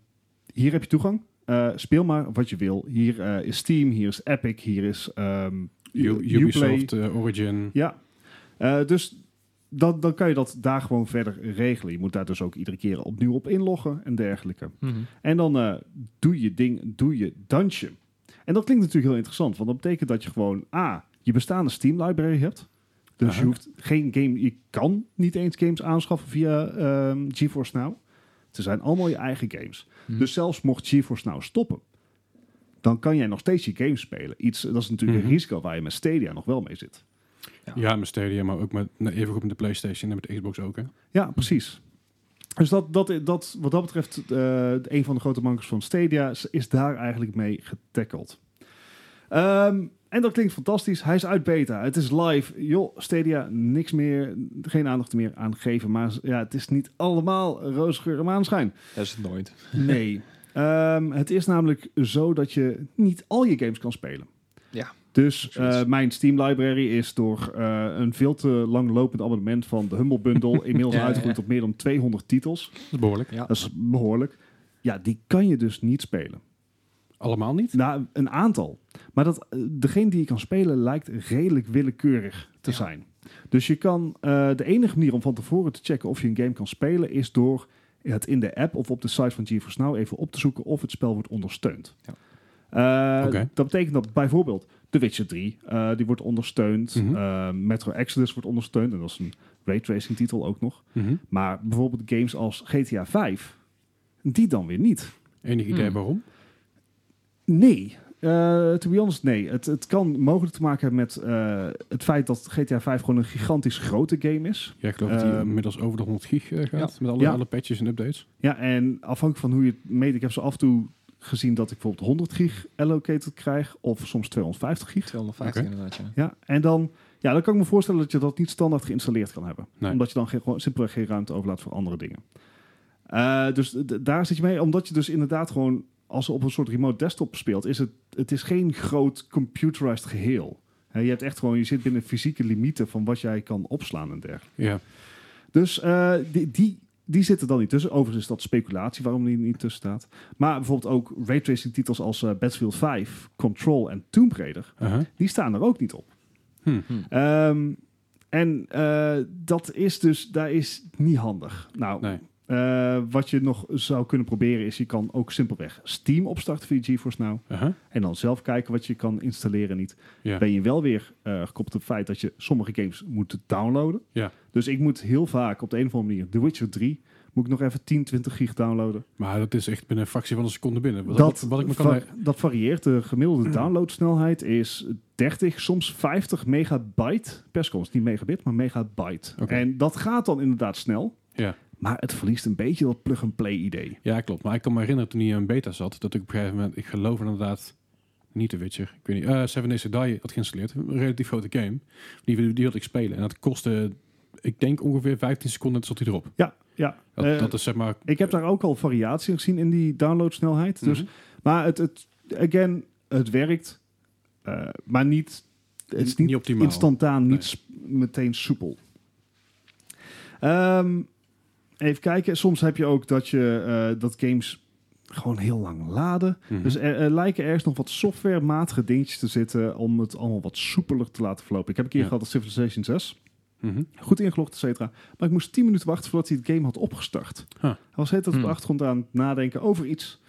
S2: hier heb je toegang, Eh, speel maar wat je wil. Hier eh, is Steam, hier is Epic, hier is ehm,
S1: U-
S2: Uplay.
S1: Ubisoft, eh, Origin.
S2: Ja, Eh, dus dan, dan kan je dat daar gewoon verder regelen. Je moet daar dus ook iedere keer opnieuw op inloggen en dergelijke.
S3: Mhm.
S2: En dan eh, doe je ding, doe je dansje. En dat klinkt natuurlijk heel interessant, want dat betekent dat je gewoon A, je bestaande Steam library hebt. Dus
S1: Aha.
S2: je hoeft geen game, je kan niet eens games aanschaffen via ehm, GeForce Now. Ze zijn allemaal je eigen games.
S3: Mhm.
S2: Dus zelfs mocht GeForce Now stoppen, dan kan jij nog steeds je games spelen. Iets, dat is natuurlijk
S1: Mhm.
S2: een risico waar je met Stadia nog wel mee zit.
S1: Ja, met Stadia, maar ook met, nou, even goed met de PlayStation en met de Xbox ook. Hè?
S2: Ja, precies. Dus dat, dat, dat, wat dat betreft, eh, een van de grote mankers van Stadia is, is daar eigenlijk mee getackeld. Ehm, en dat klinkt fantastisch. Hij is uit beta. Het is live. Joh, Stadia, niks meer. Geen aandacht meer aan geven. Maar ja, het is niet allemaal roosgeur en maanschijn.
S3: Dat is het nooit.
S2: Nee. Ehm, het is namelijk zo dat je niet al je games kan spelen.
S3: Ja.
S2: Dus eh,
S3: Precies.
S2: mijn Steam library is door eh, een veel te lang lopend abonnement van de Humble Bundle inmiddels
S3: Ja, ja,
S2: uitgegroeid
S3: ja.
S2: tot meer dan 200 titels.
S1: Dat is behoorlijk.
S3: Ja.
S2: Dat is behoorlijk. Ja, die kan je dus niet spelen.
S1: Allemaal niet?
S2: Nou, een aantal. Maar dat, eh, degene die je kan spelen lijkt redelijk willekeurig te
S3: Ja.
S2: zijn. Dus je kan, eh, de enige manier om van tevoren te checken of je een game kan spelen is door het in de app of op de site van GeForce Now even op te zoeken of het spel wordt ondersteund.
S3: Ja.
S2: Eh,
S1: Oké.
S2: Dat betekent dat bijvoorbeeld The Witcher 3, eh, die wordt ondersteund.
S1: Mhm.
S2: Eh, Metro Exodus wordt ondersteund. En dat is een raytracing titel ook nog.
S1: Mhm.
S2: Maar bijvoorbeeld games als GTA 5, die dan weer niet.
S1: Enig idee
S3: Hmm.
S1: waarom?
S2: Nee, Eh, to be honest, nee. Het, het kan mogelijk te maken hebben met eh, het feit dat GTA 5 gewoon een gigantisch grote game is.
S1: Ja, ik geloof dat die
S2: Ehm,
S1: inmiddels over de 100 gig eh, gaat. Met alle,
S2: Ja.
S1: alle patches en updates.
S2: Ja, en afhankelijk van hoe je het meet, ik heb zo af en toe gezien dat ik bijvoorbeeld 100 gig allocated krijg, of soms 250 gig.
S3: 250
S1: Oké.
S3: inderdaad, ja.
S2: Ja, en dan, ja, dan kan ik me voorstellen dat je dat niet standaard geïnstalleerd kan hebben.
S1: Nee.
S2: Omdat je dan geen, gewoon simpelweg geen ruimte overlaat voor andere dingen. Eh, dus d- daar zit je mee. Omdat je dus inderdaad gewoon, als op een soort remote desktop speelt, is het, het is geen groot computerized geheel. Hè, je hebt echt gewoon, je zit binnen fysieke limieten van wat jij kan opslaan en dergelijke.
S1: Ja,
S2: Dus eh, die, die, die zitten dan niet tussen. Overigens is dat speculatie waarom die er niet tussen staat. Maar bijvoorbeeld ook raytracing titels als eh, Battlefield 5, Control en Tomb Raider,
S1: aha.
S2: die staan er ook niet op.
S1: Hm.
S2: Ehm, en eh, dat is dus, daar is niet handig. Nou,
S1: Nee.
S2: eh, wat je nog zou kunnen proberen is, je kan ook simpelweg Steam opstarten via GeForce Now.
S1: aha.
S2: En dan zelf kijken wat je kan installeren en niet.
S1: Ja.
S2: Ben je wel weer eh, gekoppeld op het feit dat je sommige games moet downloaden.
S1: Ja.
S2: Dus ik moet heel vaak op de een of andere manier The Witcher 3 moet ik nog even 10, 20 gig downloaden.
S1: Maar dat is echt binnen een fractie van een seconde binnen. Wat,
S2: dat,
S1: wat, wat ik me
S2: va-
S1: kan... Hmm.
S2: dat varieert. De gemiddelde downloadsnelheid is 30, soms 50 megabyte per seconde. Niet megabit, maar megabyte.
S1: Oké.
S2: En dat gaat dan inderdaad snel.
S1: Ja.
S2: Maar het verliest een beetje dat plug-and-play idee.
S1: Ja, klopt. Maar ik kan me herinneren toen hij in beta zat, dat ik op een gegeven moment, ik geloof inderdaad, niet de Witcher, ik weet niet, eh Seven Days to Die had geïnstalleerd. Een relatief grote game. Die, wil- die wilde ik spelen. En dat kostte, ik denk ongeveer 15 seconden, dat zat hij erop.
S2: Ja, ja.
S1: Dat,
S2: Eh,
S1: dat is zeg maar...
S2: Ik heb daar ook al variatie in gezien in die downloadsnelheid. dus,
S1: Mhm. mm-hmm.
S2: maar het, het, again, het werkt. eh, maar niet, het is niet,
S1: Niet optimaal.
S2: instantaan,
S1: Nee.
S2: niet sp- meteen soepel. Ehm, even kijken. Soms heb je ook dat, je, eh, dat games gewoon heel lang laden.
S1: Mhm.
S2: Dus er, er lijken ergens nog wat softwarematige dingetjes te zitten... om het allemaal wat soepeler te laten verlopen. Ik heb een keer
S1: Ja.
S2: gehad dat Civilization 6
S1: Mhm.
S2: goed ingelogd, et cetera. Maar ik moest 10 minuten wachten voordat hij het game had opgestart.
S1: Huh.
S2: Hij was het op de
S3: Hmm.
S2: achtergrond aan het nadenken over iets.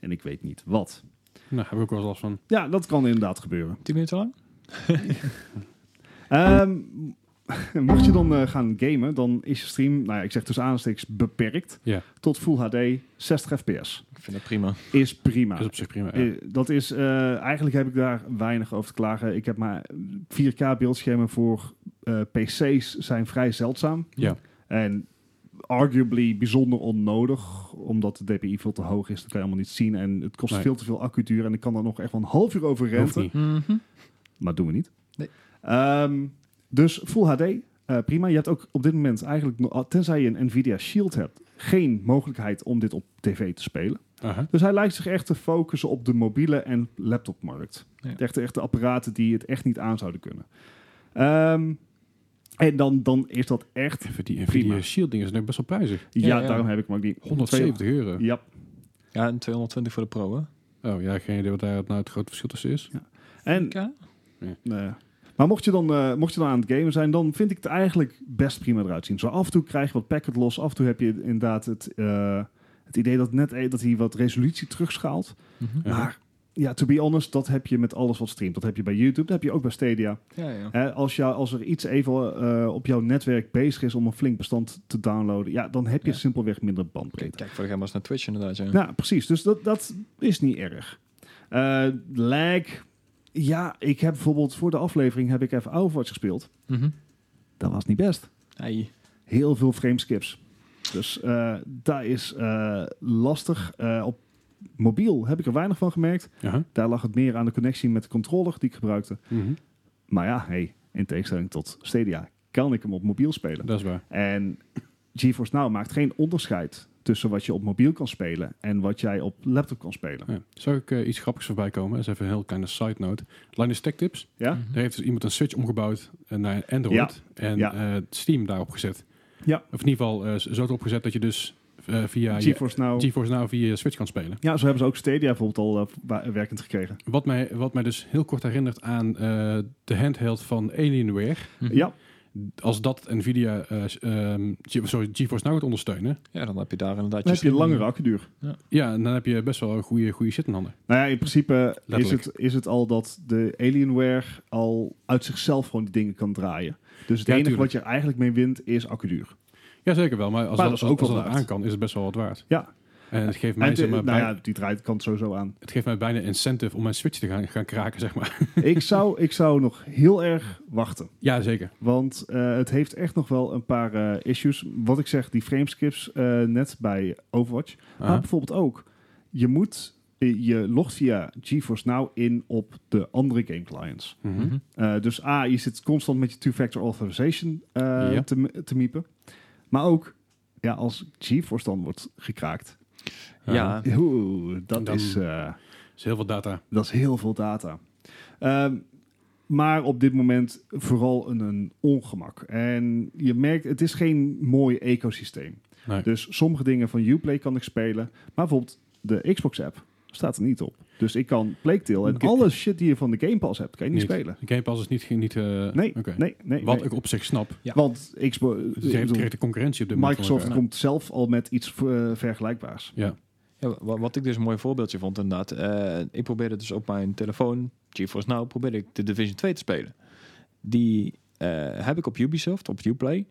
S2: En ik weet niet wat.
S1: Nou, daar heb ik ook wel eens last van.
S2: Ja, dat kan inderdaad gebeuren.
S3: 10 minuten lang?
S2: Ehm, mocht je dan eh, gaan gamen, dan is je stream, nou ja, ik zeg tussen aanstekens beperkt.
S1: Ja.
S2: Tot Full HD, 60 fps.
S3: Ik vind dat prima.
S2: Is prima.
S1: Dat is op zich prima. ja.
S2: Eh, Dat is, eh, eigenlijk heb ik daar weinig over te klagen. Ik heb maar 4K beeldschermen voor eh, PC's zijn vrij zeldzaam.
S1: Ja.
S2: En arguably bijzonder onnodig, omdat de DPI veel te hoog is. Dat kan je allemaal niet zien en het kost
S1: Nee.
S2: veel te veel accuduur. En ik kan daar nog echt wel een half uur over
S1: Hoeft
S2: renten.
S1: niet.
S2: Maar doen we niet.
S3: Nee.
S2: Ehm, dus Full HD, eh, prima. Je hebt ook op dit moment eigenlijk, nog- tenzij je een Nvidia Shield hebt, geen mogelijkheid om dit op tv te spelen.
S1: Aha.
S2: Dus hij lijkt zich echt te focussen op de mobiele en laptopmarkt.
S3: Ja.
S2: Echt, de- echt de apparaten die het echt niet aan zouden kunnen. Ehm, en dan, dan is dat echt...
S1: Even die
S2: Prima.
S1: Nvidia Shield dingen zijn ook best wel prijzig.
S2: Ja,
S3: Ja, ja.
S2: daarom heb ik maar die...
S1: 170 euro.
S2: Ja.
S3: Ja, en 220 voor de pro, hè?
S1: Oh ja, geen idee wat daar nou het grote verschil tussen is.
S2: En,
S3: Ja.
S2: eh, maar mocht je, dan, eh, mocht je dan aan het gamen zijn, dan vind ik het eigenlijk best prima eruit zien. Zo af en toe krijg je wat packet los. Af en toe heb je inderdaad het, eh, het idee dat, net, eh, dat hij wat resolutie terugschaalt.
S3: Mhm.
S1: Ja.
S2: Maar ja, to be honest, dat heb je met alles wat streamt. Dat heb je bij YouTube, dat heb je ook bij Stadia.
S3: ja, ja.
S2: Hè, als, jou, als er iets even eh, op jouw netwerk bezig is om een flink bestand te downloaden, ja, dan heb je
S3: Ja.
S2: simpelweg minder
S3: Kijk,
S2: bandbreedte.
S3: kijk voor de gamma's naar Twitch inderdaad, ja.
S2: Nou, precies. Dus dat, dat is niet erg. Eh lag. Ja, ik heb bijvoorbeeld voor de aflevering heb ik even Overwatch gespeeld.
S3: Mhm.
S2: Dat was niet best.
S3: Ai.
S2: Heel veel frameskips. Dus eh dat is eh, lastig. Eh, op mobiel heb ik er weinig van gemerkt.
S1: Aha.
S2: Daar lag het meer aan de connectie met de controller die ik gebruikte.
S1: Mhm.
S2: Maar ja, hey, in tegenstelling tot Stadia kan ik hem op mobiel spelen.
S1: Dat is waar.
S2: En GeForce Now maakt geen onderscheid tussen wat je op mobiel kan spelen en wat jij op laptop kan spelen.
S1: Ja. Zou ik eh, iets grappigs voorbij komen? Dat is even een heel kleine side note. Linus Tech Tips.
S2: Ja?
S3: Mhm.
S1: Daar heeft dus iemand een switch omgebouwd eh, naar Android en
S2: Ja.
S1: eh, Steam daarop gezet.
S2: Ja.
S1: Of in ieder geval eh, zo erop gezet dat je dus eh, via je
S2: GeForce Now.
S1: GeForce Now via je Switch kan spelen.
S2: nou- ja, zo hebben ze ook Stadia bijvoorbeeld al eh, wa- werkend gekregen.
S1: Wat mij, wat mij dus heel kort herinnert aan eh, de handheld van Alienware.
S3: Mhm.
S2: Ja,
S1: Als dat Nvidia eh, s- ehm, Ge- sorry, GeForce Now gaat ondersteunen,
S3: Ja, dan heb je daar inderdaad
S2: dan heb je een
S3: stream.
S2: langere accuduur.
S1: ja, dan heb je best wel een goede, goede shit in handen.
S2: Nou ja, in principe is
S1: Letterlijk.
S2: het, is het al dat de Alienware al uit zichzelf gewoon die dingen kan draaien. Dus het
S1: Ja,
S2: enige
S1: tuurlijk.
S2: wat je er eigenlijk mee wint is accuduur.
S1: Jazeker wel, maar als
S2: Maar
S1: dat,
S2: dat is ook
S1: ook als
S2: wel
S1: dat
S2: waard.
S1: aan kan, is het best wel wat waard. En het geeft mij,
S2: En de-
S1: zeg maar,
S2: nou
S1: bij-
S2: ja, die draait kant sowieso aan.
S1: het geeft mij bijna incentive om mijn Switch te gaan, gaan kraken, zeg maar.
S2: ik, zou, ik zou nog heel erg wachten.
S1: ja, zeker.
S2: Want eh, het heeft echt nog wel een paar eh, issues. Wat ik zeg, die frameskips eh net bij Overwatch. Maar
S1: Aha.
S2: Ah, bijvoorbeeld ook, je moet, eh, je logt via GeForce Now in op de andere game clients.
S1: Mhm.
S3: Mhm.
S2: Eh, dus A, je zit constant met je two-factor authorization eh,
S1: Ja.
S2: te, te miepen. Maar ook, ja, als GeForce dan wordt gekraakt,
S3: Ja,
S2: oeh, dat,
S1: Dan-
S2: is, eh,
S1: Dus heel veel data.
S2: dat is heel veel data. Ehm, maar op dit moment vooral een, een ongemak. En je merkt, het is geen mooi ecosysteem.
S1: Nee.
S2: Dus sommige dingen van Uplay kan ik spelen. Maar bijvoorbeeld de Xbox-app staat er niet op. Dus ik kan Plague Tale en
S1: Oké.
S2: alle shit die je van de Game Pass hebt, kan je niet, spelen.
S1: Game Pass is niet... ge- niet eh,
S2: Nee,
S1: oké.
S2: nee, nee.
S1: Wat
S2: nee.
S1: ik op zich snap.
S3: Ja.
S2: Want Xbox,
S1: Dus je hebt directe concurrentie op dit moment. van
S2: Microsoft
S1: elkaar.
S2: komt zelf al met iets eh, vergelijkbaars.
S3: Ja, wa- wat ik dus een mooi voorbeeldje vond inderdaad. eh, ik probeerde dus op mijn telefoon, GeForce Now, probeerde ik de Division 2 te spelen. Die eh, heb ik op Ubisoft, op Uplay.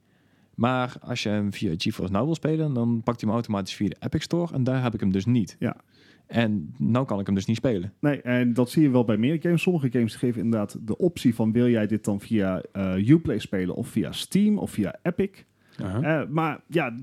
S3: Maar als je hem via GeForce Now wil spelen, dan pakt hij hem automatisch via de Epic Store. En daar heb ik hem dus niet.
S2: Ja.
S3: En nou kan ik hem dus niet spelen.
S2: Nee, en dat zie je wel bij meer games. Sommige games geven inderdaad de optie van wil jij dit dan via eh, Uplay spelen of via Steam of via Epic.
S1: Aha.
S2: Eh, maar ja,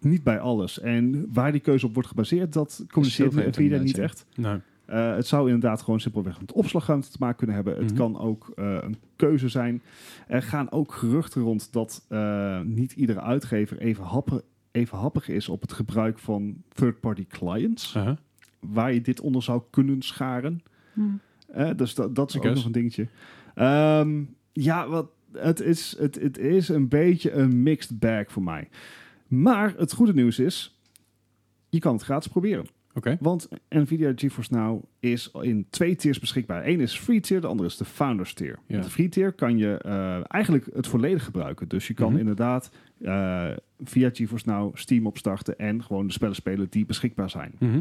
S2: niet bij alles. En waar die keuze op wordt gebaseerd, dat communiceert
S3: veel
S2: Nvidia
S3: inderdaad,
S2: niet
S3: ja.
S2: echt.
S1: Nou,
S2: Eh, het zou inderdaad gewoon simpelweg met opslagruimte te maken kunnen hebben.
S1: Mhm.
S2: Het kan ook eh, een keuze zijn. Er gaan ook geruchten rond dat eh, niet iedere uitgever even, happe- even happig is op het gebruik van third-party clients.
S1: aha.
S2: Waar je dit onder zou kunnen scharen. Eh, dus dat, dat is
S1: I
S2: ook
S1: guess.
S2: nog een dingetje. Ehm, ja, wat, het, is, het, het is een beetje een mixed bag voor mij. Maar het goede nieuws is, je kan het gratis proberen.
S1: Oké.
S2: Want Nvidia GeForce Now is in twee tiers beschikbaar. Eén is free tier, de andere is de founders tier.
S1: Ja.
S2: Met de free tier kan je eh, eigenlijk het volledig gebruiken. Dus je kan
S1: Mhm.
S2: inderdaad eh, via GeForce Now Steam opstarten en gewoon de spellen spelen die beschikbaar zijn.
S1: Mhm.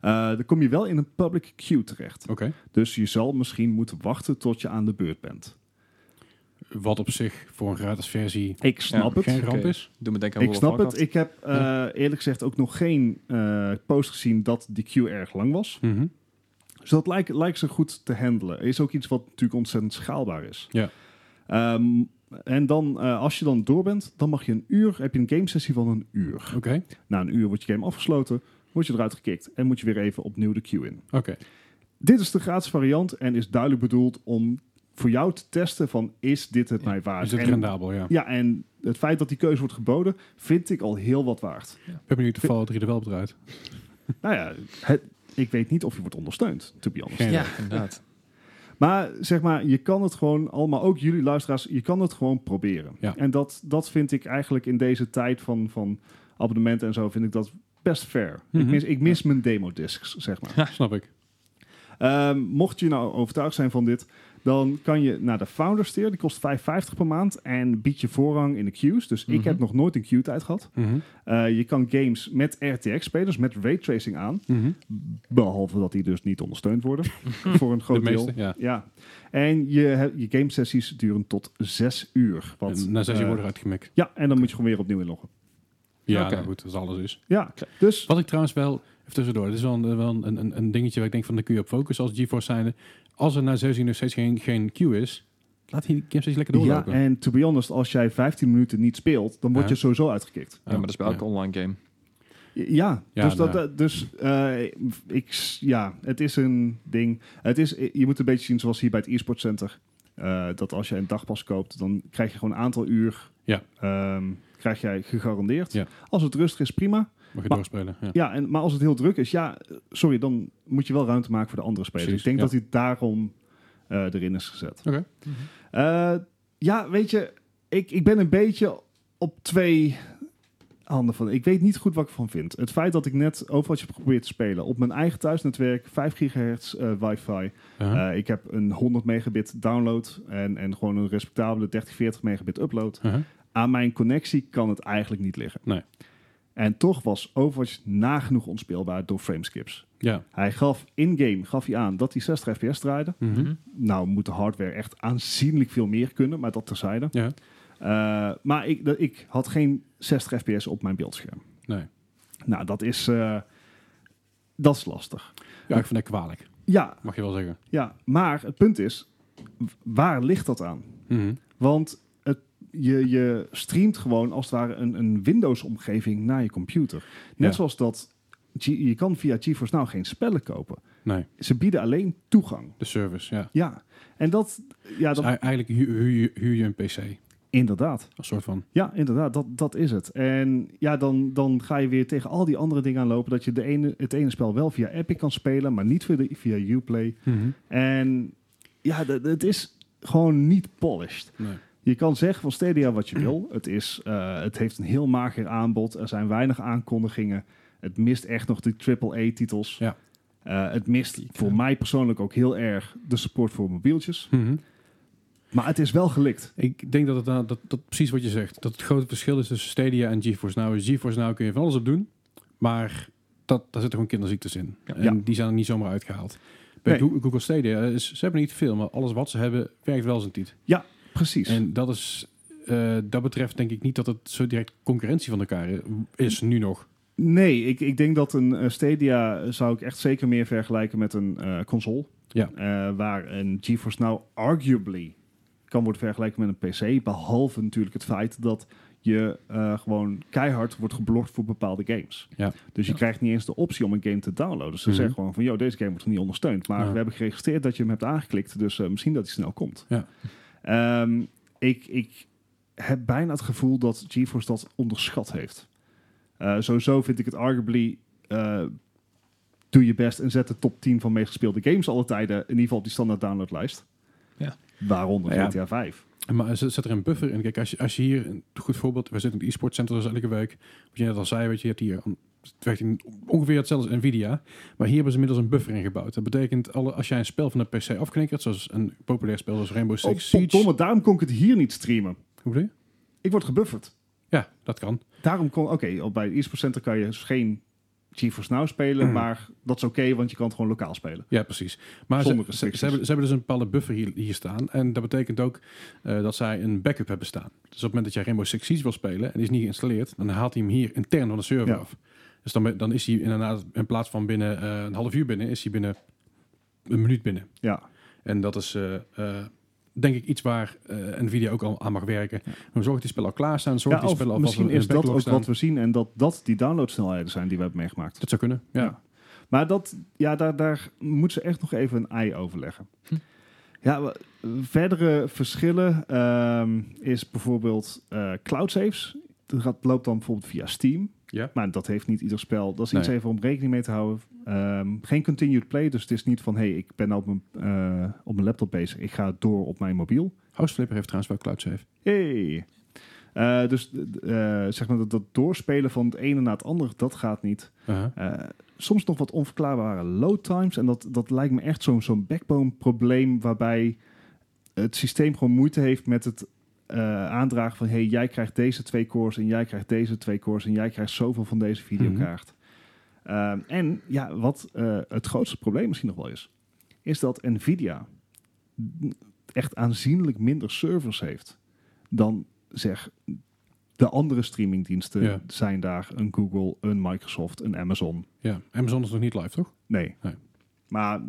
S2: Eh, dan kom je wel in een public queue terecht.
S1: Oké.
S2: Dus je zal misschien moeten wachten tot je aan de beurt bent.
S1: Wat op zich voor een gratis versie
S2: Ik snap het.
S1: geen ramp
S3: Oké.
S1: is.
S3: Doe me denken aan
S2: Ik
S3: World of
S2: snap het.
S3: Warcraft.
S2: Ik heb eh, eerlijk gezegd ook nog geen eh, post gezien dat die queue erg lang was.
S1: Mhm.
S2: Dus dat lijkt, lijkt ze goed te handelen. Is ook iets wat natuurlijk ontzettend schaalbaar is.
S1: Ja.
S2: Ehm, en dan, eh, als je dan door bent, dan mag je een uur, heb je een gamesessie van een uur.
S1: Oké.
S2: Na een uur wordt je game afgesloten, word je eruit gekikt en moet je weer even opnieuw de queue in.
S1: Oké. Dus
S2: Dit is de gratis variant en is duidelijk bedoeld om voor jou te testen van, is dit het mij waard?
S1: Is het
S2: En-
S1: rendabel, ja.
S2: ja, en het feit dat die keuze wordt geboden, vind ik al heel wat waard.
S1: Ik ben benieuwd of Fallout 3 er wel op draait.
S2: Nou ja, het- ik weet niet of je wordt ondersteund, to be honest.
S1: Geen idee.
S3: Ja, inderdaad.
S2: Maar zeg maar, je kan het gewoon allemaal, ook jullie luisteraars, je kan het gewoon proberen.
S1: Ja.
S2: En dat, dat vind ik eigenlijk in deze tijd van, van abonnementen en zo, vind ik dat best fair.
S1: Mhm.
S2: Ik mis, ik mis mijn demo-discs, zeg maar.
S1: Snap ik.
S2: Ehm, mocht je nou overtuigd zijn van dit, dan kan je naar de Founders tier. Die kost 5,50 per maand en biedt je voorrang in de queues. Dus ik
S1: Mhm.
S2: heb nog nooit een queue-tijd gehad.
S1: Mhm.
S2: Eh, je kan games met RTX-spelers, dus met raytracing aan.
S1: Mhm.
S2: Behalve dat die dus niet ondersteund worden. voor een
S1: De
S2: groot deel.
S1: meeste, ja.
S2: Ja. En je, he- je gamesessies duren tot zes uur. Wat,
S1: En na zes
S2: eh,
S1: jaar worden uitgemikt.
S2: Ja, en dan moet je gewoon weer opnieuw inloggen.
S1: Ja,
S3: Oké.
S1: nou goed, dat is alles dus.
S2: Ja, dus...
S1: Wat ik trouwens wel, even tussendoor, dit is wel een, eh, wel een, een, een dingetje waar ik denk van, daar kun je op focussen als GeForce zijnde. Als er na 6 uur nog steeds geen, geen queue is, laat die games steeds lekker
S2: Ja,
S1: doorlopen.
S2: en to be honest, als jij 15 minuten niet speelt, dan word
S1: Ja.
S2: je sowieso uitgekikt.
S3: Ja, maar dat is bij
S1: Ja.
S3: elke online game.
S2: Ja,
S1: Ja,
S2: dus, dat,
S1: nou.
S2: dat- dus eh, ik, s- ja, het is een ding. Het is, eh, je moet het een beetje zien zoals hier bij het e-sport center. Eh, dat als je een dagpas koopt, dan krijg je gewoon een aantal uur.
S1: Ja.
S2: ehm, krijg jij gegarandeerd.
S1: Ja.
S2: Als het rustig is, prima.
S1: Mag je
S2: maar-
S1: doorspelen. Ja.
S2: Ja, en, maar als het heel druk is, ja, eh, sorry, dan moet je wel ruimte maken voor de andere spelers.
S1: Precies,
S2: ik denk
S1: ja.
S2: dat hij daarom eh, erin is gezet.
S1: Oké.
S3: Mhm.
S2: Eh, ja, weet je, ik, ik ben een beetje op twee handen van. Ik weet niet goed wat ik ervan vind. Het feit dat ik net Overwatch heb geprobeerd te spelen op mijn eigen thuisnetwerk, 5 gigahertz eh, wifi.
S1: Uh-huh.
S2: Eh, ik heb een 100 megabit download en, en gewoon een respectabele 30, 40 megabit upload
S1: Uh-huh.
S2: aan mijn connectie kan het eigenlijk niet liggen.
S1: Nee.
S2: En toch was Overwatch nagenoeg onspeelbaar door frameskips.
S1: Ja.
S2: Hij gaf in-game gaf hij aan dat hij 60 fps draaide.
S3: Mm-hmm.
S1: Mhm.
S2: Nou moet de hardware echt aanzienlijk veel meer kunnen, maar dat terzijde.
S1: Ja.
S2: Eh, maar ik, dat- ik had geen 60 fps op mijn beeldscherm.
S1: Nee.
S2: Nou, dat is, eh, dat is lastig.
S1: Ja, ik vind dat kwalijk,
S2: Ja,
S1: mag je wel zeggen.
S2: ja, maar het punt is, w- waar ligt dat aan?
S1: Mhm.
S2: Want het, je, je streamt gewoon als het ware een, een Windows-omgeving naar je computer. Net
S1: Ja.
S2: zoals dat, G- je kan via GeForce nou geen spellen kopen.
S1: Nee,
S2: Ze bieden alleen toegang.
S1: de service, ja.
S2: Ja, en dat, ja,
S1: Dus
S2: dat
S1: ei- eigenlijk hu- huur je- huur je een PC,
S2: inderdaad.
S1: als soort van.
S2: Ja, inderdaad, dat, dat is het. En ja, dan, dan ga je weer tegen al die andere dingen aanlopen. Dat je de ene, het ene spel wel via Epic kan spelen, maar niet via, de, via Uplay. En ja, dat- het is gewoon niet polished.
S1: Nee.
S2: Je kan zeggen van Stadia wat je wil. Het, is, eh, het heeft een heel mager aanbod. Er zijn weinig aankondigingen. Het mist echt nog die AAA-titels.
S1: Ja.
S2: Eh, het mist voor mij persoonlijk ook heel erg de support voor mobieltjes.
S1: Mhm.
S2: Maar het is wel gelikt.
S1: Ik denk dat het nou- dat, dat precies wat je zegt. Dat het grote verschil is tussen Stadia en GeForce Now. is GeForce Now kun je van alles op doen, maar dat, daar zitten gewoon kinderziektes in. En
S2: Ja.
S1: die zijn er niet zomaar uitgehaald. Bij
S2: Nee.
S1: Goo- Google Stadia, is, ze hebben niet veel, maar alles wat ze hebben werkt wel zijn tiet.
S2: Precies.
S1: En dat is, eh, dat betreft denk ik niet dat het zo direct concurrentie van elkaar i- is, nu nog.
S2: Nee, ik, ik denk dat een eh, Stadia zou ik echt zeker meer vergelijken met een eh, console.
S1: Ja.
S2: Eh, waar een GeForce Now arguably kan worden vergeleken met een PC. Behalve natuurlijk het feit dat je eh, gewoon keihard wordt geblokt voor bepaalde games.
S1: Ja.
S2: Dus je
S3: Ja.
S2: krijgt niet eens de optie om een game te downloaden. Ze
S1: Mhm.
S2: zeggen gewoon van, joh, deze game wordt niet ondersteund. Maar
S1: Ja.
S2: we hebben geregistreerd dat je hem hebt aangeklikt. Dus eh, misschien dat hij snel komt.
S1: Ja.
S2: Ehm, ik, ik heb bijna het gevoel dat GeForce dat onderschat heeft. Eh, sowieso vind ik het arguably... eh, doe je best en zet de top 10 van meest gespeelde games alle tijden... in ieder geval op die standaard downloadlijst.
S3: Ja.
S2: Waaronder
S1: Ja.
S2: GTA 5.
S1: Maar ze zet er een buffer in. Kijk, als je, als je hier, een goed voorbeeld, we zitten in het e-sport center dus elke week. Wat je net al zei, weet je, je hebt hier een- het werkt in ongeveer hetzelfde als Nvidia. Maar hier hebben ze inmiddels een buffer ingebouwd. Dat betekent, alle, als jij een spel van de PC afknikkert, zoals een populair spel zoals Rainbow
S2: Oh,
S1: Six Siege.
S2: verdomme, daarom kon ik het hier niet streamen.
S1: Hoe bedoel je?
S2: Ik word gebufferd.
S1: Ja, dat kan.
S2: Daarom kon... Oké, op bij eSport Center kan je dus geen GeForce Now spelen...
S1: Mhm.
S2: maar dat is oké, want je kan het gewoon lokaal spelen.
S1: Ja, precies. Maar ze,
S2: Zonder
S1: ze, ze
S2: restricties.
S1: hebben, ze hebben dus een bepaalde buffer hier, hier staan. En dat betekent ook eh, dat zij een backup hebben staan. Dus op het moment dat jij Rainbow Six Siege wil spelen en die is niet geïnstalleerd, dan haalt hij hem hier intern van de server
S2: Ja.
S1: af. Dus dan, ben- dan is hij inderdaad, in plaats van binnen eh, een half uur binnen, is hij binnen een minuut binnen.
S2: Ja,
S1: En dat is, eh, eh, denk ik, iets waar eh, Nvidia ook al aan mag werken. Maar Zorg dat die spellen al klaar staan, zorg dat
S2: ja
S1: die
S2: of
S1: spellen al
S2: misschien
S1: in de
S2: is dat
S1: backlog
S2: ook
S1: staan.
S2: wat we zien... en dat dat die downloadsnelheden zijn die we hebben meegemaakt.
S1: Dat zou kunnen, ja.
S2: Ja. Maar dat, ja, daar, daar moet ze echt nog even een ei over leggen.
S1: Hm.
S2: Ja, wa- verdere verschillen ehm, is bijvoorbeeld eh cloud saves. Dat gaat, loopt dan bijvoorbeeld via Steam.
S1: Ja.
S2: Maar dat heeft niet ieder spel. Dat is iets
S1: Nee.
S2: even om rekening mee te houden. Ehm, geen continued play, dus het is niet van... hey, ik ben nou op mijn, eh, op mijn laptop bezig. Ik ga door op mijn mobiel.
S1: Houseflipper heeft trouwens wel cloud save.
S2: Hey. Eh, dus d- d- eh, zeg maar dat, dat doorspelen van het ene naar het andere, dat gaat niet.
S1: Uh-huh.
S2: Eh, soms nog wat onverklaarbare load times. En dat, dat lijkt me echt zo'n zo'n backbone-probleem waarbij het systeem gewoon moeite heeft met het eh, aandragen van... hey, jij krijgt deze twee cores en jij krijgt deze twee cores... en jij krijgt zoveel van deze videokaart. Ehm, en ja, wat eh, het grootste probleem misschien nog wel is... is dat NVIDIA echt aanzienlijk minder servers heeft... dan zeg de andere streamingdiensten
S1: Ja.
S2: zijn daar een Google, een Microsoft, een Amazon.
S1: Ja, Amazon is nog niet live, toch?
S2: Nee.
S1: Nee.
S2: Maar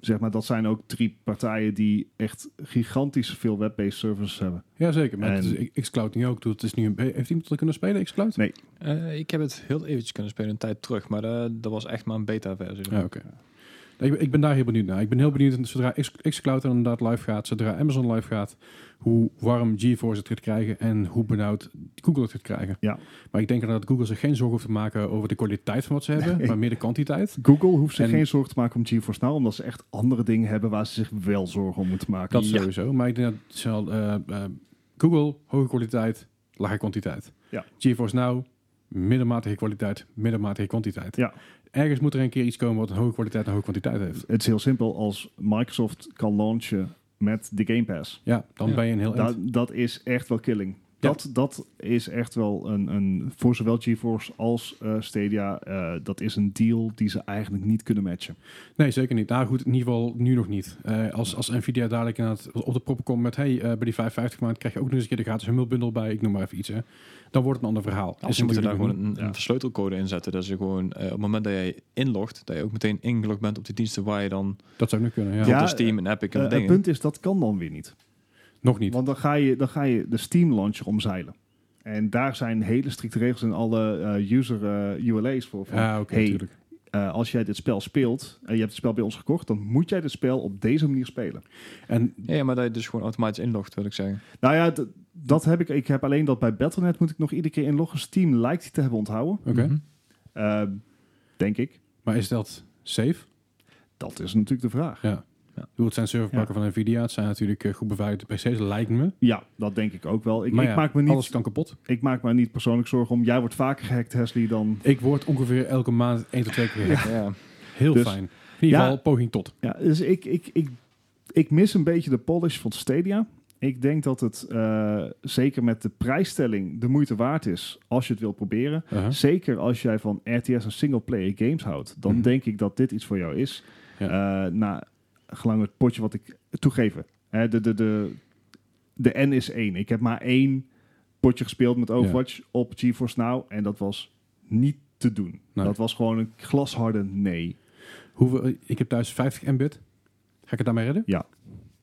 S2: zeg maar, dat zijn ook drie partijen die echt gigantisch veel web-based services hebben.
S1: Jazeker, maar
S2: En-
S1: het is Xcloud nu ook. Ik bedoel, Het is nu een, be- heeft iemand dat kunnen spelen, Xcloud?
S3: Eh, ik heb het heel eventjes kunnen spelen een tijd terug, maar eh, dat was echt maar een beta-versie.
S1: Ja, Ah, oké. Nee, Ik, ben- ik ben daar heel benieuwd naar. Ik ben heel benieuwd, zodra X, Xcloud er inderdaad live gaat, zodra Amazon live gaat, hoe warm GeForce het gaat krijgen en hoe benauwd Google het gaat krijgen.
S2: Ja.
S1: Maar ik denk dat Google zich geen zorgen hoeft te maken over de kwaliteit van wat ze hebben, maar meer de kwantiteit.
S2: Google hoeft zich
S1: En-
S2: geen zorgen te maken om GeForce Now, omdat ze echt andere dingen hebben waar ze zich wel zorgen om moeten maken.
S1: Dat sowieso. Maar ik denk dat ze al, eh, eh, Google, hoge kwaliteit, lage kwantiteit.
S2: Ja.
S1: GeForce Now, middelmatige kwaliteit, middelmatige kwantiteit.
S2: Ja.
S1: Ergens moet er een keer iets komen wat een hoge kwaliteit en hoge kwantiteit heeft.
S2: Het is heel simpel, als Microsoft kan launchen met de Game Pass.
S1: Ja, dan
S3: Ja.
S1: ben je een heel eind.
S2: Dat, dat is echt wel killing. Dat, dat is echt wel een, een voor zowel GeForce als eh, Stadia, eh, dat is een deal die ze eigenlijk niet kunnen matchen.
S1: Nee, zeker niet. Nou goed, in ieder geval nu nog niet. Eh, als, als Nvidia dadelijk inderdaad op de prop komt met... hey, eh, bij die 550 maand krijg je ook nog eens een keer de gratis hummelbundel bij. Ik noem maar even iets, hè. Dan wordt het een ander verhaal.
S3: Als je moet
S1: natuurlijk
S3: daar gewoon
S1: nog
S3: een, een
S2: Ja.
S3: versleutelcode in zetten. Dat je gewoon eh, op het moment dat jij inlogt, dat je ook meteen ingelogd bent op die diensten waar je dan
S1: niet- Dat zou nog kunnen, ja.
S2: Ja.
S3: ja, Steam en Epic en
S2: Eh, het
S3: dingen.
S2: punt is, dat kan dan weer niet.
S1: Nog niet.
S2: Want dan ga, je, dan ga je de Steam launcher omzeilen. En daar zijn hele strikte regels en alle eh, user eh, ULA's voor. Van,
S1: Ja, oké,
S2: hey,
S1: natuurlijk.
S2: eh, als jij dit spel speelt en je hebt het spel bij ons gekocht, dan moet jij dit spel op deze manier spelen.
S1: En
S3: Ja, ja, maar dat je dus gewoon automatisch inlogt, wil ik zeggen.
S2: Nou ja, d- dat heb ik. Ik heb alleen dat bij Battle.net moet ik nog iedere keer inloggen. Steam lijkt die te hebben onthouden,
S1: oké,
S3: Mhm.
S2: Eh, denk ik.
S1: maar is dat safe?
S2: Dat is natuurlijk de vraag.
S1: Ik bedoel, het zijn serverparken van Nvidia. Het zijn natuurlijk eh, goed beveiligde PC's, lijkt me.
S2: Ja, dat denk ik ook wel. Ik,
S1: maar
S2: ik,
S1: ja,
S2: maak me niet,
S1: alles kan kapot.
S2: ik maak me niet persoonlijk zorgen om. Jij wordt vaker gehackt, Hesley, dan...
S1: Ik word ongeveer elke maand één tot twee keer gehackt.
S3: Ja.
S1: Heel
S2: Dus-
S1: fijn. In ieder
S2: Ja.
S1: geval, poging tot.
S2: Ja, dus ik, ik, ik, ik mis een beetje de polish van Stadia. Ik denk dat het eh, zeker met de prijsstelling de moeite waard is als je het wil proberen.
S1: Uh-huh.
S2: Zeker als jij van RTS en single-player games houdt, dan
S1: Mhm.
S2: denk ik dat dit iets voor jou is.
S1: Ja.
S2: Eh, nou, gelang het potje wat ik toegeven. Hè, de, de, de, de N is één. Ik heb maar één potje gespeeld met Overwatch op GeForce Now en dat was niet te doen.
S1: Nee.
S2: Dat was gewoon een glasharde nee.
S1: Hoeveel, ik heb thuis 50 Mbit. Ga ik het daarmee redden?
S2: Ja.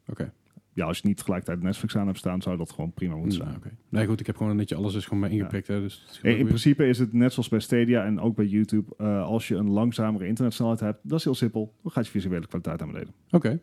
S1: Oké.
S2: Ja, als je niet gelijktijdig Netflix aan hebt staan, zou dat gewoon prima moeten zijn.
S1: Nou, oké. Nee, goed, ik heb gewoon een netje alles is gewoon mee ingeprikt. Hè, dus het is
S2: Eh, In, in
S1: goed.
S2: principe is het net zoals bij Stadia en ook bij YouTube. eh, als je een langzamere internetsnelheid hebt, dat is heel simpel. Dan gaat je visuele kwaliteit naar beneden.
S1: Oké.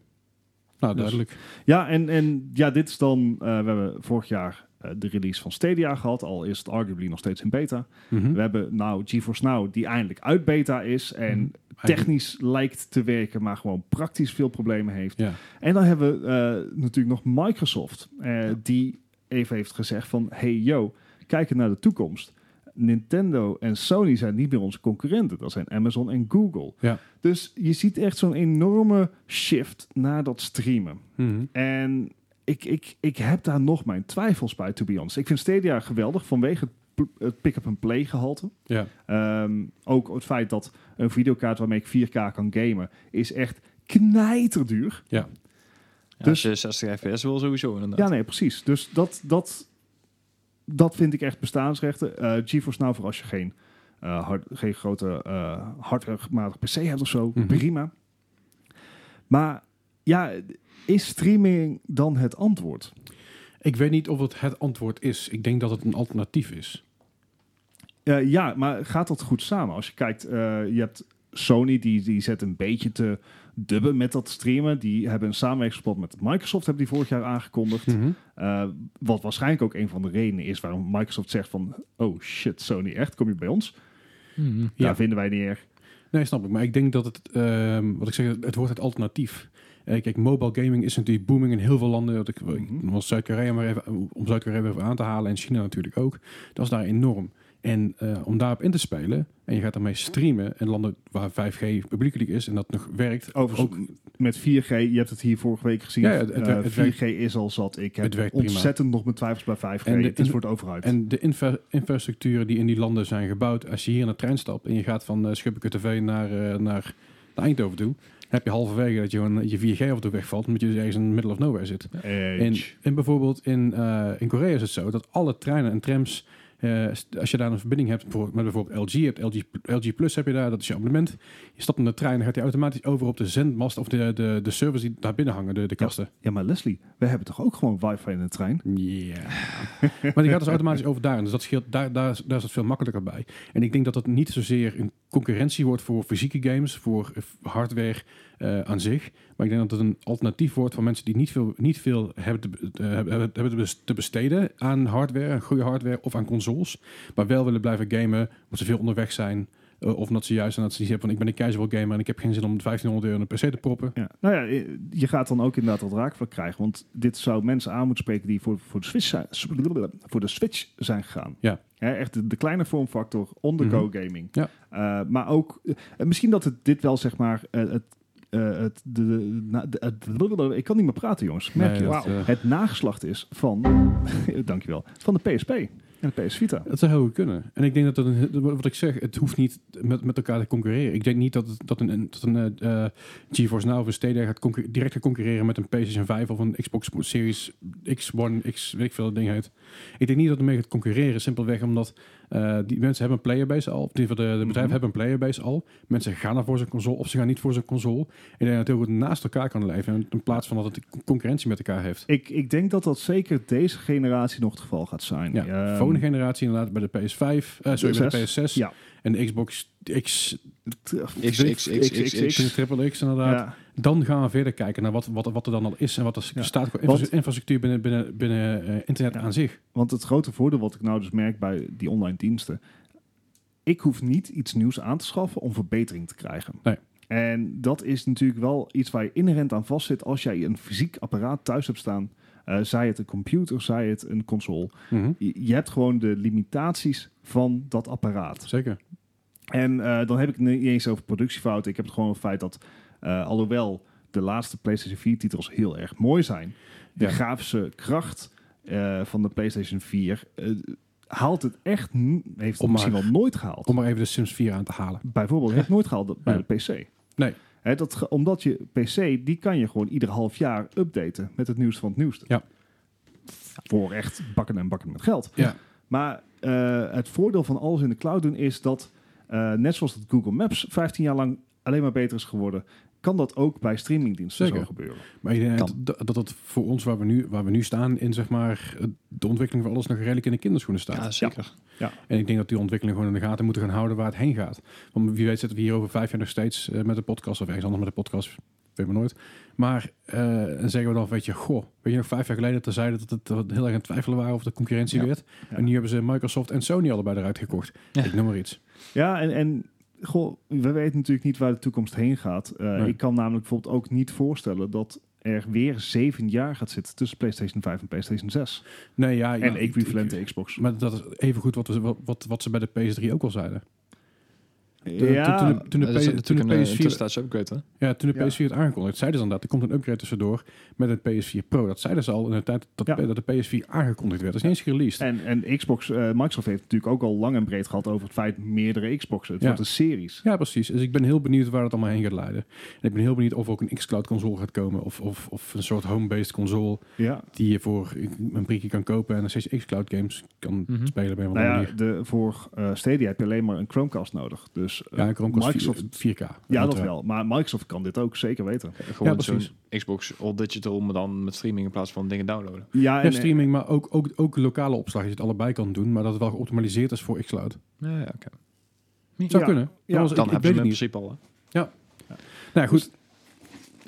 S1: Nou,
S2: Dus-
S1: duidelijk.
S2: Ja, en, en ja, dit is dan. eh, we hebben vorig jaar eh, de release van Stadia gehad, al is het arguably nog steeds in beta.
S1: Mhm.
S2: We hebben nou GeForce Now, die eindelijk uit beta is en
S1: Mhm.
S2: technisch lijkt te werken, maar gewoon praktisch veel problemen heeft.
S1: Ja.
S2: En dan hebben we eh, natuurlijk nog Microsoft, eh, die even heeft gezegd van... hey yo, kijken naar de toekomst. Nintendo en Sony zijn niet meer onze concurrenten. Dat zijn Amazon en Google.
S1: Ja.
S2: Dus je ziet echt zo'n enorme shift naar dat streamen.
S1: Mhm.
S2: En ik, ik, ik heb daar nog mijn twijfels bij, to be honest. Ik vind Stadia geweldig vanwege het pl- het pick-up-and-play gehalte.
S1: Ja.
S2: Ehm, ook het feit dat een videokaart waarmee ik 4K kan gamen... is echt knijterduur.
S3: Ja,
S2: Dus-
S3: als je 60 fps wil sowieso inderdaad.
S2: Ja, nee, precies. Dus dat, dat, dat vind ik echt bestaansrechten. Eh GeForce Now voor als je geen, eh, hard- geen grote eh hardwarematig PC hebt of zo,
S1: Mhm.
S2: prima. Maar ja, is streaming dan het antwoord?
S1: Ik weet niet of het het antwoord is. Ik denk dat het een alternatief is.
S2: Eh, ja, maar gaat dat goed samen? Als je kijkt, eh, je hebt Sony, die, die zet een beetje te dubben met dat streamen. Die hebben een samenwerkingsplan met Microsoft, hebben die vorig jaar aangekondigd.
S1: Mhm.
S2: Eh, wat waarschijnlijk ook een van de redenen is waarom Microsoft zegt van... oh shit, Sony, echt? Kom je bij ons?
S3: Mhm.
S1: Ja.
S2: Daar vinden wij niet erg.
S1: Nee, snap ik. Maar ik denk dat het, ehm, wat ik zeg, het wordt het alternatief. Eh, kijk, mobile gaming is natuurlijk booming in heel veel landen. Dat ik,
S2: Mhm.
S1: was Zuid-Korea maar even, om Zuid-Korea weer even aan te halen en China natuurlijk ook. Dat is daar enorm. En eh, om daarop in te spelen en je gaat daarmee streamen in landen waar 5G publiekelijk is en dat nog werkt.
S2: Overigens,
S1: ook,
S2: Met 4G, je hebt het hier vorige week gezien.
S1: Ja, ja, het
S2: Eh,
S1: werkt- het
S2: 4G is al zat. Ik
S1: Het
S2: heb
S1: werkt prima.
S2: ontzettend nog mijn twijfels bij 5G.
S1: En de-
S2: het is
S1: en-
S2: voor het overheid.
S1: En de infra- infrastructuren die in die landen zijn gebouwd, als je hier in de trein stapt en je gaat van eh Schippeke TV naar, eh, naar naar Eindhoven toe, dan heb je halverwege dat je, gewoon je 4G op de weg valt, omdat je dus ergens in het middle of nowhere zit. In,
S2: Edge.
S1: in bijvoorbeeld in, eh, in Korea is het zo dat alle treinen en trams, eh, st- als je daar een verbinding hebt bijvoorbeeld- met bijvoorbeeld LG, je hebt LG, LG Plus heb je daar, dat is je abonnement. Je stapt in de trein, dan gaat hij automatisch over op de zendmast of de, de, de servers die daar binnen hangen, de, de kasten.
S2: ja, maar Leslie, we hebben toch ook gewoon wifi in de trein?
S1: Ja. maar die gaat dus automatisch over daarin. Dus dat scheelt, daar, daar, is- daar is het veel makkelijker bij. En ik denk dat dat niet zozeer een concurrentie wordt voor fysieke games, voor eh, hardware eh, aan zich. Maar ik denk dat het een alternatief wordt voor mensen die niet veel, niet veel hebben, te, be- eh, hebben, hebben te bes- te besteden aan hardware, aan goede hardware of aan consoles. Maar wel willen blijven gamen, omdat ze veel onderweg zijn. eh, of omdat ze juist aan dat ze iets hebben van ik ben een casual gamer en ik heb geen zin om 1500 euro in een PC te proppen.
S2: Ja. Nou ja, eh, je gaat dan ook inderdaad wat raakvlak krijgen. Want dit zou mensen aan moeten spreken die voor, voor, de, Switch zijn, voor de Switch zijn gegaan.
S1: Ja. Mhm.
S2: Hè, echt de, de kleine vormfactor, on-the-go gaming.
S1: Ja.
S2: Eh, maar ook, eh, misschien dat het dit wel zeg maar eh, het eh, het, de, de- na- de- het- blablabla. ik kan niet meer praten, jongens. Merk
S1: Nee,
S2: je
S1: dat,
S2: dat?
S1: eh,
S2: Het nageslacht is van, dankjewel, van de PSP en de PS Vita.
S1: Dat zou heel goed kunnen. En ik denk dat het, een- wat ik zeg, het hoeft niet met, met elkaar te concurreren. Ik denk niet dat, het- dat een, een- dat een eh, eh, GeForce Now of een Stadia gaat concurre- direct gaat concurreren met een PlayStation 5 of een Xbox Series X1, X, weet ik veel, dat ding heet. Ik denk niet dat het mee gaat concurreren, simpelweg omdat eh, die mensen hebben een playerbase al. Of in ieder geval de, de bedrijven
S3: Mhm.
S1: hebben een playerbase al. Mensen gaan er voor zo'n console of ze gaan niet voor zo'n console. Ik denk dat het heel goed naast elkaar kan leven in- in plaats van dat het concurrentie met elkaar heeft.
S2: Ik, ik denk dat dat zeker deze generatie nog het geval gaat zijn.
S1: Ja,
S2: Ehm,
S1: volgende generatie inderdaad bij de PS5, eh, sorry, bij de PS6
S2: Zes. Ja.
S1: en de Xbox X,
S3: XXXX.
S1: triple X inderdaad.
S2: Ja.
S1: Dan gaan we verder kijken naar wat, wat, wat er dan al is en wat er
S2: Ja.
S1: staat qua
S2: Want-
S1: infra- infrastructuur binnen, binnen, binnen eh, internet
S2: Ja.
S1: aan zich.
S2: Want het grote voordeel wat ik nou dus merk bij die online diensten. Ik hoef niet iets nieuws aan te schaffen om verbetering te krijgen.
S1: Nee.
S2: En dat is natuurlijk wel iets waar je inherent aan vastzit als jij een fysiek apparaat thuis hebt staan. Eh, zij het een computer, zij het een console. Je, je hebt gewoon de limitaties van dat apparaat.
S1: Zeker.
S2: En eh, dan heb ik het niet eens over productiefouten. Ik heb het gewoon over het feit dat, eh, alhoewel de laatste PlayStation 4-titels heel erg mooi zijn, de
S1: Ja.
S2: grafische kracht eh, van de PlayStation 4 eh, haalt het echt, n- heeft het
S1: Om
S2: misschien wel nooit gehaald.
S1: Om maar even de Sims 4 aan te halen.
S2: Bijvoorbeeld, heeft het nooit gehaald bij
S1: Ja.
S2: de PC.
S1: Nee.
S2: Hè, dat, ge- omdat je PC, die kan je gewoon ieder half jaar updaten met het nieuws van het nieuwste.
S1: Ja.
S2: Voor echt bakken en bakken met geld.
S1: Ja.
S2: Maar eh, het voordeel van alles in de cloud doen is dat, eh, net zoals dat Google Maps 15 jaar lang alleen maar beter is geworden, kan dat ook bij streamingdiensten
S1: Zeker.
S2: zo gebeuren.
S1: Maar ik denk
S3: Kan.
S1: dat, dat dat voor ons, waar we, nu, waar we nu staan, in zeg maar, eh, de ontwikkeling van alles nog redelijk in de kinderschoenen staat.
S3: Ja, zeker.
S1: En ik denk dat die ontwikkeling gewoon in de gaten moeten gaan houden waar het heen gaat. Want wie weet zitten we hier over vijf jaar nog steeds eh, met de podcast of ergens anders met de podcast. Weet maar nooit. Maar eh, en zeggen we dan, weet je, goh, weet je nog vijf jaar geleden dat zeiden dat het dat we heel erg aan het twijfelen waren of de concurrentie
S2: Ja.
S1: werd.
S2: Ja.
S1: En nu hebben ze Microsoft en Sony allebei eruit gekocht.
S3: Ja.
S1: Ik noem maar iets.
S2: Ja, en, en goh, we weten natuurlijk niet waar de toekomst heen gaat. Eh,
S1: Nee.
S2: Ik kan namelijk bijvoorbeeld ook niet voorstellen dat er weer zeven jaar gaat zitten tussen PlayStation 5 en PlayStation 6.
S1: Nee, ja, ja,
S2: en equivalente Xbox.
S1: Maar dat is even goed wat, we, wat, wat ze bij de PS3 ook al zeiden.
S2: ja,
S1: Toen, toen, de,
S3: Dat is
S1: P- toen
S3: natuurlijk
S1: de
S3: een eh,
S1: PS4
S3: tussentijds upgrade, hè?
S1: Ja, toen de
S2: Ja.
S1: PS4 het aangekondigd, zeiden ze inderdaad, er komt een upgrade tussendoor met een PS4 Pro. Dat zeiden ze al in de tijd dat,
S2: Ja.
S1: dat de PS4 aangekondigd werd. Dat is niet eens released.
S2: en, en Xbox, eh, Microsoft heeft natuurlijk ook al lang en breed gehad over het feit meerdere Xboxen. Het
S1: Ja.
S2: wordt een series.
S1: Ja, precies. Dus ik ben heel benieuwd waar het allemaal heen gaat leiden. En ik ben heel benieuwd of er ook een xCloud console gaat komen. Of, of, of een soort home-based console
S2: Ja.
S1: die je voor een prikje kan kopen en dan steeds xCloud games kan
S3: Mhm.
S1: spelen bij een andere
S2: Nou ja,
S1: manier.
S2: de, voor eh Stadia heb je alleen maar een Chromecast nodig. Dus eh,
S1: Ja, een Chromecast
S2: Microsoft,
S1: 4, 4K.
S2: ja, dat
S1: uiteraard.
S2: wel. Maar Microsoft kan dit ook zeker weten.
S1: Ja,
S3: Gewoon
S1: precies.
S3: zo'n Xbox All Digital, maar dan met streaming in plaats van dingen downloaden.
S2: Ja,
S1: Ja,
S2: en, eh,
S1: streaming, maar ook, ook, ook lokale opslag. Dat je het allebei kan doen, maar dat het wel geoptimaliseerd is voor xCloud.
S3: Ja, ja, oké.
S1: Zou
S2: Ja.
S1: kunnen.
S2: Ja,
S1: Anders- ik,
S3: Dan
S1: ik weet
S3: hebben ze
S1: het
S3: hem in
S1: niet.
S3: principe al, hè?
S1: Nou ja, goed,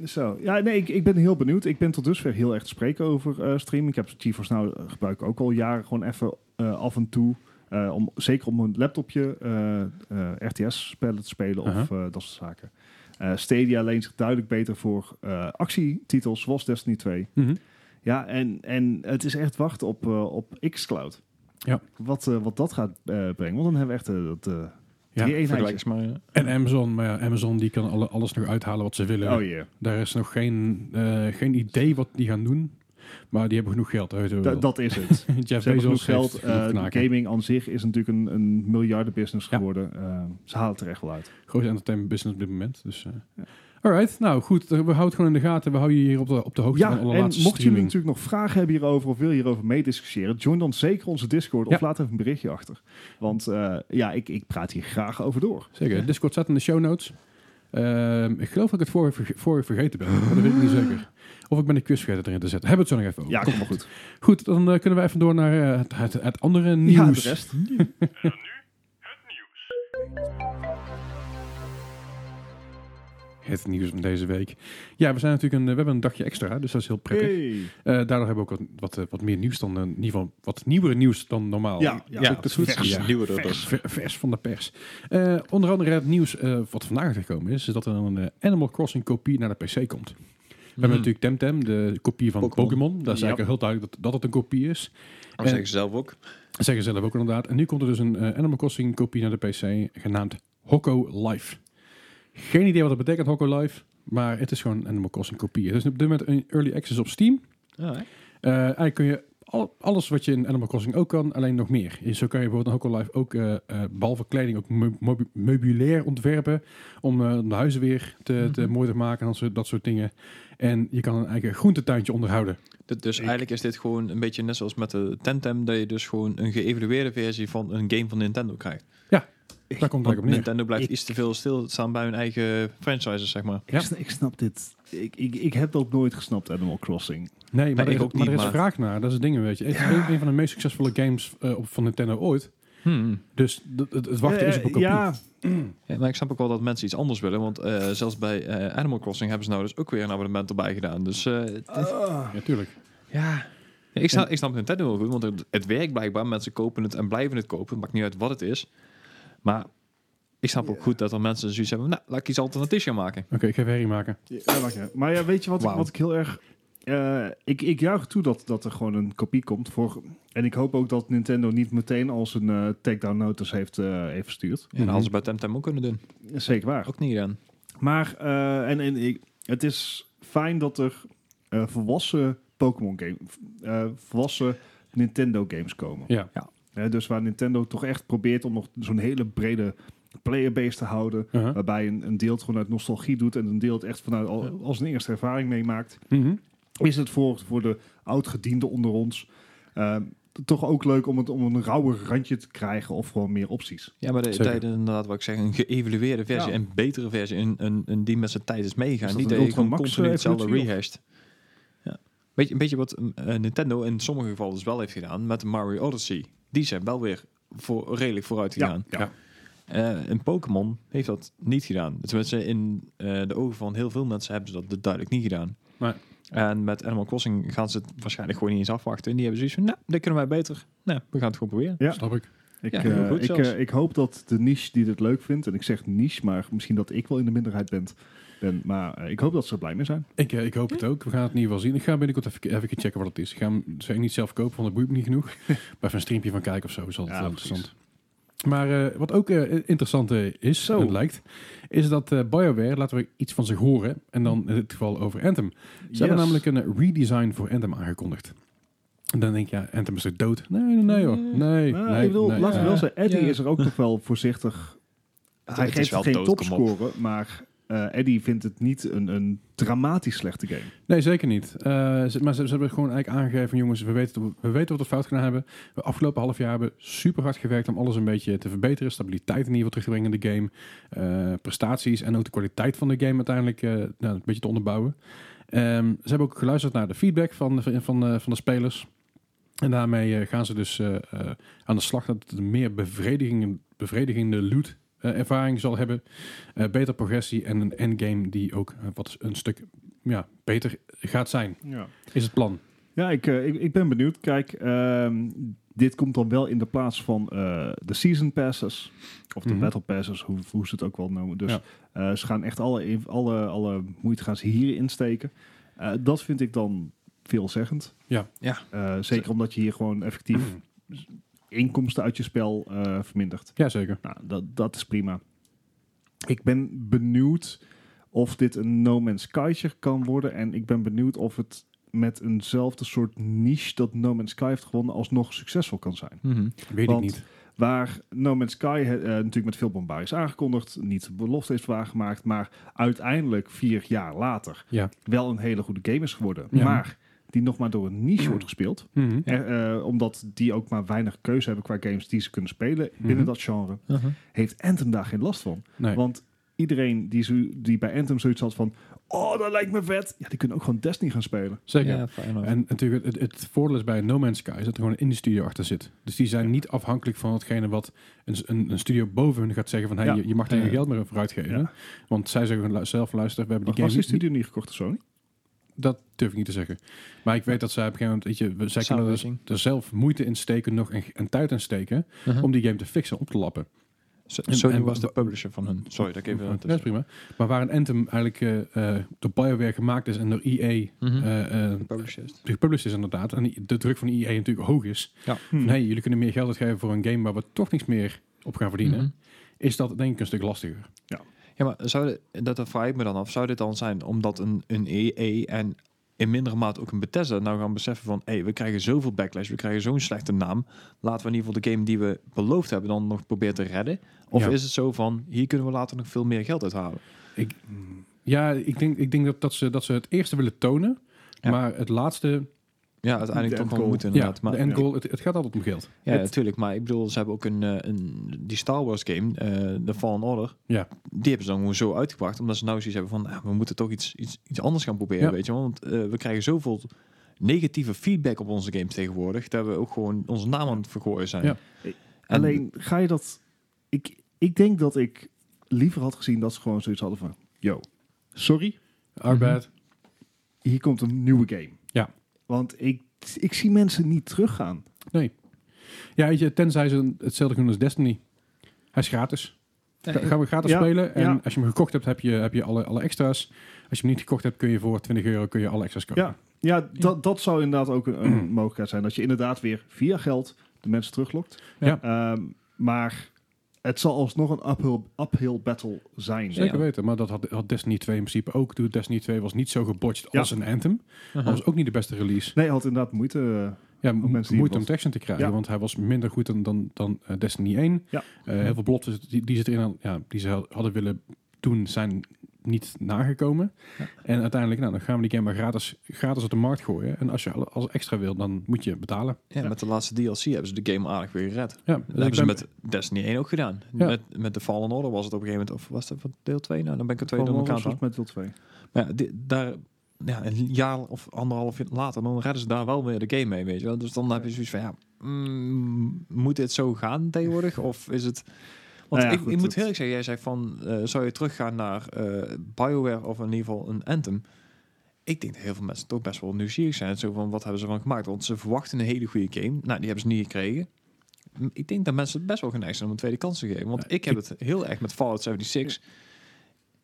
S2: Zo. Ja, nee, ik, ik ben heel benieuwd. Ik ben tot dusver heel erg te spreken over eh, streaming. Ik heb GeForce Now eh, gebruik ik ook al jaren gewoon even eh, af en toe. eh, om, zeker op mijn laptopje eh, RTS-spellen te spelen of
S1: Uh-huh.
S2: eh, dat soort zaken. Eh, Stadia leent zich duidelijk beter voor eh, actietitels zoals Destiny 2.
S1: Mhm.
S2: Ja, en, en het is echt wachten op, eh, op Xcloud.
S1: Ja.
S2: Wat, eh, wat dat gaat eh, brengen. Want dan hebben we echt eh, dat... eh
S1: Ja,
S2: drie eenheidjes.
S3: Vergelijk eens maar. ja.
S1: En Amazon, maar ja, Amazon die kan alle, alles nog uithalen wat ze willen.
S2: Oh yeah.
S1: Daar is nog geen, eh, geen idee wat die gaan doen. Maar die hebben genoeg geld. Uit,
S2: Da- dat is het.
S1: Jeff
S2: Ze hebben
S1: Bezos
S2: genoeg geld.
S1: heeft
S2: Eh,
S1: genoeg
S2: de
S1: knaken.
S2: gaming aan zich is natuurlijk een, een miljardenbusiness
S1: Ja.
S2: geworden. Eh, ze halen het er echt wel uit.
S1: Groot entertainment business op dit moment. Dus, eh
S2: Ja.
S1: Alright, nou goed. We houden het gewoon in de gaten. We houden je hier op de, op de hoogte
S2: Ja,
S1: van alle
S2: en mochten
S1: laatste
S2: jullie
S1: streaming.
S2: natuurlijk nog vragen hebben hierover of wil je hierover meediscussiëren, join dan zeker onze Discord
S1: Ja.
S2: of laat even een berichtje achter. Want eh, ja, ik, ik praat hier graag over door.
S1: Zeker. Discord staat in de show notes. Ehm, ik geloof dat ik het vorige, verge- vorige vergeten ben. Maar dat weet ik niet zeker. Of ik ben de quiz vergeten erin te zetten. Hebben we het zo nog even over.
S2: Ja, kom maar goed.
S1: Goed, dan eh, kunnen wij even door naar eh, het, het, het andere nieuws.
S2: Ja, de rest.
S1: Het nieuws van deze week. Ja, we zijn natuurlijk een, we hebben een dagje extra, dus dat is heel prettig.
S2: Hey.
S1: Eh, daardoor hebben we ook wat, wat, eh, wat meer nieuws dan, eh, in ieder geval wat nieuwere nieuws dan normaal.
S2: Ja, ja,
S1: dat is goed.
S2: vers.
S1: Oh. Ja.
S3: Nieuwe dat
S1: Vers, ver- vers van de pers. Eh, onder andere het nieuws eh, wat vandaag gekomen is, is dat er een eh, Animal Crossing kopie naar de PC komt. We hebben natuurlijk Temtem, de kopie van
S3: Pokémon.
S1: Pokémon. Daar is
S2: Hmm. Ja.
S1: eigenlijk heel duidelijk dat, dat het een kopie is.
S3: Dat zeggen ze zelf ook.
S1: Dat zeggen ze zelf ook inderdaad. En nu komt er dus een eh, Animal Crossing kopie naar de PC, genaamd Hokko Live. Geen idee wat dat betekent, Hokko Live. Maar het is gewoon Animal Crossing kopie. Het is op dit moment een early access op Steam.
S3: Ja, hè?
S1: Eh, eigenlijk kun je al- alles wat je in Animal Crossing ook kan, alleen nog meer. Dus Zo kan je bijvoorbeeld in Hoko Live ook, eh, eh, behalve kleding, ook meu- mobi- meubilair ontwerpen. Om eh, om de huizen weer te, te
S3: Mhm.
S1: mooi te maken en dat soort, dat soort dingen. En je kan een eigen groentetuintje onderhouden.
S3: D- Dus eigenlijk is dit gewoon een beetje net zoals met de Temtem, dat je dus gewoon een geëvalueerde versie van een game van Nintendo krijgt.
S1: Daar komt het eigenlijk op neer.
S3: Nintendo blijft
S2: Ik-
S3: iets te veel stilstaan bij hun eigen franchises, zeg maar.
S2: Ik,
S1: Ja.
S2: sn- ik snap dit. Ik, ik, ik heb dat nooit gesnapt, Animal Crossing.
S1: Nee, maar,
S3: Nee,
S1: er,
S3: ik ook
S1: maar er
S3: niet,
S1: is
S3: maar-
S1: vraag naar. Dat is het ding, weet je. Het is een, een van de meest succesvolle games eh, op van Nintendo ooit. Dus d- d- het wachten is op een
S2: Eh,
S1: kopie.
S2: Ja,
S3: Ja, maar ik snap ook wel dat mensen iets anders willen, want eh, zelfs bij eh, Animal Crossing hebben ze nou dus ook weer een abonnement erbij gedaan. Dus eh, het-
S2: Ah.
S1: Ja, tuurlijk.
S3: ja. Ja, ik, snap, ik snap Nintendo wel goed, want het, het werkt blijkbaar. Mensen kopen het en blijven het kopen. Maakt niet uit wat het is. Maar ik snap ook goed dat er mensen zoiets hebben. Nou, laat ik iets alternatiefs gaan maken.
S1: Oké, ik ga even herrie maken.
S2: Ja, maakt niet uit. Maar ja, weet je wat, ik,
S3: Wauw.
S2: wat ik heel erg... eh, ik, ik juich toe dat, dat er gewoon een kopie komt. Voor, en ik hoop ook dat Nintendo niet meteen als een eh, takedown notice heeft, eh, heeft verstuurd.
S3: En dat hadden ze bij Temtem ook kunnen doen.
S2: Zeker waar.
S3: Ook niet gedaan.
S2: Maar eh, en, en, ik- het is fijn dat er eh, volwassen Pokémon game, eh, volwassen Nintendo games komen.
S1: Ja.
S3: Ja.
S2: Eh, dus waar Nintendo toch echt probeert om nog zo'n hele brede playerbase te houden.
S1: Uh-huh.
S2: Waarbij een, een deel het gewoon uit nostalgie doet en een deel het echt vanuit al, als een eerste ervaring meemaakt.
S1: Mhm.
S2: Is het voor, voor de oud-gedienden onder ons eh, toch ook leuk om, het, om een rauwer randje te krijgen of gewoon meer opties?
S3: Ja, maar de
S1: Zeker.
S3: tijd inderdaad, wat ik zeg, een geëvalueerde versie,
S2: Ja.
S3: een betere versie, een, een, een die met zijn tijd is meegaan.
S2: Is dat
S3: niet
S2: een
S3: dat je
S2: Ultra
S3: gewoon
S2: Max,
S3: continu
S2: eh,
S3: hetzelfde
S2: evolutie, of?
S3: rehashed. Ja. Beetje, een beetje wat eh, Nintendo in sommige gevallen dus wel heeft gedaan met de Mario Odyssey. Die zijn wel weer voor, redelijk vooruit gegaan.
S1: Ja.
S3: Eh, en Pokémon heeft dat niet gedaan. Tenminste, in eh, de ogen van heel veel mensen hebben ze dat duidelijk niet gedaan.
S1: Nee.
S3: En met Animal Crossing gaan ze het waarschijnlijk gewoon niet eens afwachten. En die hebben zoiets van, nou, dat kunnen wij beter. Nou, we gaan het gewoon proberen.
S2: Ja.
S1: Snap ik.
S2: Ik,
S3: Ja,
S2: eh,
S3: heel goed
S2: ik,
S3: zelfs.
S2: eh, ik hoop dat de niche die dit leuk vindt, en ik zeg niche, maar misschien dat ik wel in de minderheid ben, ben maar eh, ik hoop dat ze er blij mee zijn.
S1: Ik, eh, ik hoop het ook. We gaan het in ieder geval zien. Ik ga binnenkort even, even checken wat het is. Ik ga hem zeker niet zelf kopen, want dat boeit me niet genoeg. maar even een streampje van kijken of zo is altijd
S2: Ja,
S1: wel
S2: precies.
S1: interessant. Maar eh, wat ook eh, interessant eh, is,
S2: Zo.
S1: en lijkt, is dat eh, BioWare, laten we iets van zich horen. En dan in dit geval over Anthem. Ze hebben namelijk een eh, redesign voor Anthem aangekondigd. En dan denk je, ja, Anthem is toch dood? Nee, nee, nee hoor. Nee, nee,
S2: Nou, ik bedoel,
S1: nee,
S2: laten we
S1: nee.
S2: wel zeggen, Eddie
S3: ja.
S2: is er ook nog wel voorzichtig.
S3: Het-
S2: Hij
S3: het is
S2: geeft
S3: wel
S2: geen
S3: dood,
S2: topscore, maar eh Eddie vindt het niet een, een dramatisch slechte game.
S1: Nee, zeker niet. Eh, ze- maar ze, ze hebben gewoon eigenlijk aangegeven, jongens, we weten, we weten wat we fout gedaan hebben. We afgelopen half jaar hebben super hard gewerkt om alles een beetje te verbeteren. Stabiliteit in ieder geval terug te brengen in de game. eh, prestaties en ook de kwaliteit van de game uiteindelijk eh, nou, een beetje te onderbouwen. Ehm, ze hebben ook geluisterd naar de feedback van, van, van, eh, van de spelers. En daarmee eh, gaan ze dus eh, eh, aan de slag dat het een meer bevrediging, bevredigende loot eh, ervaring zal hebben. Eh, beter progressie en een endgame die ook eh, wat een stuk ja, beter gaat zijn,
S2: Ja,
S1: is het plan.
S2: ja ik, eh, ik, ik ben benieuwd. Kijk, ehm, dit komt dan wel in de plaats van eh, de Season Passes. Of de
S1: Mhm.
S2: Battle Passes, hoe, hoe ze het ook wel noemen. Dus
S1: Ja.
S2: eh, ze gaan echt alle, alle, alle moeite gaan ze hierin steken. Eh, dat vind ik dan veelzeggend.
S1: Ja. Mhm.
S3: Ja.
S2: Eh, zeker omdat je hier gewoon effectief inkomsten uit je spel eh, vermindert.
S1: Jazeker.
S2: Nou, dat, dat is prima. Ik ben benieuwd of dit een No Man's Sky'tje kan worden. En ik ben benieuwd of het met eenzelfde soort niche dat No Man's Sky heeft gewonnen alsnog succesvol kan zijn.
S3: Mhm.
S1: Weet
S2: Want-
S1: ik niet.
S2: Waar No Man's Sky eh, eh, natuurlijk met veel bombarie is aangekondigd, niet de belofte heeft waargemaakt, maar uiteindelijk vier jaar later
S1: Ja.
S2: wel een hele goede game is geworden.
S1: Ja.
S2: Maar die nog maar door een niche wordt gespeeld.
S1: Mhm.
S2: Eh, eh, omdat die ook maar weinig keuze hebben qua games die ze kunnen spelen binnen
S1: Mhm.
S2: dat genre. Heeft Anthem daar geen last van?
S1: Nee.
S2: Want iedereen die, zo, die bij Anthem zoiets had van... Oh, dat lijkt me vet. Ja, die kunnen ook gewoon Destiny gaan spelen.
S1: Zeker.
S3: Ja, fair enough.
S1: En natuurlijk, het, het voordeel is bij No Man's Sky is dat er gewoon een studio achter zit. Dus die zijn niet afhankelijk van datgene wat een, een, een studio boven hun gaat zeggen van hey,
S2: Ja.
S1: je, je mag daar geen
S3: Ja.
S1: geld meer voor uitgeven.
S2: Ja.
S1: Want zij zeggen gewoon lu- zelf, luister, we hebben
S2: Maar
S1: die
S2: was
S1: game
S2: die
S1: niet,
S2: studio niet gekocht door Sony?
S1: Dat durf ik niet te zeggen. Maar ik weet dat zij op een gegeven moment, weet je, we- zij kunnen er,
S3: Samenwerking.
S1: er zelf moeite in steken, nog en, en tijd in steken,
S3: Mhm.
S1: om die game te fixen, op te lappen.
S3: So-
S1: En-
S3: Sony
S1: en-
S3: was de publisher van hun. Sorry, dat ik even...
S1: dat is prima. Maar waar een Anthem eigenlijk eh, eh, door BioWare gemaakt is en door EA
S3: Mhm.
S1: eh, eh,
S3: Publishers.
S1: gepublished is inderdaad, en die- de druk van EA natuurlijk hoog is,
S3: Ja. Hmm.
S1: van, hey, jullie kunnen meer geld uitgeven voor een game waar we toch niks meer op gaan verdienen,
S3: Mhm.
S1: is dat denk ik een stuk lastiger.
S3: Ja, Ja, maar zou dit- dat, dat vraag ik me dan af. Zou dit dan zijn omdat een, een EA en in mindere mate ook een Bethesda nou gaan beseffen van... hé, we krijgen zoveel backlash, we krijgen zo'n slechte naam. Laten we in ieder geval de game die we beloofd hebben dan nog proberen te redden. Of
S1: Ja.
S3: is het zo van, hier kunnen we later nog veel meer geld uithalen.
S1: Ik, ja, ik denk, ik denk dat, dat, ze, dat ze het eerste willen tonen.
S3: Ja.
S1: Maar het laatste,
S3: Ja,
S2: De
S3: uiteindelijk toch
S2: end
S3: wel
S2: goal.
S3: moeten
S1: ja,
S3: inderdaad. maar
S1: de end
S2: ja.
S1: goal, het, het gaat altijd om geld.
S3: Ja,
S1: Het-
S3: natuurlijk. Maar ik bedoel, ze hebben ook een, eh, een die Star Wars game, eh The Fallen Order.
S1: Ja.
S3: Die hebben ze dan gewoon zo uitgebracht, omdat ze nou zoiets hebben van, ah, we moeten toch iets, iets, iets anders gaan proberen,
S1: Ja.
S3: weet je. wel. Want eh, we krijgen zoveel negatieve feedback op onze games tegenwoordig, dat we ook gewoon onze naam aan het vergooien zijn.
S1: Ja.
S2: En-
S3: En-
S2: Alleen ga je dat. Ik, ik denk dat ik liever had gezien dat ze gewoon zoiets hadden van: yo, sorry,
S1: Arbeid.
S3: Mhm.
S2: hier komt een nieuwe game.
S1: Ja.
S2: Want ik, ik zie mensen niet teruggaan.
S1: Ja, weet je, tenzij ze hetzelfde doen als Destiny. Hij is gratis.
S3: Eh,
S1: Ga- Gaan we gratis
S2: Ja,
S1: spelen. En
S2: ja.
S1: als je hem gekocht hebt, heb je, heb je alle, alle extra's. Als je hem niet gekocht hebt, kun je voor 20 euro kun je alle extra's kopen.
S2: Ja, ja dat, dat zou inderdaad ook een, een mogelijkheid zijn. Dat je inderdaad weer via geld de mensen teruglokt.
S1: Ja.
S2: Ehm, maar het zal alsnog een uphill, uphill battle zijn.
S1: Zeker
S3: Ja.
S1: weten, maar dat had, had Destiny 2 in principe ook. Toen Destiny 2 was niet zo gebotcht
S2: Ja.
S1: als een Anthem.
S3: Aha.
S1: Dat was ook niet de beste release.
S2: Nee, had inderdaad moeite. eh,
S1: Ja,
S2: mensen die
S1: mo-
S2: het
S1: moeite om
S2: was.
S1: traction te krijgen,
S2: Ja.
S1: want hij was minder goed dan, dan, dan eh, Destiny 1.
S2: Ja.
S1: Eh, heel veel beloftes die, die, ze erin hadden- ja, die ze hadden willen doen, zijn niet nagekomen.
S3: Ja.
S1: En uiteindelijk, nou, dan gaan we die game maar gratis, gratis op de markt gooien. En als je alle- als extra wil, dan moet je betalen.
S3: Ja, met de laatste DLC hebben ze de game aardig weer gered.
S1: Ja,
S3: Dat
S1: dus ik
S3: hebben ze
S1: ben-
S3: met Destiny 1 ook gedaan.
S1: Ja.
S3: Met, met de Fallen Order was het op een gegeven moment, of was dat van deel 2? Nou, dan ben ik er twee door
S2: Van
S3: elkaar aan het
S2: Warhammer met deel 2.
S3: Maar ja, di- daar, ja, een jaar of anderhalf jaar later, dan redden ze daar wel weer de game mee, weet je wel. Dus dan heb je zoiets van, ja, mm, moet dit zo gaan tegenwoordig? Of is het... Want
S2: Nou ja,
S3: ik,
S2: goed,
S3: ik moet heel
S2: het-
S3: eerlijk zeggen, jij zei van, eh, zou je teruggaan naar eh, Bioware of in ieder geval een Anthem? Ik denk dat heel veel mensen toch best wel nieuwsgierig zijn. Zo van, wat hebben ze van gemaakt? Want ze verwachten een hele goede game. Nou, die hebben ze niet gekregen. M- Ik denk dat mensen het best wel geneigd zijn om een tweede kans te geven. Want ik heb het heel erg met Fallout 76.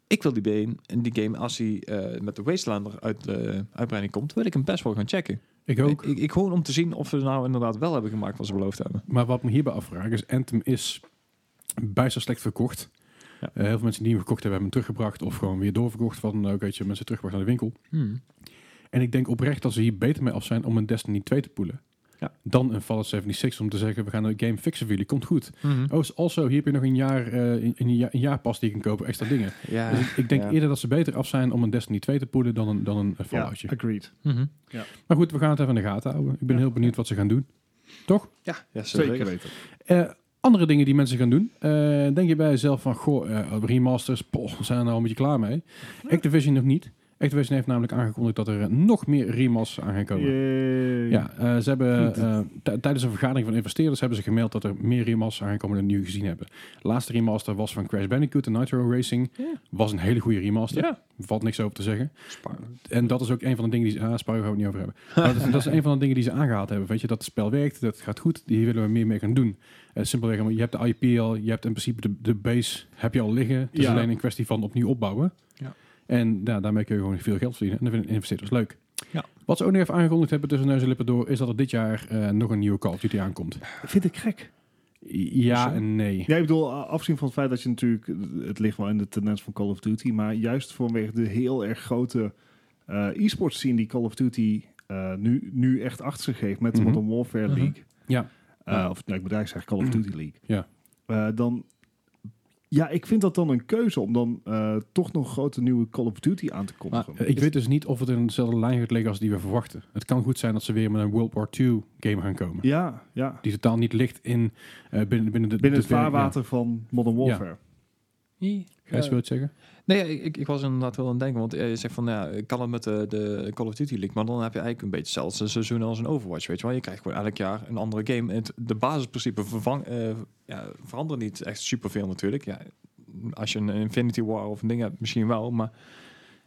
S3: Ik wil die game, en die game als hij eh, met de Wastelander uit de uitbreiding komt, wil ik hem best wel gaan checken.
S1: ik ook.
S3: Ik, ik gewoon om te zien of ze nou inderdaad wel hebben gemaakt wat ze beloofd hebben.
S1: Maar wat me hierbij afvraag is, Anthem is bijster slecht verkocht.
S3: Ja.
S1: Eh, heel veel mensen die hem gekocht hebben, hebben hem teruggebracht of gewoon weer doorverkocht. Van, nou, oké, je mensen teruggebracht naar de winkel. En ik denk oprecht dat ze hier beter mee af zijn om een Destiny 2 te poelen.
S3: Ja.
S1: Dan een Fallout 76 om te zeggen, we gaan de game fixen voor jullie, komt goed. Oh, is also, hier heb je nog een jaar, eh, een, een jaar, een jaarpas die je kan kopen, extra dingen.
S3: Ja.
S1: Dus ik, ik denk
S3: Ja.
S1: eerder dat ze beter af zijn om een Destiny 2 te poelen dan een, dan een eh,
S2: Ja,
S1: Falloutje.
S2: agreed.
S3: Mhm.
S1: Maar goed, we gaan het even in de gaten houden. Ik ben
S2: Ja.
S1: heel benieuwd wat ze gaan doen. Toch?
S3: Ja, ja, zeker.
S2: Zeker weten.
S1: Eh, andere dingen die mensen gaan doen. Eh, denk je bij jezelf van, goh, eh, remasters, poh, we zijn er al een beetje klaar mee. Activision nog niet. Activision heeft namelijk aangekondigd dat er eh, nog meer remasters aan gaan komen.
S2: Yay.
S1: Ja, eh, ze hebben eh, t- tijdens een vergadering van investeerders hebben ze gemeld dat er meer remasters aankomen dan we nu gezien hebben. De laatste remaster was van Crash Bandicoot en Nitro Racing.
S3: Ja.
S1: Was een hele goede remaster.
S3: Ja.
S1: Valt niks over te zeggen.
S3: Spaar.
S1: En dat is ook een van de dingen die ze... Ah, Spyro gaan we het niet over hebben. Maar dat, is, dat is een van de dingen die ze aangehaald hebben. Weet je, dat het spel werkt, dat gaat goed. Hier willen we meer mee gaan doen. Eh, simpelweg, je hebt de IP al, je hebt in principe de, de base heb je al liggen. Het is
S2: Ja.
S1: alleen een kwestie van opnieuw opbouwen.
S3: Ja.
S1: En ja, daarmee kun je gewoon veel geld verdienen. En dat vinden investeerders leuk.
S3: Ja.
S1: Wat ze ook nog even aangekondigd hebben tussen neus en lippen door... is dat er dit jaar eh, nog een nieuwe Call of Duty aankomt.
S2: Vind ik gek.
S1: Ja
S3: Zo.
S1: en nee.
S2: Ja, ik bedoel, a- afzien van het feit dat je natuurlijk, eh, het ligt wel in de tendens van Call of Duty, maar juist vanwege de heel erg grote eh e-sports scene die Call of Duty eh, nu, nu echt achter zich heeft met de
S1: Mhm.
S2: Modern Warfare
S3: Mhm.
S2: League.
S1: Ja.
S2: Eh, of nou, ik moet eigenlijk zeggen Call of Duty League.
S1: Ja.
S2: Eh, dan, ja, ik vind dat dan een keuze om dan eh, toch nog grote nieuwe Call of Duty aan te kondigen.
S1: Eh, Ik weet dus niet of het in dezelfde lijn gaat liggen als die we verwachten. Het kan goed zijn dat ze weer met een World War II game gaan komen.
S2: ja, ja.
S1: die totaal niet ligt in eh, binnen, binnen, de,
S2: Binnen
S1: de-
S2: het vaarwater van Modern Warfare.
S1: Ja. Gijs wil het zeggen?
S3: Nee, ja, ik, ik- ik was inderdaad wel aan het denken, want eh, je zegt van, ja, kan het met de, de Call of Duty League, maar dan heb je eigenlijk een beetje hetzelfde seizoen als een Overwatch, weet je wel. Je krijgt gewoon elk jaar een andere game. Het, de basisprincipe vervang, eh, ja, veranderen niet echt superveel natuurlijk. Ja, als je een Infinity War of een ding hebt, misschien wel, maar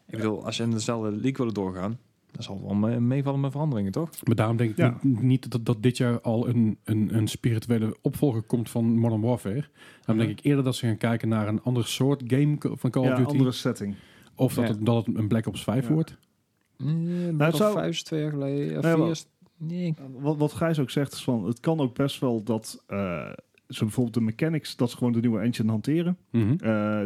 S3: ik bedoel, als je in dezelfde league wil doorgaan, dan zal het wel me- meevallen met veranderingen, toch?
S1: Maar daarom denk ik
S2: Ja.
S1: niet, niet dat, dat dit jaar al een, een, een spirituele opvolger komt van Modern Warfare. Dan denk ik eerder dat ze gaan kijken naar een ander soort game co- van Call
S2: Ja,
S1: of Duty.
S2: andere setting.
S1: Of dat,
S3: Ja.
S1: het, dat het een Black Ops 5
S2: Ja.
S1: wordt.
S3: Mm,
S2: Nou, het zou-
S3: vijf is twee jaar geleden, of
S2: Nee,
S3: vier
S2: maar-
S3: is- Nee,
S2: Wat, wat Gijs ook zegt is van, het kan ook best wel dat eh, zo bijvoorbeeld de mechanics, dat ze gewoon de nieuwe engine hanteren.
S1: Mhm.
S2: Eh,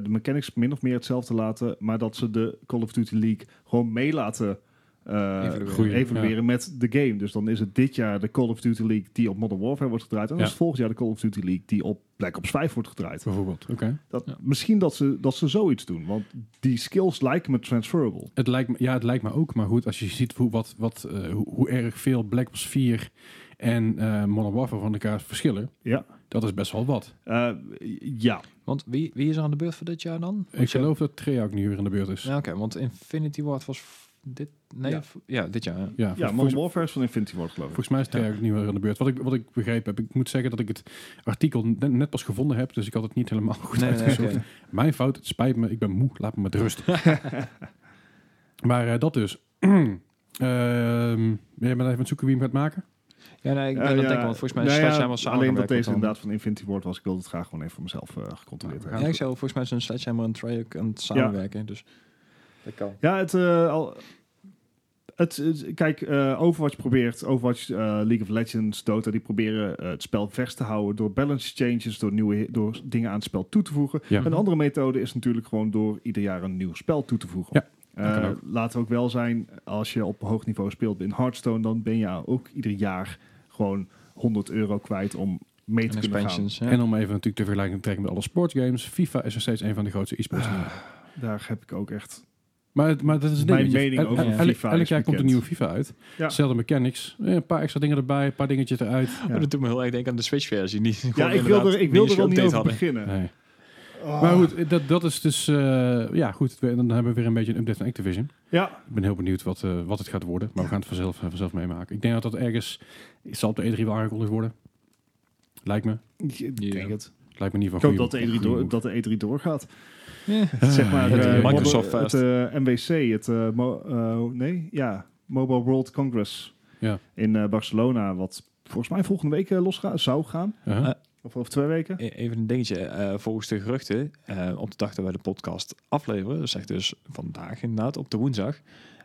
S2: de mechanics min of meer hetzelfde laten, maar dat ze de Call of Duty League gewoon mee laten eh,
S3: Evalueren.
S1: Groeien,
S2: evalueren met de game. Dus dan is het dit jaar de Call of Duty League die op Modern Warfare wordt gedraaid. En dan
S1: Ja.
S2: is het volgend jaar de Call of Duty League die op Black Ops 5 wordt gedraaid.
S1: Bijvoorbeeld. Oké.
S2: Dat,
S3: Ja.
S2: Misschien dat ze, dat ze zoiets doen, want die skills lijken me transferable.
S1: Het lijkt me, ja, het lijkt me ook. Maar goed, als je ziet hoe, wat, wat, eh, hoe, hoe erg veel Black Ops 4 en eh Modern Warfare van elkaar verschillen.
S2: Ja.
S1: Dat is best wel wat.
S2: Eh, ja,
S3: Want wie, wie is er aan de beurt voor dit jaar dan?
S1: Ik geloof dat Treyarch nu weer in de beurt is.
S3: Ja, oké, want Infinity Ward was f- dit... Nee,
S2: Ja.
S3: v- ja dit jaar. ja.
S1: Ja,
S2: ja
S1: volgens-
S2: Modern Warfare is van Infinity Ward geloof ik.
S1: Volgens mij is Treyarch nu weer aan de beurt. Wat ik, wat ik begrepen heb, ik moet zeggen dat ik het artikel net, net pas gevonden heb, dus ik had het niet helemaal goed
S3: Nee, nee, nee,
S1: uitgezocht.
S3: oké.
S1: Mijn fout, het spijt me, ik ben moe, laat me met rust. maar eh, dat dus. Ehm ben jij maar even aan het zoeken wie hem gaat maken?
S3: Ja, nee, ik ben aan het
S2: Eh, ja,
S3: denken, want volgens mij is
S2: nou ja,
S3: Sledgehammer samen.
S2: Alleen dat deze inderdaad van Infinity Ward was, ik wilde het graag gewoon even voor mezelf eh, gecontroleerd hebben.
S3: Ja, ik zou volgens mij zijn Sledgehammer en Treyarch aan het samenwerken, dus... Dat kan.
S2: Ja, het, eh, al, het, het- kijk, eh Overwatch probeert, Overwatch, eh, League of Legends, Dota, die proberen eh, het spel vers te houden door balance changes, door, nieuwe, door dingen aan het spel toe te voegen.
S1: Ja.
S2: Een andere methode is natuurlijk gewoon door ieder jaar een nieuw spel toe te voegen.
S1: Ja,
S2: Eh,
S1: kan ook.
S2: laten we ook wel zijn, als je op hoog niveau speelt in Hearthstone, dan ben je ook ieder jaar gewoon 100 euro kwijt om mee te
S3: En
S2: kunnen gaan.
S3: expansions, ja.
S1: En om even natuurlijk te vergelijking te trekken met alle sportgames. FIFA is nog steeds een van de grootste e-sports.
S2: Daar heb ik ook echt...
S1: Maar, het- maar dat is een
S2: Ah. Mijn
S1: ding. weet je.
S2: mening
S1: El-
S2: over
S1: el-
S2: FIFA
S1: elk-
S2: is
S1: Elk jaar komt
S2: bekend.
S1: een nieuwe FIFA uit.
S2: Ja.
S1: Zelfde mechanics. eh, Een paar extra dingen erbij, een paar dingetjes eruit.
S3: Maar dat doet me heel erg denken aan de Switch-versie. die
S2: Ja,
S3: gewoon
S2: ik wil
S3: inderdaad
S2: er, ik wil
S3: niet
S2: er al niet
S3: eens
S2: over
S3: geüpdate hadden.
S2: beginnen.
S1: Nee.
S2: Oh.
S1: Maar goed, dat, dat is dus... eh, ja, goed. we- Dan hebben we weer een beetje een update van Activision.
S2: Ja,
S1: Ik ben heel benieuwd wat, eh, wat het gaat worden. Maar we gaan het vanzelf, eh, vanzelf meemaken. Ik denk dat dat ergens... Het zal op de E3 wel aangekondigd worden. Lijkt me.
S2: ik
S3: Ja.
S2: denk het.
S1: Lijkt me in ieder
S2: Ik
S1: geval
S2: hoop dat
S1: goeie-
S2: de E3,
S1: goeie
S2: door,
S1: move.
S2: dat de E3 doorgaat.
S3: Ja.
S2: zeg maar,
S1: Ah, ja,
S2: eh,
S1: ja, ja.
S3: Microsoft
S2: Mobi- het
S3: Fest.
S2: eh, MWC, het eh, mo- eh, nee, ja, Mobile World Congress
S1: Ja.
S2: in eh, Barcelona, wat volgens mij volgende week eh, los ga- zou gaan,
S1: Uh-huh.
S3: Eh,
S2: of over twee weken.
S3: E- Even een dingetje. eh, volgens de geruchten, eh, op de dag dat wij de podcast afleveren, dat zegt dus vandaag inderdaad, op de woensdag,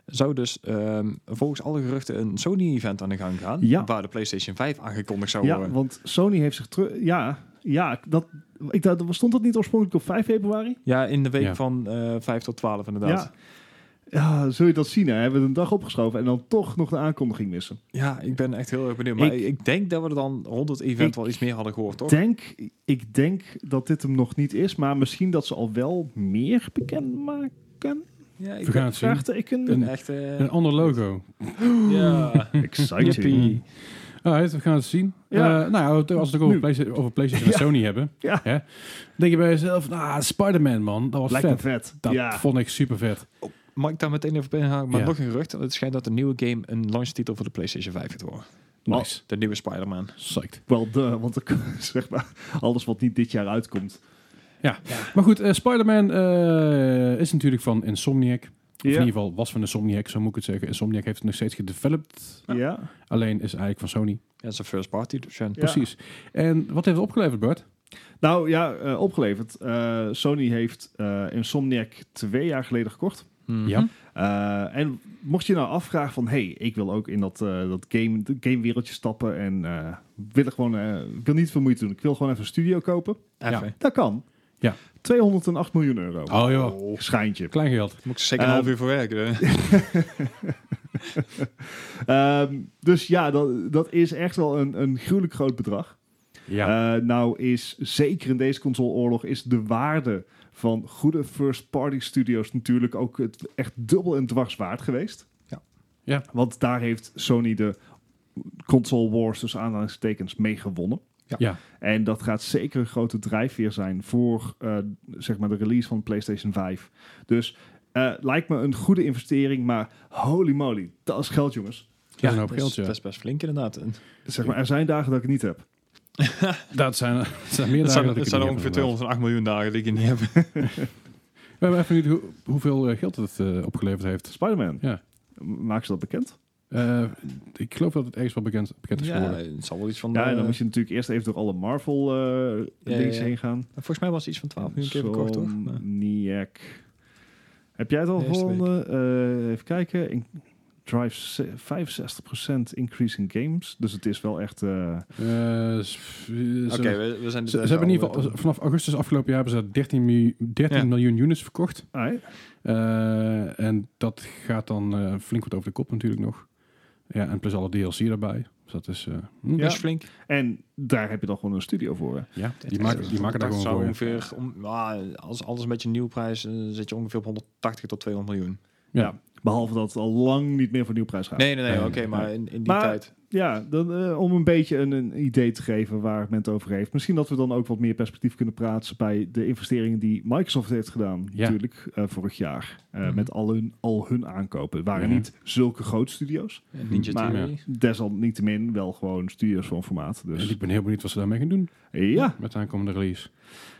S3: zou dus ehm, volgens alle geruchten een Sony-event aan de gang gaan,
S2: Ja.
S3: waar de PlayStation 5 aangekondigd zou
S2: Ja,
S3: worden.
S2: want Sony heeft zich terug, ja, ja, dat, ik dacht, stond dat niet oorspronkelijk op 5 februari?
S3: Ja, in de week
S1: Ja.
S3: van eh 5 tot 12 inderdaad.
S2: Ja. ja, zul je dat zien, hè? Hebben we het een dag opgeschoven en dan toch nog de aankondiging missen.
S3: Ja. ik ben echt heel erg benieuwd. Maar ik, ik denk dat we er dan rond het event
S2: Ik
S3: wel iets meer hadden gehoord, toch?
S2: Denk, ik denk dat dit hem nog niet is, maar misschien dat ze al wel meer bekend maken.
S3: Ja, ik
S1: We gaan het zien.
S2: Vraagteken.
S3: ben echt... eh,
S1: Een ander logo.
S3: ja.
S2: Exciting.
S1: Alright, we gaan het zien.
S2: Ja.
S1: Eh, nou, ja, als we het ook over,
S2: Nu.
S1: Playsta- over PlayStation en
S2: Ja.
S1: Sony hebben,
S2: Ja.
S1: hè, denk je bij jezelf, nou, Spider-Man, man, dat was
S2: Lijkt me
S1: vet.
S2: vet.
S1: Dat
S2: ja.
S1: vond ik super vet.
S3: Mag ik daar meteen even op inhaken? Maar
S1: Ja.
S3: nog een gerucht. Het schijnt dat de nieuwe game een launchtitel voor de PlayStation 5 gaat worden.
S1: Nice.
S3: De nieuwe Spider-Man.
S1: Psyched.
S2: Wel de, want er- zeg maar, alles wat niet dit jaar uitkomt.
S1: Maar goed, eh, Spider-Man eh, is natuurlijk van Insomniac. Of in ieder geval was van Insomniac, zo moet ik het zeggen. Insomniac heeft het nog steeds gedeveloped.
S2: ja.
S1: Alleen is eigenlijk van Sony.
S3: Ja, het is een first party, dus ja.
S2: Ja.
S1: Precies. En wat heeft het opgeleverd, Bart?
S2: Nou ja, eh, opgeleverd. Eh, Sony heeft eh, Insomniac twee jaar geleden gekocht.
S3: Mhm.
S1: Ja.
S2: Eh, en mocht je nou afvragen van... hey, ik wil ook in dat, eh, dat game, dat gamewereldje stappen... en eh, wil er gewoon, eh, ik wil niet veel moeite doen. Ik wil gewoon even een studio kopen.
S3: Even.
S2: Dat kan.
S1: Ja.
S2: 208 miljoen euro.
S1: Oh joh,
S2: Schijntje.
S1: klein geld.
S3: Moet ik zeker
S2: Ehm,
S3: een half uur voor werken. hè?
S2: Ehm, dus ja, dat, dat is echt wel een, een gruwelijk groot bedrag.
S1: Ja.
S2: Eh, nou is zeker in deze consoleoorlog is de waarde van goede first-party studios natuurlijk ook het echt dubbel en dwars waard geweest.
S3: Ja.
S1: Ja.
S2: Want daar heeft Sony de console wars dus aanhalingstekens mee gewonnen.
S3: Ja.
S1: Ja.
S2: En dat gaat zeker een grote drijfveer zijn voor eh, zeg maar de release van PlayStation 5. Dus eh, lijkt me een goede investering, maar holy moly, dat is geld jongens.
S1: ja, een hoop
S3: Dat is-
S1: geld, ja.
S3: Dat is best flink inderdaad. En
S2: Zeg maar, er zijn dagen dat ik het niet heb.
S1: Dat zijn, dat zijn meer dagen
S3: Het zijn,
S1: dat ik
S3: het
S1: het
S3: zijn
S1: niet heb,
S3: ongeveer
S1: inderdaad.
S3: 208 miljoen dagen die ik niet heb.
S1: We hebben even benieuwd hoe- hoeveel eh, geld het eh, opgeleverd heeft.
S2: Spider-Man.
S1: Ja.
S2: Maak ze dat bekend?
S1: Eh, ik geloof dat het ergens wel bekend, bekend is
S3: Ja,
S1: geworden.
S3: het zal wel iets van...
S2: Ja, en
S3: eh,
S2: dan moet je natuurlijk eerst even door alle Marvel eh
S3: Ja,
S2: dingen
S3: ja, ja.
S2: heen gaan.
S3: Volgens mij was het iets van 12 miljoen keer verkocht, toch? Maar-
S2: Somniac. Heb jij het al
S3: De eerste
S2: gevonden? Eh, even kijken. In drive se- 65% increase in games. Dus het is wel echt... eh,
S1: Eh, s- ze-
S3: Oké, we, we zijn
S1: ze,
S3: dit eh,
S1: ze
S3: even
S1: hebben in ieder
S3: alweer
S1: geval, vanaf augustus afgelopen jaar hebben ze 13, mi- 13
S3: Ja.
S1: miljoen units verkocht.
S2: ai,
S1: Eh, en dat gaat dan eh, flink wat over de kop natuurlijk nog. Ja, en plus alle DLC daarbij. Dus dat is... eh, hm.
S3: te-
S2: Ja.
S3: is flink.
S2: en daar heb je dan gewoon een studio voor. hè.
S1: Ja, die maken, die maken daar
S3: Dat
S1: gewoon
S3: zou
S1: voor. ja.
S3: ongeveer, om, ah, als alles een beetje een nieuw prijs, eh, zit je ongeveer op 180 tot 200 miljoen.
S2: Behalve dat het al lang niet meer voor nieuwprijs gaat.
S3: Nee, nee, nee,
S1: Ja.
S3: oké, maar in, in die
S2: Maar-
S3: tijd.
S2: Ja, dan, eh, om een beetje een, een idee te geven waar men het over heeft. Misschien dat we dan ook wat meer perspectief kunnen praten bij de investeringen die Microsoft heeft gedaan.
S1: Ja.
S2: Natuurlijk, eh, vorig jaar. eh,
S3: Mhm.
S2: Met al hun, al hun aankopen. Het waren
S1: Ja.
S2: niet zulke grote studio's.
S3: Ninja
S2: maar
S3: Theory.
S2: desalniettemin wel gewoon studio's van formaat.
S1: En
S2: Dus eh,
S1: ik ben heel benieuwd wat ze daarmee gaan doen.
S2: ja,
S1: Met de aankomende release.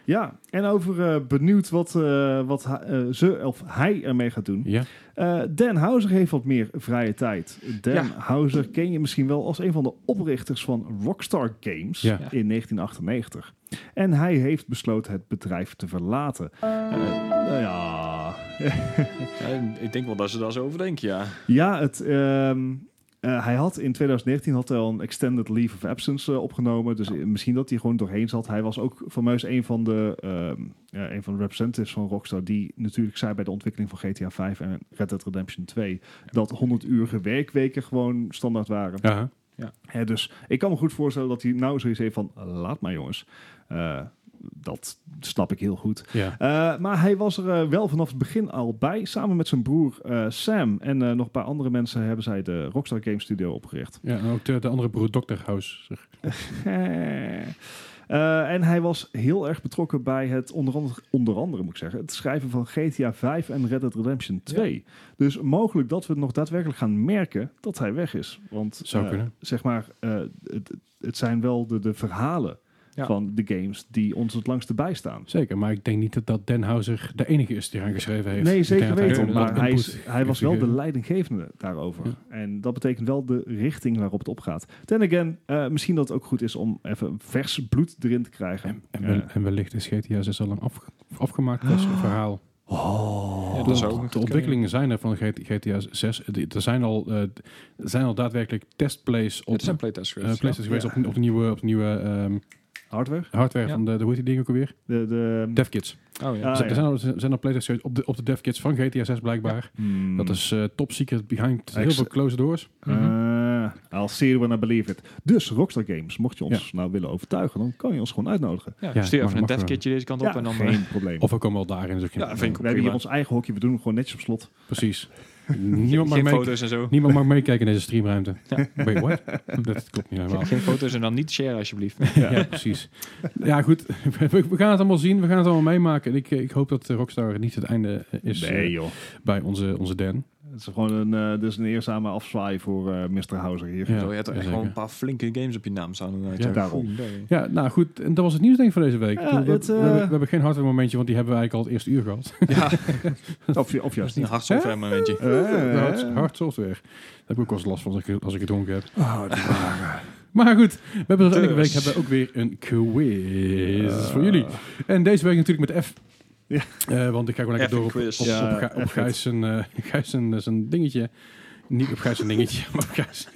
S2: ja. En over eh, benieuwd wat, eh, wat ha- eh, ze of hij ermee gaat doen.
S1: Ja.
S2: Eh, Dan Houser heeft wat meer vrije tijd. Dan
S3: Ja.
S2: Houser ken je misschien wel als een van de oprichters van Rockstar Games
S1: Ja.
S2: in 1998. En hij heeft besloten het bedrijf te verlaten. Eh, nou ja.
S3: Ja, ik denk wel dat ze daar zo over denken, ja.
S2: ja, het, ehm, eh, hij had in 2019 had hij al een extended leave of absence eh, opgenomen. Dus eh, misschien dat hij gewoon doorheen zat. Hij was ook fameus een van de, ehm, ja, een van de representatives van Rockstar. Die natuurlijk zei bij de ontwikkeling van GTA 5 en Red Dead Redemption 2. Dat 100-urige werkweken gewoon standaard waren.
S1: Ja.
S2: Hè, dus ik kan me goed voorstellen dat hij nou zoiets heeft van... Laat maar jongens. Eh, dat snap ik heel goed.
S1: ja.
S2: Eh, maar hij was er eh, wel vanaf het begin al bij. Samen met zijn broer eh, Sam en eh, nog een paar andere mensen hebben zij de Rockstar Game Studio opgericht.
S1: Ja, en ook de, de andere broer Dr. House.
S2: Eh, en hij was heel erg betrokken bij het, onder andere, onder andere moet ik zeggen, het schrijven van GTA 5 en Red Dead Redemption 2. Dus mogelijk dat we nog daadwerkelijk gaan merken dat hij weg is. Want
S1: Zou
S2: eh,
S1: kunnen.
S2: zeg maar, eh, het, het zijn wel de, de verhalen
S3: Ja.
S2: van de games die ons het langste bijstaan.
S1: Zeker, maar ik denk niet dat, dat Den Houser de enige is die eraan geschreven heeft.
S2: Nee,
S1: Ik denk
S2: zeker
S1: dat hij
S2: weten.
S1: ook
S2: Maar
S1: wat
S2: hij,
S1: input
S2: is- hij was wel
S1: heeft
S2: de
S1: gegeven.
S2: leidinggevende daarover.
S1: Ja.
S2: En dat betekent wel de richting waarop het opgaat. Ten again, eh, misschien dat het ook goed is om even vers bloed erin te krijgen.
S1: En, en, wel-
S2: Ja. Ah.
S1: en wellicht is GTA 6 al lang af, afgemaakt, dat is een verhaal.
S2: Oh.
S3: Ja,
S1: De-
S3: dat zou ook nog
S1: de
S3: kunnen.
S1: ontwikkelingen zijn er van GT- GTA 6. Die- Er zijn al, eh, er zijn al daadwerkelijk testplays op
S3: Het zijn
S1: eh
S3: playtests geweest.
S1: PlayStation geweest,
S2: Ja.
S1: op, op de nieuwe, op de nieuwe ehm,
S2: Hardware?
S1: hardware
S3: Ja.
S1: van de, de, hoe heet die ding ook alweer?
S2: De, de,
S1: DevKits.
S3: Oh, ja.
S2: Ah,
S1: Dus
S2: ja.
S1: Er zijn al, er zijn al playtests geweest op de, op de devkits van GTA 6 blijkbaar.
S2: Hmm.
S1: Dat is eh top secret behind heel
S2: Ex-
S1: veel closed doors. Mhm.
S2: Eh, I'll see it when I believe it. Dus Rockstar Games, mocht je ons nou willen overtuigen, dan kan je ons gewoon uitnodigen.
S3: Ja,
S1: Ja,
S3: stuur
S1: mag-
S3: even een
S1: mag
S3: dev kitje deze kant op en dan... eh,
S2: geen probleem.
S1: Of we komen wel daarin. Dus ik-
S3: Ja, vind ik
S2: we hebben
S3: prima.
S2: hier ons eigen hokje, we doen hem gewoon netjes op slot.
S1: Precies. Niemand mag,
S3: Geen
S1: mee,
S3: foto's en zo.
S1: niemand mag meekijken in deze streamruimte. Wait, what? Dat klopt niet helemaal.
S3: Geen foto's en dan niet share alsjeblieft.
S1: Ja, precies. Ja, goed. We, we gaan het allemaal zien. We gaan het allemaal meemaken. En ik, ik hoop dat eh, Rockstar niet het einde eh, is eh,
S2: nee joh.
S1: bij onze, onze Dan.
S2: Het is gewoon een, eh, dit is een eerzame afzwaai voor eh Mr. Houser hier.
S1: Ja,
S3: Zo, je hebt er
S1: zeker.
S3: echt gewoon een paar flinke games op je naam staan. inderdaad.
S1: Ja,
S3: Ja,
S2: daarom.
S3: goeie.
S1: Ja, nou goed. En dat was het nieuws denk ik voor deze week.
S2: Ja,
S1: Ik bedoel, we,
S2: het,
S1: we
S2: eh,
S1: hebben, we hebben geen hardware momentje, want die hebben we eigenlijk al het eerste uur gehad.
S3: Ja,
S2: Of, ju-
S3: dat
S2: of
S3: is
S2: juist
S3: een
S2: niet.
S3: hard software momentje.
S2: Eh.
S1: Hard, hard software. Daar heb ik ook wel eens last van als ik, als ik gedronken heb.
S2: Oh, die waren.
S1: Maar goed, we hebben dus elke week
S3: Dus.
S1: hebben we ook weer een quiz voor jullie. En deze week natuurlijk met de F.
S2: Ja.
S1: Eh, want ik ga gewoon lekker door
S3: F
S1: op, op,
S3: quiz.
S1: op,
S2: Ja,
S1: Ga- op
S2: F het.
S1: Gijs zijn, eh, Gijs zijn, eh, zijn dingetje. Niet op Gijs zijn dingetje, maar op Gijs.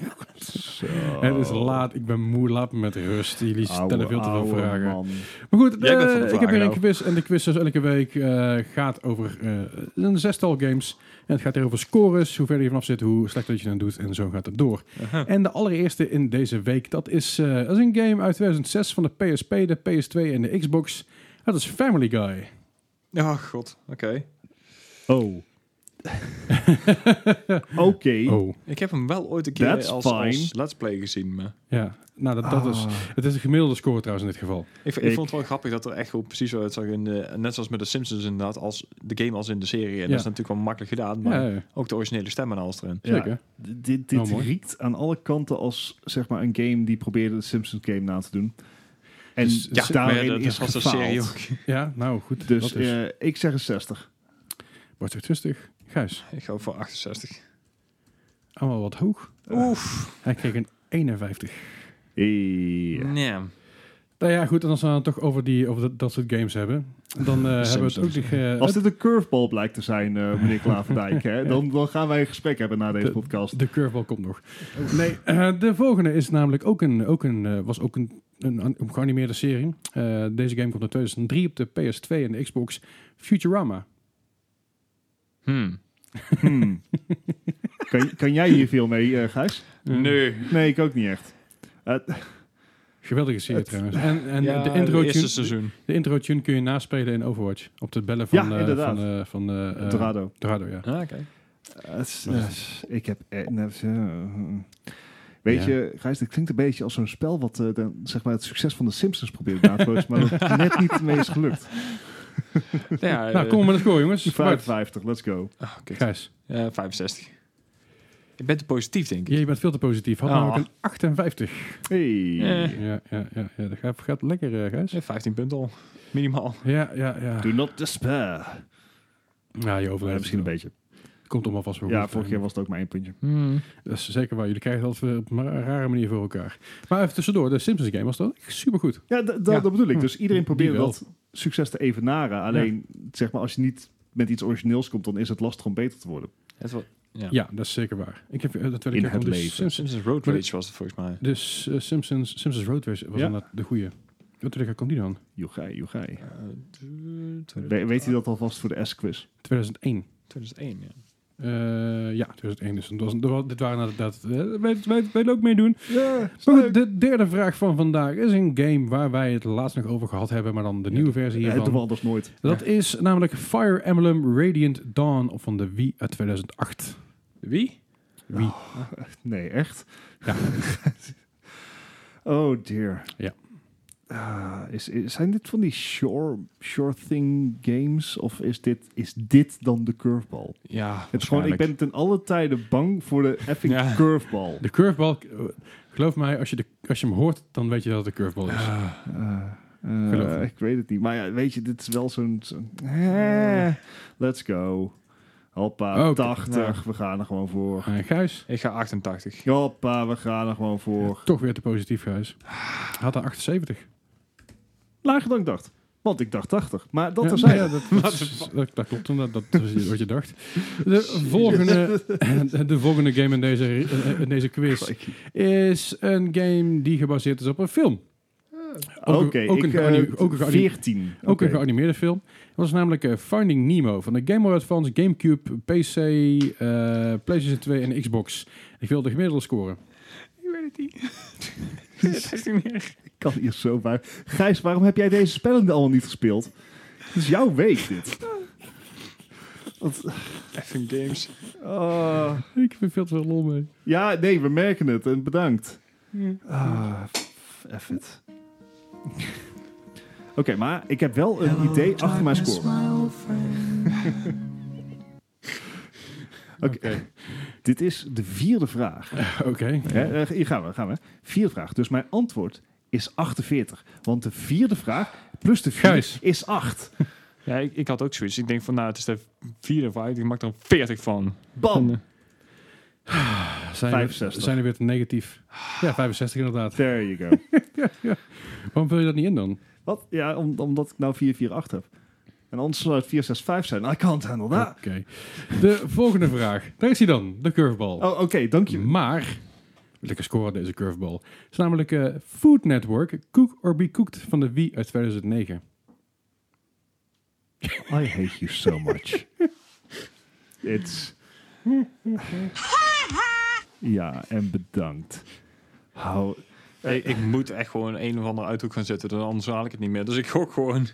S2: Zo.
S1: Het
S2: Oh.
S1: is laat, ik ben moe, laat me met rust. Jullie
S2: Oude,
S1: stellen veel te veel
S2: oude
S1: vragen.
S2: man.
S1: Maar goed,
S3: Jij bent
S1: eh,
S3: van de
S1: ik heb weer
S3: vragen,
S1: een
S3: nou.
S1: quiz. En de quiz zoals elke week eh, gaat over eh, een zestal games. En het gaat hier over scores. Hoe verder je vanaf zit, hoe slechter dat je dan doet. En zo gaat het door. En de allereerste in deze week, dat is, eh, dat is een game uit 2006 van de PSP, de PS2 en de Xbox. Dat is Family Guy.
S3: Ja, god. Oké.
S2: Oh. Oké.
S1: Oh,
S3: Ik heb hem wel ooit een keer
S2: That's
S3: als, als
S2: fine.
S3: Let's Play gezien. Maar
S1: ja. Nou, dat, dat
S2: Ah.
S1: is, het is een gemiddelde score trouwens in dit geval.
S3: ik, ik,
S2: Ik-
S3: vond het wel grappig dat er echt gewoon precies zo uitzag. In de, net zoals met de Simpsons inderdaad. Als de game als in de serie. En dat is natuurlijk wel makkelijk gedaan. Maar
S1: Ja, ja,
S3: ook de originele stem en alles erin.
S2: Ja,
S1: zeker.
S2: d- dit dit
S1: Oh, mooi.
S2: riekt aan alle kanten als zeg maar een game die probeerde de Simpsons game na te doen. En
S1: Dus-
S2: ja,
S1: dus-
S2: daarin
S3: maar ja, dat
S2: is
S3: was de
S2: gefaald.
S3: serie ook.
S1: Ja, nou goed.
S2: Dus
S1: dat is.
S2: eh, ik zeg een 60.
S1: Wordt er 60. Gijs,
S3: Ik ga voor 68.
S1: allemaal wat hoog.
S3: Oef.
S1: Hij kreeg een 51.
S2: Ja.
S3: Nee.
S1: Nou ja, goed, en als we het dan toch over, die, over dat, dat soort games hebben, dan eh, hebben we het ook...
S3: Simpsons.
S1: nog, eh,
S2: Als dit een curveball blijkt te zijn, eh, meneer Klaverdijk, hè, dan, dan gaan wij een gesprek hebben na deze
S1: De-
S2: podcast.
S1: De curveball komt nog. Nee, eh, de volgende is namelijk ook een, ook een, eh, was ook een, een, an- geanimeerde serie. Eh, deze game komt in 2003 op de PS2 en de Xbox Futurama.
S3: Hmm.
S2: Hmm. kan, kan jij hier veel mee, eh, Gijs?
S3: Nee.
S2: Nee, ik ook niet echt. Eh,
S1: Geweldige serie
S2: Het-
S1: trouwens. En, en
S3: Ja,
S1: de intro
S3: eerste
S1: tune,
S3: seizoen.
S1: de intro tune kun je naspelen in Overwatch. Op de bellen van...
S2: Ja,
S1: eh,
S2: inderdaad.
S1: Van, eh, van, eh, eh,
S2: Dorado.
S1: Dorado, ja.
S3: Ah, kijk.
S2: Eh, het is- eh, ik heb... eh, nou, eh, Weet
S1: Ja.
S2: je, Gijs, dat klinkt een beetje als zo'n spel wat eh, dan, zeg maar, het succes van de Simpsons probeert na te bootsen, maar dat net niet mee is gelukt.
S3: Ja,
S1: nou,
S3: eh,
S1: kom maar met het gooi, jongens. Vooruit.
S2: 55, let's go.
S3: ah, kut.
S1: Gijs,
S3: Eh, 65. Je bent te positief, denk ik.
S1: je bent veel te positief. Had
S3: Ah.
S1: namelijk een 58.
S2: Hey.
S3: Eh.
S1: Ja, ja, ja. ja. Dat gaat, gaat lekker, eh, Gijs.
S3: Eh, 15 punten al. Minimaal.
S1: Ja, ja, ja.
S2: Do not despair.
S1: Nou, je
S2: Ja,
S1: overleeft
S2: misschien een beetje.
S1: Komt allemaal vast wel
S2: Ja,
S1: goed. eh,
S2: vorig jaar was het ook maar één puntje.
S3: Hmm.
S1: Dat is zeker waar. Jullie krijgen dat eh, op een ma- rare manier voor elkaar. Maar even tussendoor, de Simpsons game was dan echt supergoed.
S2: Ja, d- d-
S3: Ja.
S2: dat bedoel ik. Dus iedereen probeert
S1: Die wel.
S2: dat succes te evenaren. Alleen, zeg maar, als je niet met iets origineels komt, dan is het lastig om beter te worden.
S3: Het was, ja.
S1: Ja. dat is zeker waar. Ik heb eh, dat werd
S2: In
S1: ik ook
S2: het
S1: van de
S2: leven.
S1: Simpsons.
S3: Simpsons Road
S1: Maar-
S3: Rage was het volgens mij.
S1: De S- eh, Simpsons, Simpsons Road Race was
S2: Ja.
S1: inderdaad de goede. Wat de komt die dan?
S2: Jochai, jochai.
S3: Eh, tw-
S2: We- weet hij dat alvast voor de S-quiz?
S1: 2001.
S3: 2001, ja.
S1: Eh, ja, 2001. Dus dat was, dat wa- dit waren inderdaad... eh, Wij, wij, wij ook meedoen.
S2: Ja,
S1: Maar goed, de derde vraag van vandaag is een game waar wij het laatst nog over gehad hebben, maar dan de nieuwe versie
S2: dat eh,
S1: hiervan.
S2: doen we anders nooit.
S1: Dat is namelijk Fire Emblem Radiant Dawn van de Wii uit 2008.
S3: Wie?
S1: Wii.
S2: Nee, echt?
S1: Ja.
S2: oh dear.
S1: Ja.
S2: Ah, is, is- zijn dit van die shore, shore thing games? Of is dit, is dit dan de curveball?
S3: Ja,
S2: Het is gewoon, ik ben ten alle tijden bang voor de effing
S3: Ja.
S2: curveball.
S1: De curveball, eh, geloof mij, als je, de, als je hem hoort, dan weet je dat het een curveball is.
S2: Eh, eh,
S1: Geloof me.
S2: ik weet het niet. Maar ja, weet je, dit is wel zo'n... zo'n- Eh, let's go. Hoppa,
S1: Oh, Oké.
S2: 80. We gaan er gewoon voor.
S1: Eh, Gijs,
S3: Ik ga 88.
S2: Hoppa, we gaan er gewoon voor.
S1: toch weer te positief, Gijs. Had een 78.
S2: Lager dan ik dacht. Want ik dacht 80. Maar dat
S1: Ja,
S2: er
S1: nou
S2: zijn.
S1: ja, dat, dat, is- dat, dat klopt, omdat dat is wat je dacht. De volgende, de volgende game in deze, eh, in deze quiz is een game die gebaseerd is op een film.
S2: Oké,
S1: Ook- ook
S2: ik,
S1: een
S2: eh,
S1: geani- ook een geani-
S2: 14.
S1: Ook
S2: Oké.
S1: een geanimeerde film. Het was namelijk eh, Finding Nemo van de Game Boy Advance, Gamecube, PC, eh, PlayStation 2 en Xbox. Ik wil de gemiddelde scoren.
S3: Ik weet het niet. Het is niet meer.
S2: Ik kan hier zo bij. Gijs, waarom heb jij deze spellen allemaal niet gespeeld? Het is jouw week, dit.
S3: Effing games.
S2: Ah.
S1: Ik vind veel te veel lol mee.
S2: ja, nee, we merken het. En bedankt. Ah, f- F it. Oké, maar ik heb wel een idee achter mijn score. Oké, dit is de vierde vraag.
S1: Oké.
S2: Hè, eh, hier gaan we, gaan we. Vierde vraag. Dus mijn antwoord is 48. Want de vierde vraag plus de vierde
S1: Gijs.
S2: is 8.
S3: Ja, ik, ik had ook zoiets. Ik denk van, nou, het is de 54. Ik maak er een 40 van. eh,
S2: Bam!
S1: Zijn,
S2: 65.
S1: We, zijn we weer te negatief? Ja, 65 inderdaad.
S2: There you go.
S1: Waarom vul je dat niet in dan?
S2: Wat? Ja, om- omdat ik nou 448 heb. En anders zou het 465 zijn. I can't handle that.
S1: Oké. De volgende vraag. Daar is hij dan, de curveball.
S2: Oh, oké, dank je.
S1: Maar, lekker scoren deze curveball. Het is namelijk eh, Food Network, Cook or Be Cooked van de Wii uit 2009.
S2: I hate you so much. It's... ja, en bedankt. Hou...
S3: Eh, Ik, ik moet echt gewoon een of andere uithoek gaan zetten. dan Anders haal ik het niet meer. Dus ik gok gewoon.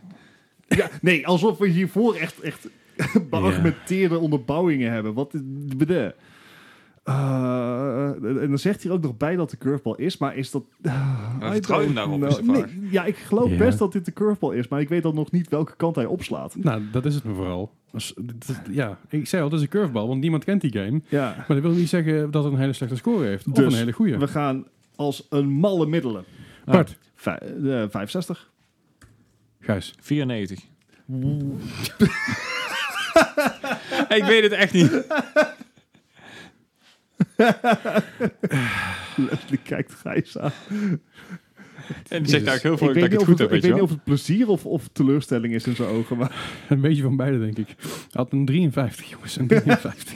S2: Ja, nee, alsof we hiervoor echt, echt beargumenteerde onderbouwingen hebben. Wat is- bede. Eh, en dan zegt hij er ook nog bij dat de curveball is, maar is dat... Uh,
S3: Maar vertrouw je hem daarop, is de vraag.
S2: ja, ik geloof
S1: Ja.
S2: best dat dit de curveball is, maar ik weet dan nog niet welke kant hij opslaat. Dus,
S1: Nou, dat is het me vooral. Als- dat- dat- ja, ik zei al, dat is een curveball, want niemand kent die game.
S2: Ja,
S1: Maar dat wil niet zeggen dat het een hele slechte score heeft. Of
S2: Dus
S1: een hele Ah, goede.
S2: we gaan als een malle middelen.
S1: Bart,
S2: Vij- eh, 65.
S1: Gijs.
S3: 94. ik weet het echt niet.
S2: Leslie kijkt Gijs aan.
S3: En die zegt
S1: Jezus.
S3: eigenlijk heel
S2: Ik
S3: veel dat ik
S2: weet, niet
S3: het
S2: of
S3: goed
S2: het,
S3: heb, weet je
S2: ik weet niet
S3: wel.
S2: of het plezier of, of teleurstelling is in zijn ogen. Maar
S1: Een beetje van beide, denk ik. Hij had een 53, jongens. Een 53.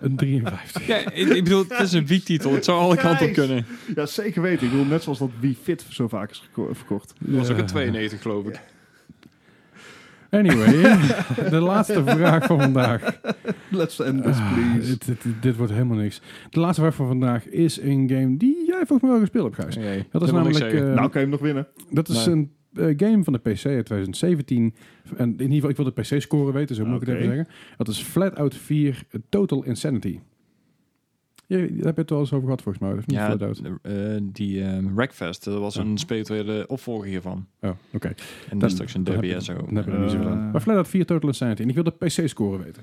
S1: een 53.
S3: Ja, ik, ik bedoel, het is een wiektitel. Het zou alle kanten op
S2: Nice.
S3: kunnen.
S2: ja, zeker weten. Ik bedoel, net zoals dat Wii Fit zo vaak is geko- verkocht.
S3: Dat was ook
S1: Ja.
S3: een 92, geloof ik.
S1: Eh, Anyway, de laatste vraag van vandaag.
S2: Let's end this,
S1: Ah,
S2: please.
S1: dit, dit, dit- dit wordt helemaal niks. De laatste vraag van vandaag is een game die jij volgens mij wel gespeeld hebt, Gijs.
S3: Nee,
S1: Dat is namelijk... eh,
S2: nou kan je hem nog winnen.
S1: dat is
S3: nee.
S1: een eh, game van de PC uit 2017. En in ieder geval, ik wil de PC-score weten, zo moet ik
S2: Oké.
S1: het even zeggen. Dat is Flatout 4 Total Insanity. Ja, daar heb je het wel eens over gehad, volgens mij. Of niet
S3: ja,
S1: Flatout?
S3: eh, die ehm Wreckfest, dat was
S1: Ja.
S3: een spirituele opvolger hiervan.
S1: Oh, oké.
S3: En
S1: Dan-
S3: Destruction
S1: dan heb je-
S3: Derby en zo.
S1: Dan hebben we er niet zoveel aan.
S2: Eh.
S1: Maar Flatout 4 Total Insanity. En ik wil de PC-score weten.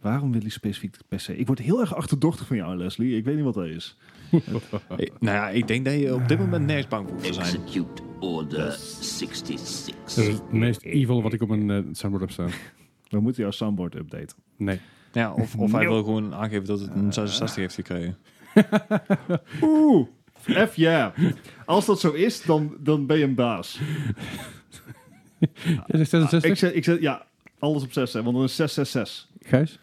S2: Waarom wil hij specifiek de PC? Ik word heel erg achterdochtig van jou, Leslie. Ik weet niet wat dat is.
S3: Eh, nou ja, ik denk dat je op dit moment nergens bang voor hoeft te zijn.
S4: Execute Order 66.
S1: Dat is het meest evil wat ik op een eh, soundboard heb staan.
S2: We moeten jouw soundboard updaten.
S1: Nee.
S3: Ja, of, of hij wil gewoon aangeven dat het een 66 heeft gekregen.
S2: Oeh, F ja. Als dat zo is, dan, dan ben je een baas.
S1: Jij zegt
S2: Ik
S1: 66?
S2: zet, ik zet, ja, alles op 6, hè, want dan is 666.
S1: Gijs?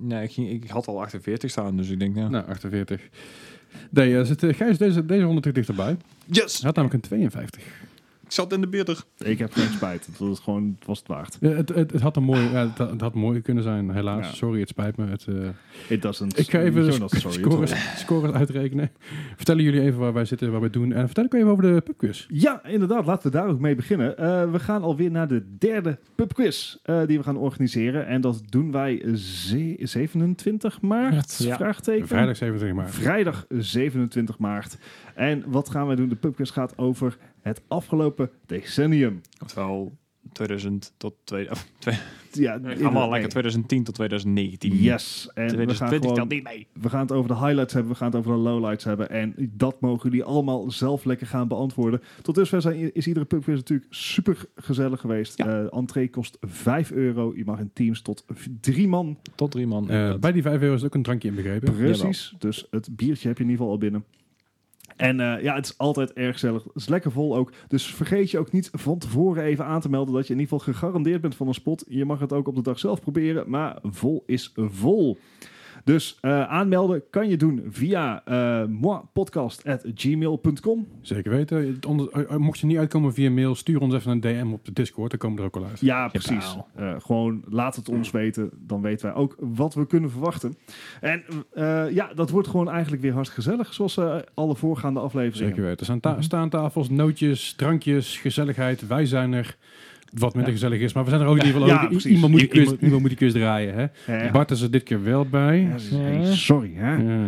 S3: Nee, ik, ging- ik had al 48 staan, dus ik denk, ja.
S1: Nou, 48. Nee, eh, zit, eh, Gijs deze, deze 100 dichterbij.
S3: Yes!
S1: Hij had namelijk een 52.
S3: Ik zat in de 40.
S2: Ik heb geen spijt. Het was gewoon het, was het waard.
S1: Ja, het, het, het had een mooie, ja, het, had- het had mooier kunnen zijn, helaas.
S2: Ja.
S1: Sorry, het spijt me. Het, eh,
S2: It doesn't.
S1: ik ga even de
S2: you're not
S1: sc-
S2: sorry at all.
S1: scores, scores uitrekenen. Vertellen jullie even waar wij zitten, waar wij doen. En vertel ik even over de pubquiz.
S2: Ja, inderdaad. Laten we daar ook mee beginnen. Eh, we gaan alweer naar de derde pubquiz eh, die we gaan organiseren. En dat doen wij ze- 27 maart?
S3: Ja.
S2: Vraagteken.
S1: Vrijdag 27 maart.
S2: Vrijdag 27 maart. En wat gaan wij doen? De pubquiz gaat over het afgelopen decennium.
S3: Oftewel 2000 tot... Twee, of, twee,
S2: Ja,
S3: allemaal
S2: inderdaad.
S3: lekker 2010 tot 2019.
S2: Yes. En we gaan,
S3: 2020 telt
S2: gewoon,
S3: niet mee.
S2: we gaan het over de highlights hebben, we gaan het over de lowlights hebben. En dat mogen jullie allemaal zelf lekker gaan beantwoorden. Tot dusver zijn, is iedere pubquiz natuurlijk super gezellig geweest. Eh entree kost 5 euro. Je mag in teams tot v- drie man.
S3: Tot drie man.
S1: Eh,
S3: inderdaad.
S1: bij die 5 euro is ook een drankje inbegrepen.
S2: Precies. Dus het biertje heb je in ieder geval al binnen. En eh, ja, het is altijd erg gezellig. Het is lekker vol ook. Dus vergeet je ook niet van tevoren even aan te melden dat je in ieder geval gegarandeerd bent van een spot. Je mag het ook op de dag zelf proberen, maar vol is vol. Dus eh, aanmelden kan je doen via eh moipodcast.gmail.com.
S1: Zeker weten. Het onder- eh, eh, mocht je niet uitkomen via mail, stuur ons even een DM op de Discord. Dan komen we er ook al uit.
S2: Ja, precies. Eh, gewoon laat het ons weten. Dan weten wij ook wat we kunnen verwachten. En eh, ja, dat wordt gewoon eigenlijk weer hartstikke gezellig. Zoals eh, alle voorgaande afleveringen.
S1: Zeker weten. Er staan, ta- staan tafels, nootjes, drankjes, gezelligheid. Wij zijn er. Wat minder gezellig is, maar we zijn er ook in ieder geval
S2: Ja,
S1: ook. I-
S2: precies.
S1: Iemand moet, die
S3: I-
S1: quiz,
S3: iemand-
S1: iemand moet die quiz draaien. Hè?
S2: Eh,
S1: Bart is er dit keer wel bij.
S2: Ja, ze- hey, sorry, hè?
S1: Ja. Mm.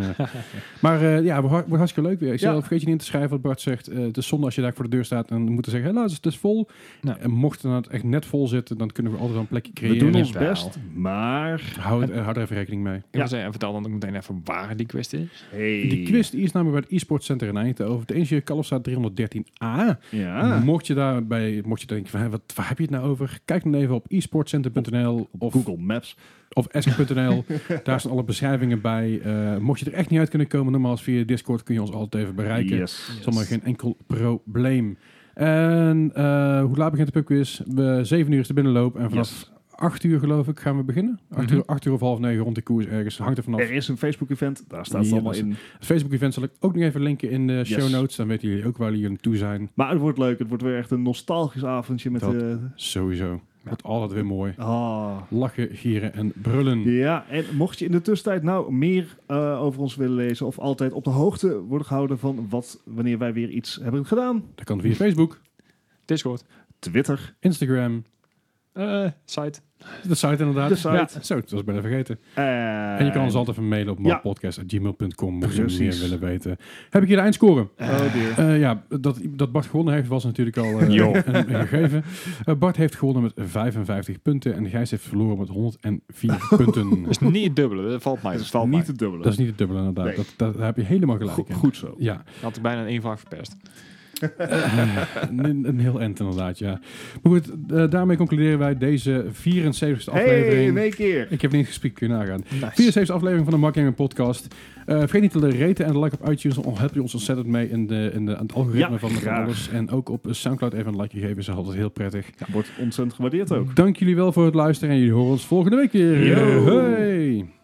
S1: Maar eh, ja, wordt wordt hartstikke leuk weer. Ik
S2: Ja.
S1: zelf vergeet je niet in te schrijven wat Bart zegt. Eh, het is zonde als je daar voor de deur staat en moet zeggen, helaas, het is vol.
S3: Nou.
S1: En mocht het dan echt net vol zitten, dan kunnen we altijd wel een plekje
S2: We
S1: creëren.
S2: doen ons
S3: Jawel.
S2: best, maar...
S1: Hou, het- eh, hou er even rekening mee.
S3: Ik
S2: Ja.
S3: wil zeggen, en vertel dan ook meteen even waar die quest is.
S2: Hey.
S1: Die quiz die is namelijk bij het e-sport center in Eindhoven. De Engineer Kalfstraat 313a.
S2: Ja.
S1: Mocht je daarbij, mocht je denken van, hè, wat, waar heb je het nou over? Kijk dan even op esportcenter.nl
S2: Op
S1: of,
S2: Google Maps.
S1: of esk.nl. Daar staan alle beschrijvingen bij. Eh, mocht je er echt niet uit kunnen komen, normaal is via Discord kun je ons altijd even bereiken.
S2: Yes.
S1: Dat is allemaal geen enkel probleem. En eh, hoe laat begint de pubquiz? We, 7 uur is de binnenloop en vanaf
S2: Yes.
S1: 8 uur geloof ik gaan we beginnen. 8
S3: Mhm.
S1: uur, 8 uur of half 9 rond de koers ergens. Hangt er vanaf.
S2: Er is een Facebook-event, daar staat het
S1: Hier
S2: allemaal
S1: is
S2: in.
S1: Het Facebook event zal ik ook nog even linken in de show notes. Dan weten jullie ook waar jullie naartoe zijn.
S2: Maar het wordt leuk. Het wordt weer echt een nostalgisch avondje met...
S1: Dat-
S2: eh,
S1: Sowieso. Wordt altijd weer mooi.
S2: ah.
S1: Lachen, gieren en brullen.
S2: Ja, en mocht je in de tussentijd nou meer eh, over ons willen lezen... of altijd op de hoogte worden gehouden van wat, wanneer wij weer iets hebben gedaan...
S1: Dat kan via Facebook,
S3: Discord.
S2: Twitter.
S1: Instagram,
S3: Eh, site.
S1: de site inderdaad.
S2: De site.
S1: Ja, zo, dat was ik bijna vergeten.
S2: eh,
S1: En je kan ons altijd even mailen op
S2: Ja.
S1: podcast@gmail.com mocht je meer
S2: Precies.
S1: willen weten. Heb ik hier de eindscore?
S2: Oh dear.
S1: Eh, ja, dat, dat Bart gewonnen heeft was natuurlijk al eh,
S3: Jo.
S1: een, een gegeven. Eh, Bart heeft gewonnen met 55 punten en Gijs heeft verloren met 104 punten.
S3: Dat is niet het dubbele, dat valt mij.
S2: Het
S3: Dat
S2: is
S3: valt
S2: niet
S3: mij.
S2: te dubbele.
S1: Dat is niet het dubbele inderdaad.
S2: Nee.
S1: Dat, dat, daar heb je helemaal gelijk
S2: Go-
S1: in.
S2: goed zo.
S1: Ja,
S3: Had ik bijna een één vraag verpest.
S1: een, een heel end inderdaad, ja. Maar goed, eh, daarmee concluderen wij deze 74e aflevering.
S2: Hey, keer.
S1: Ik heb niet gespiekt, kun je nagaan.
S3: Nice.
S1: 74 aflevering van de Mark Gaming Podcast. Eh, vergeet niet te raten en like op iTunes. Dan help je ons ontzettend mee in, de, in, de, aan het algoritme
S2: Ja,
S1: van, van
S2: graag.
S1: alles. En ook op eh, Soundcloud even een likeje geven. Is altijd heel prettig.
S2: Ja, wordt ontzettend gewaardeerd ook.
S1: Dank jullie wel voor het luisteren. En jullie horen ons volgende week weer.
S2: Yo.
S1: Hey.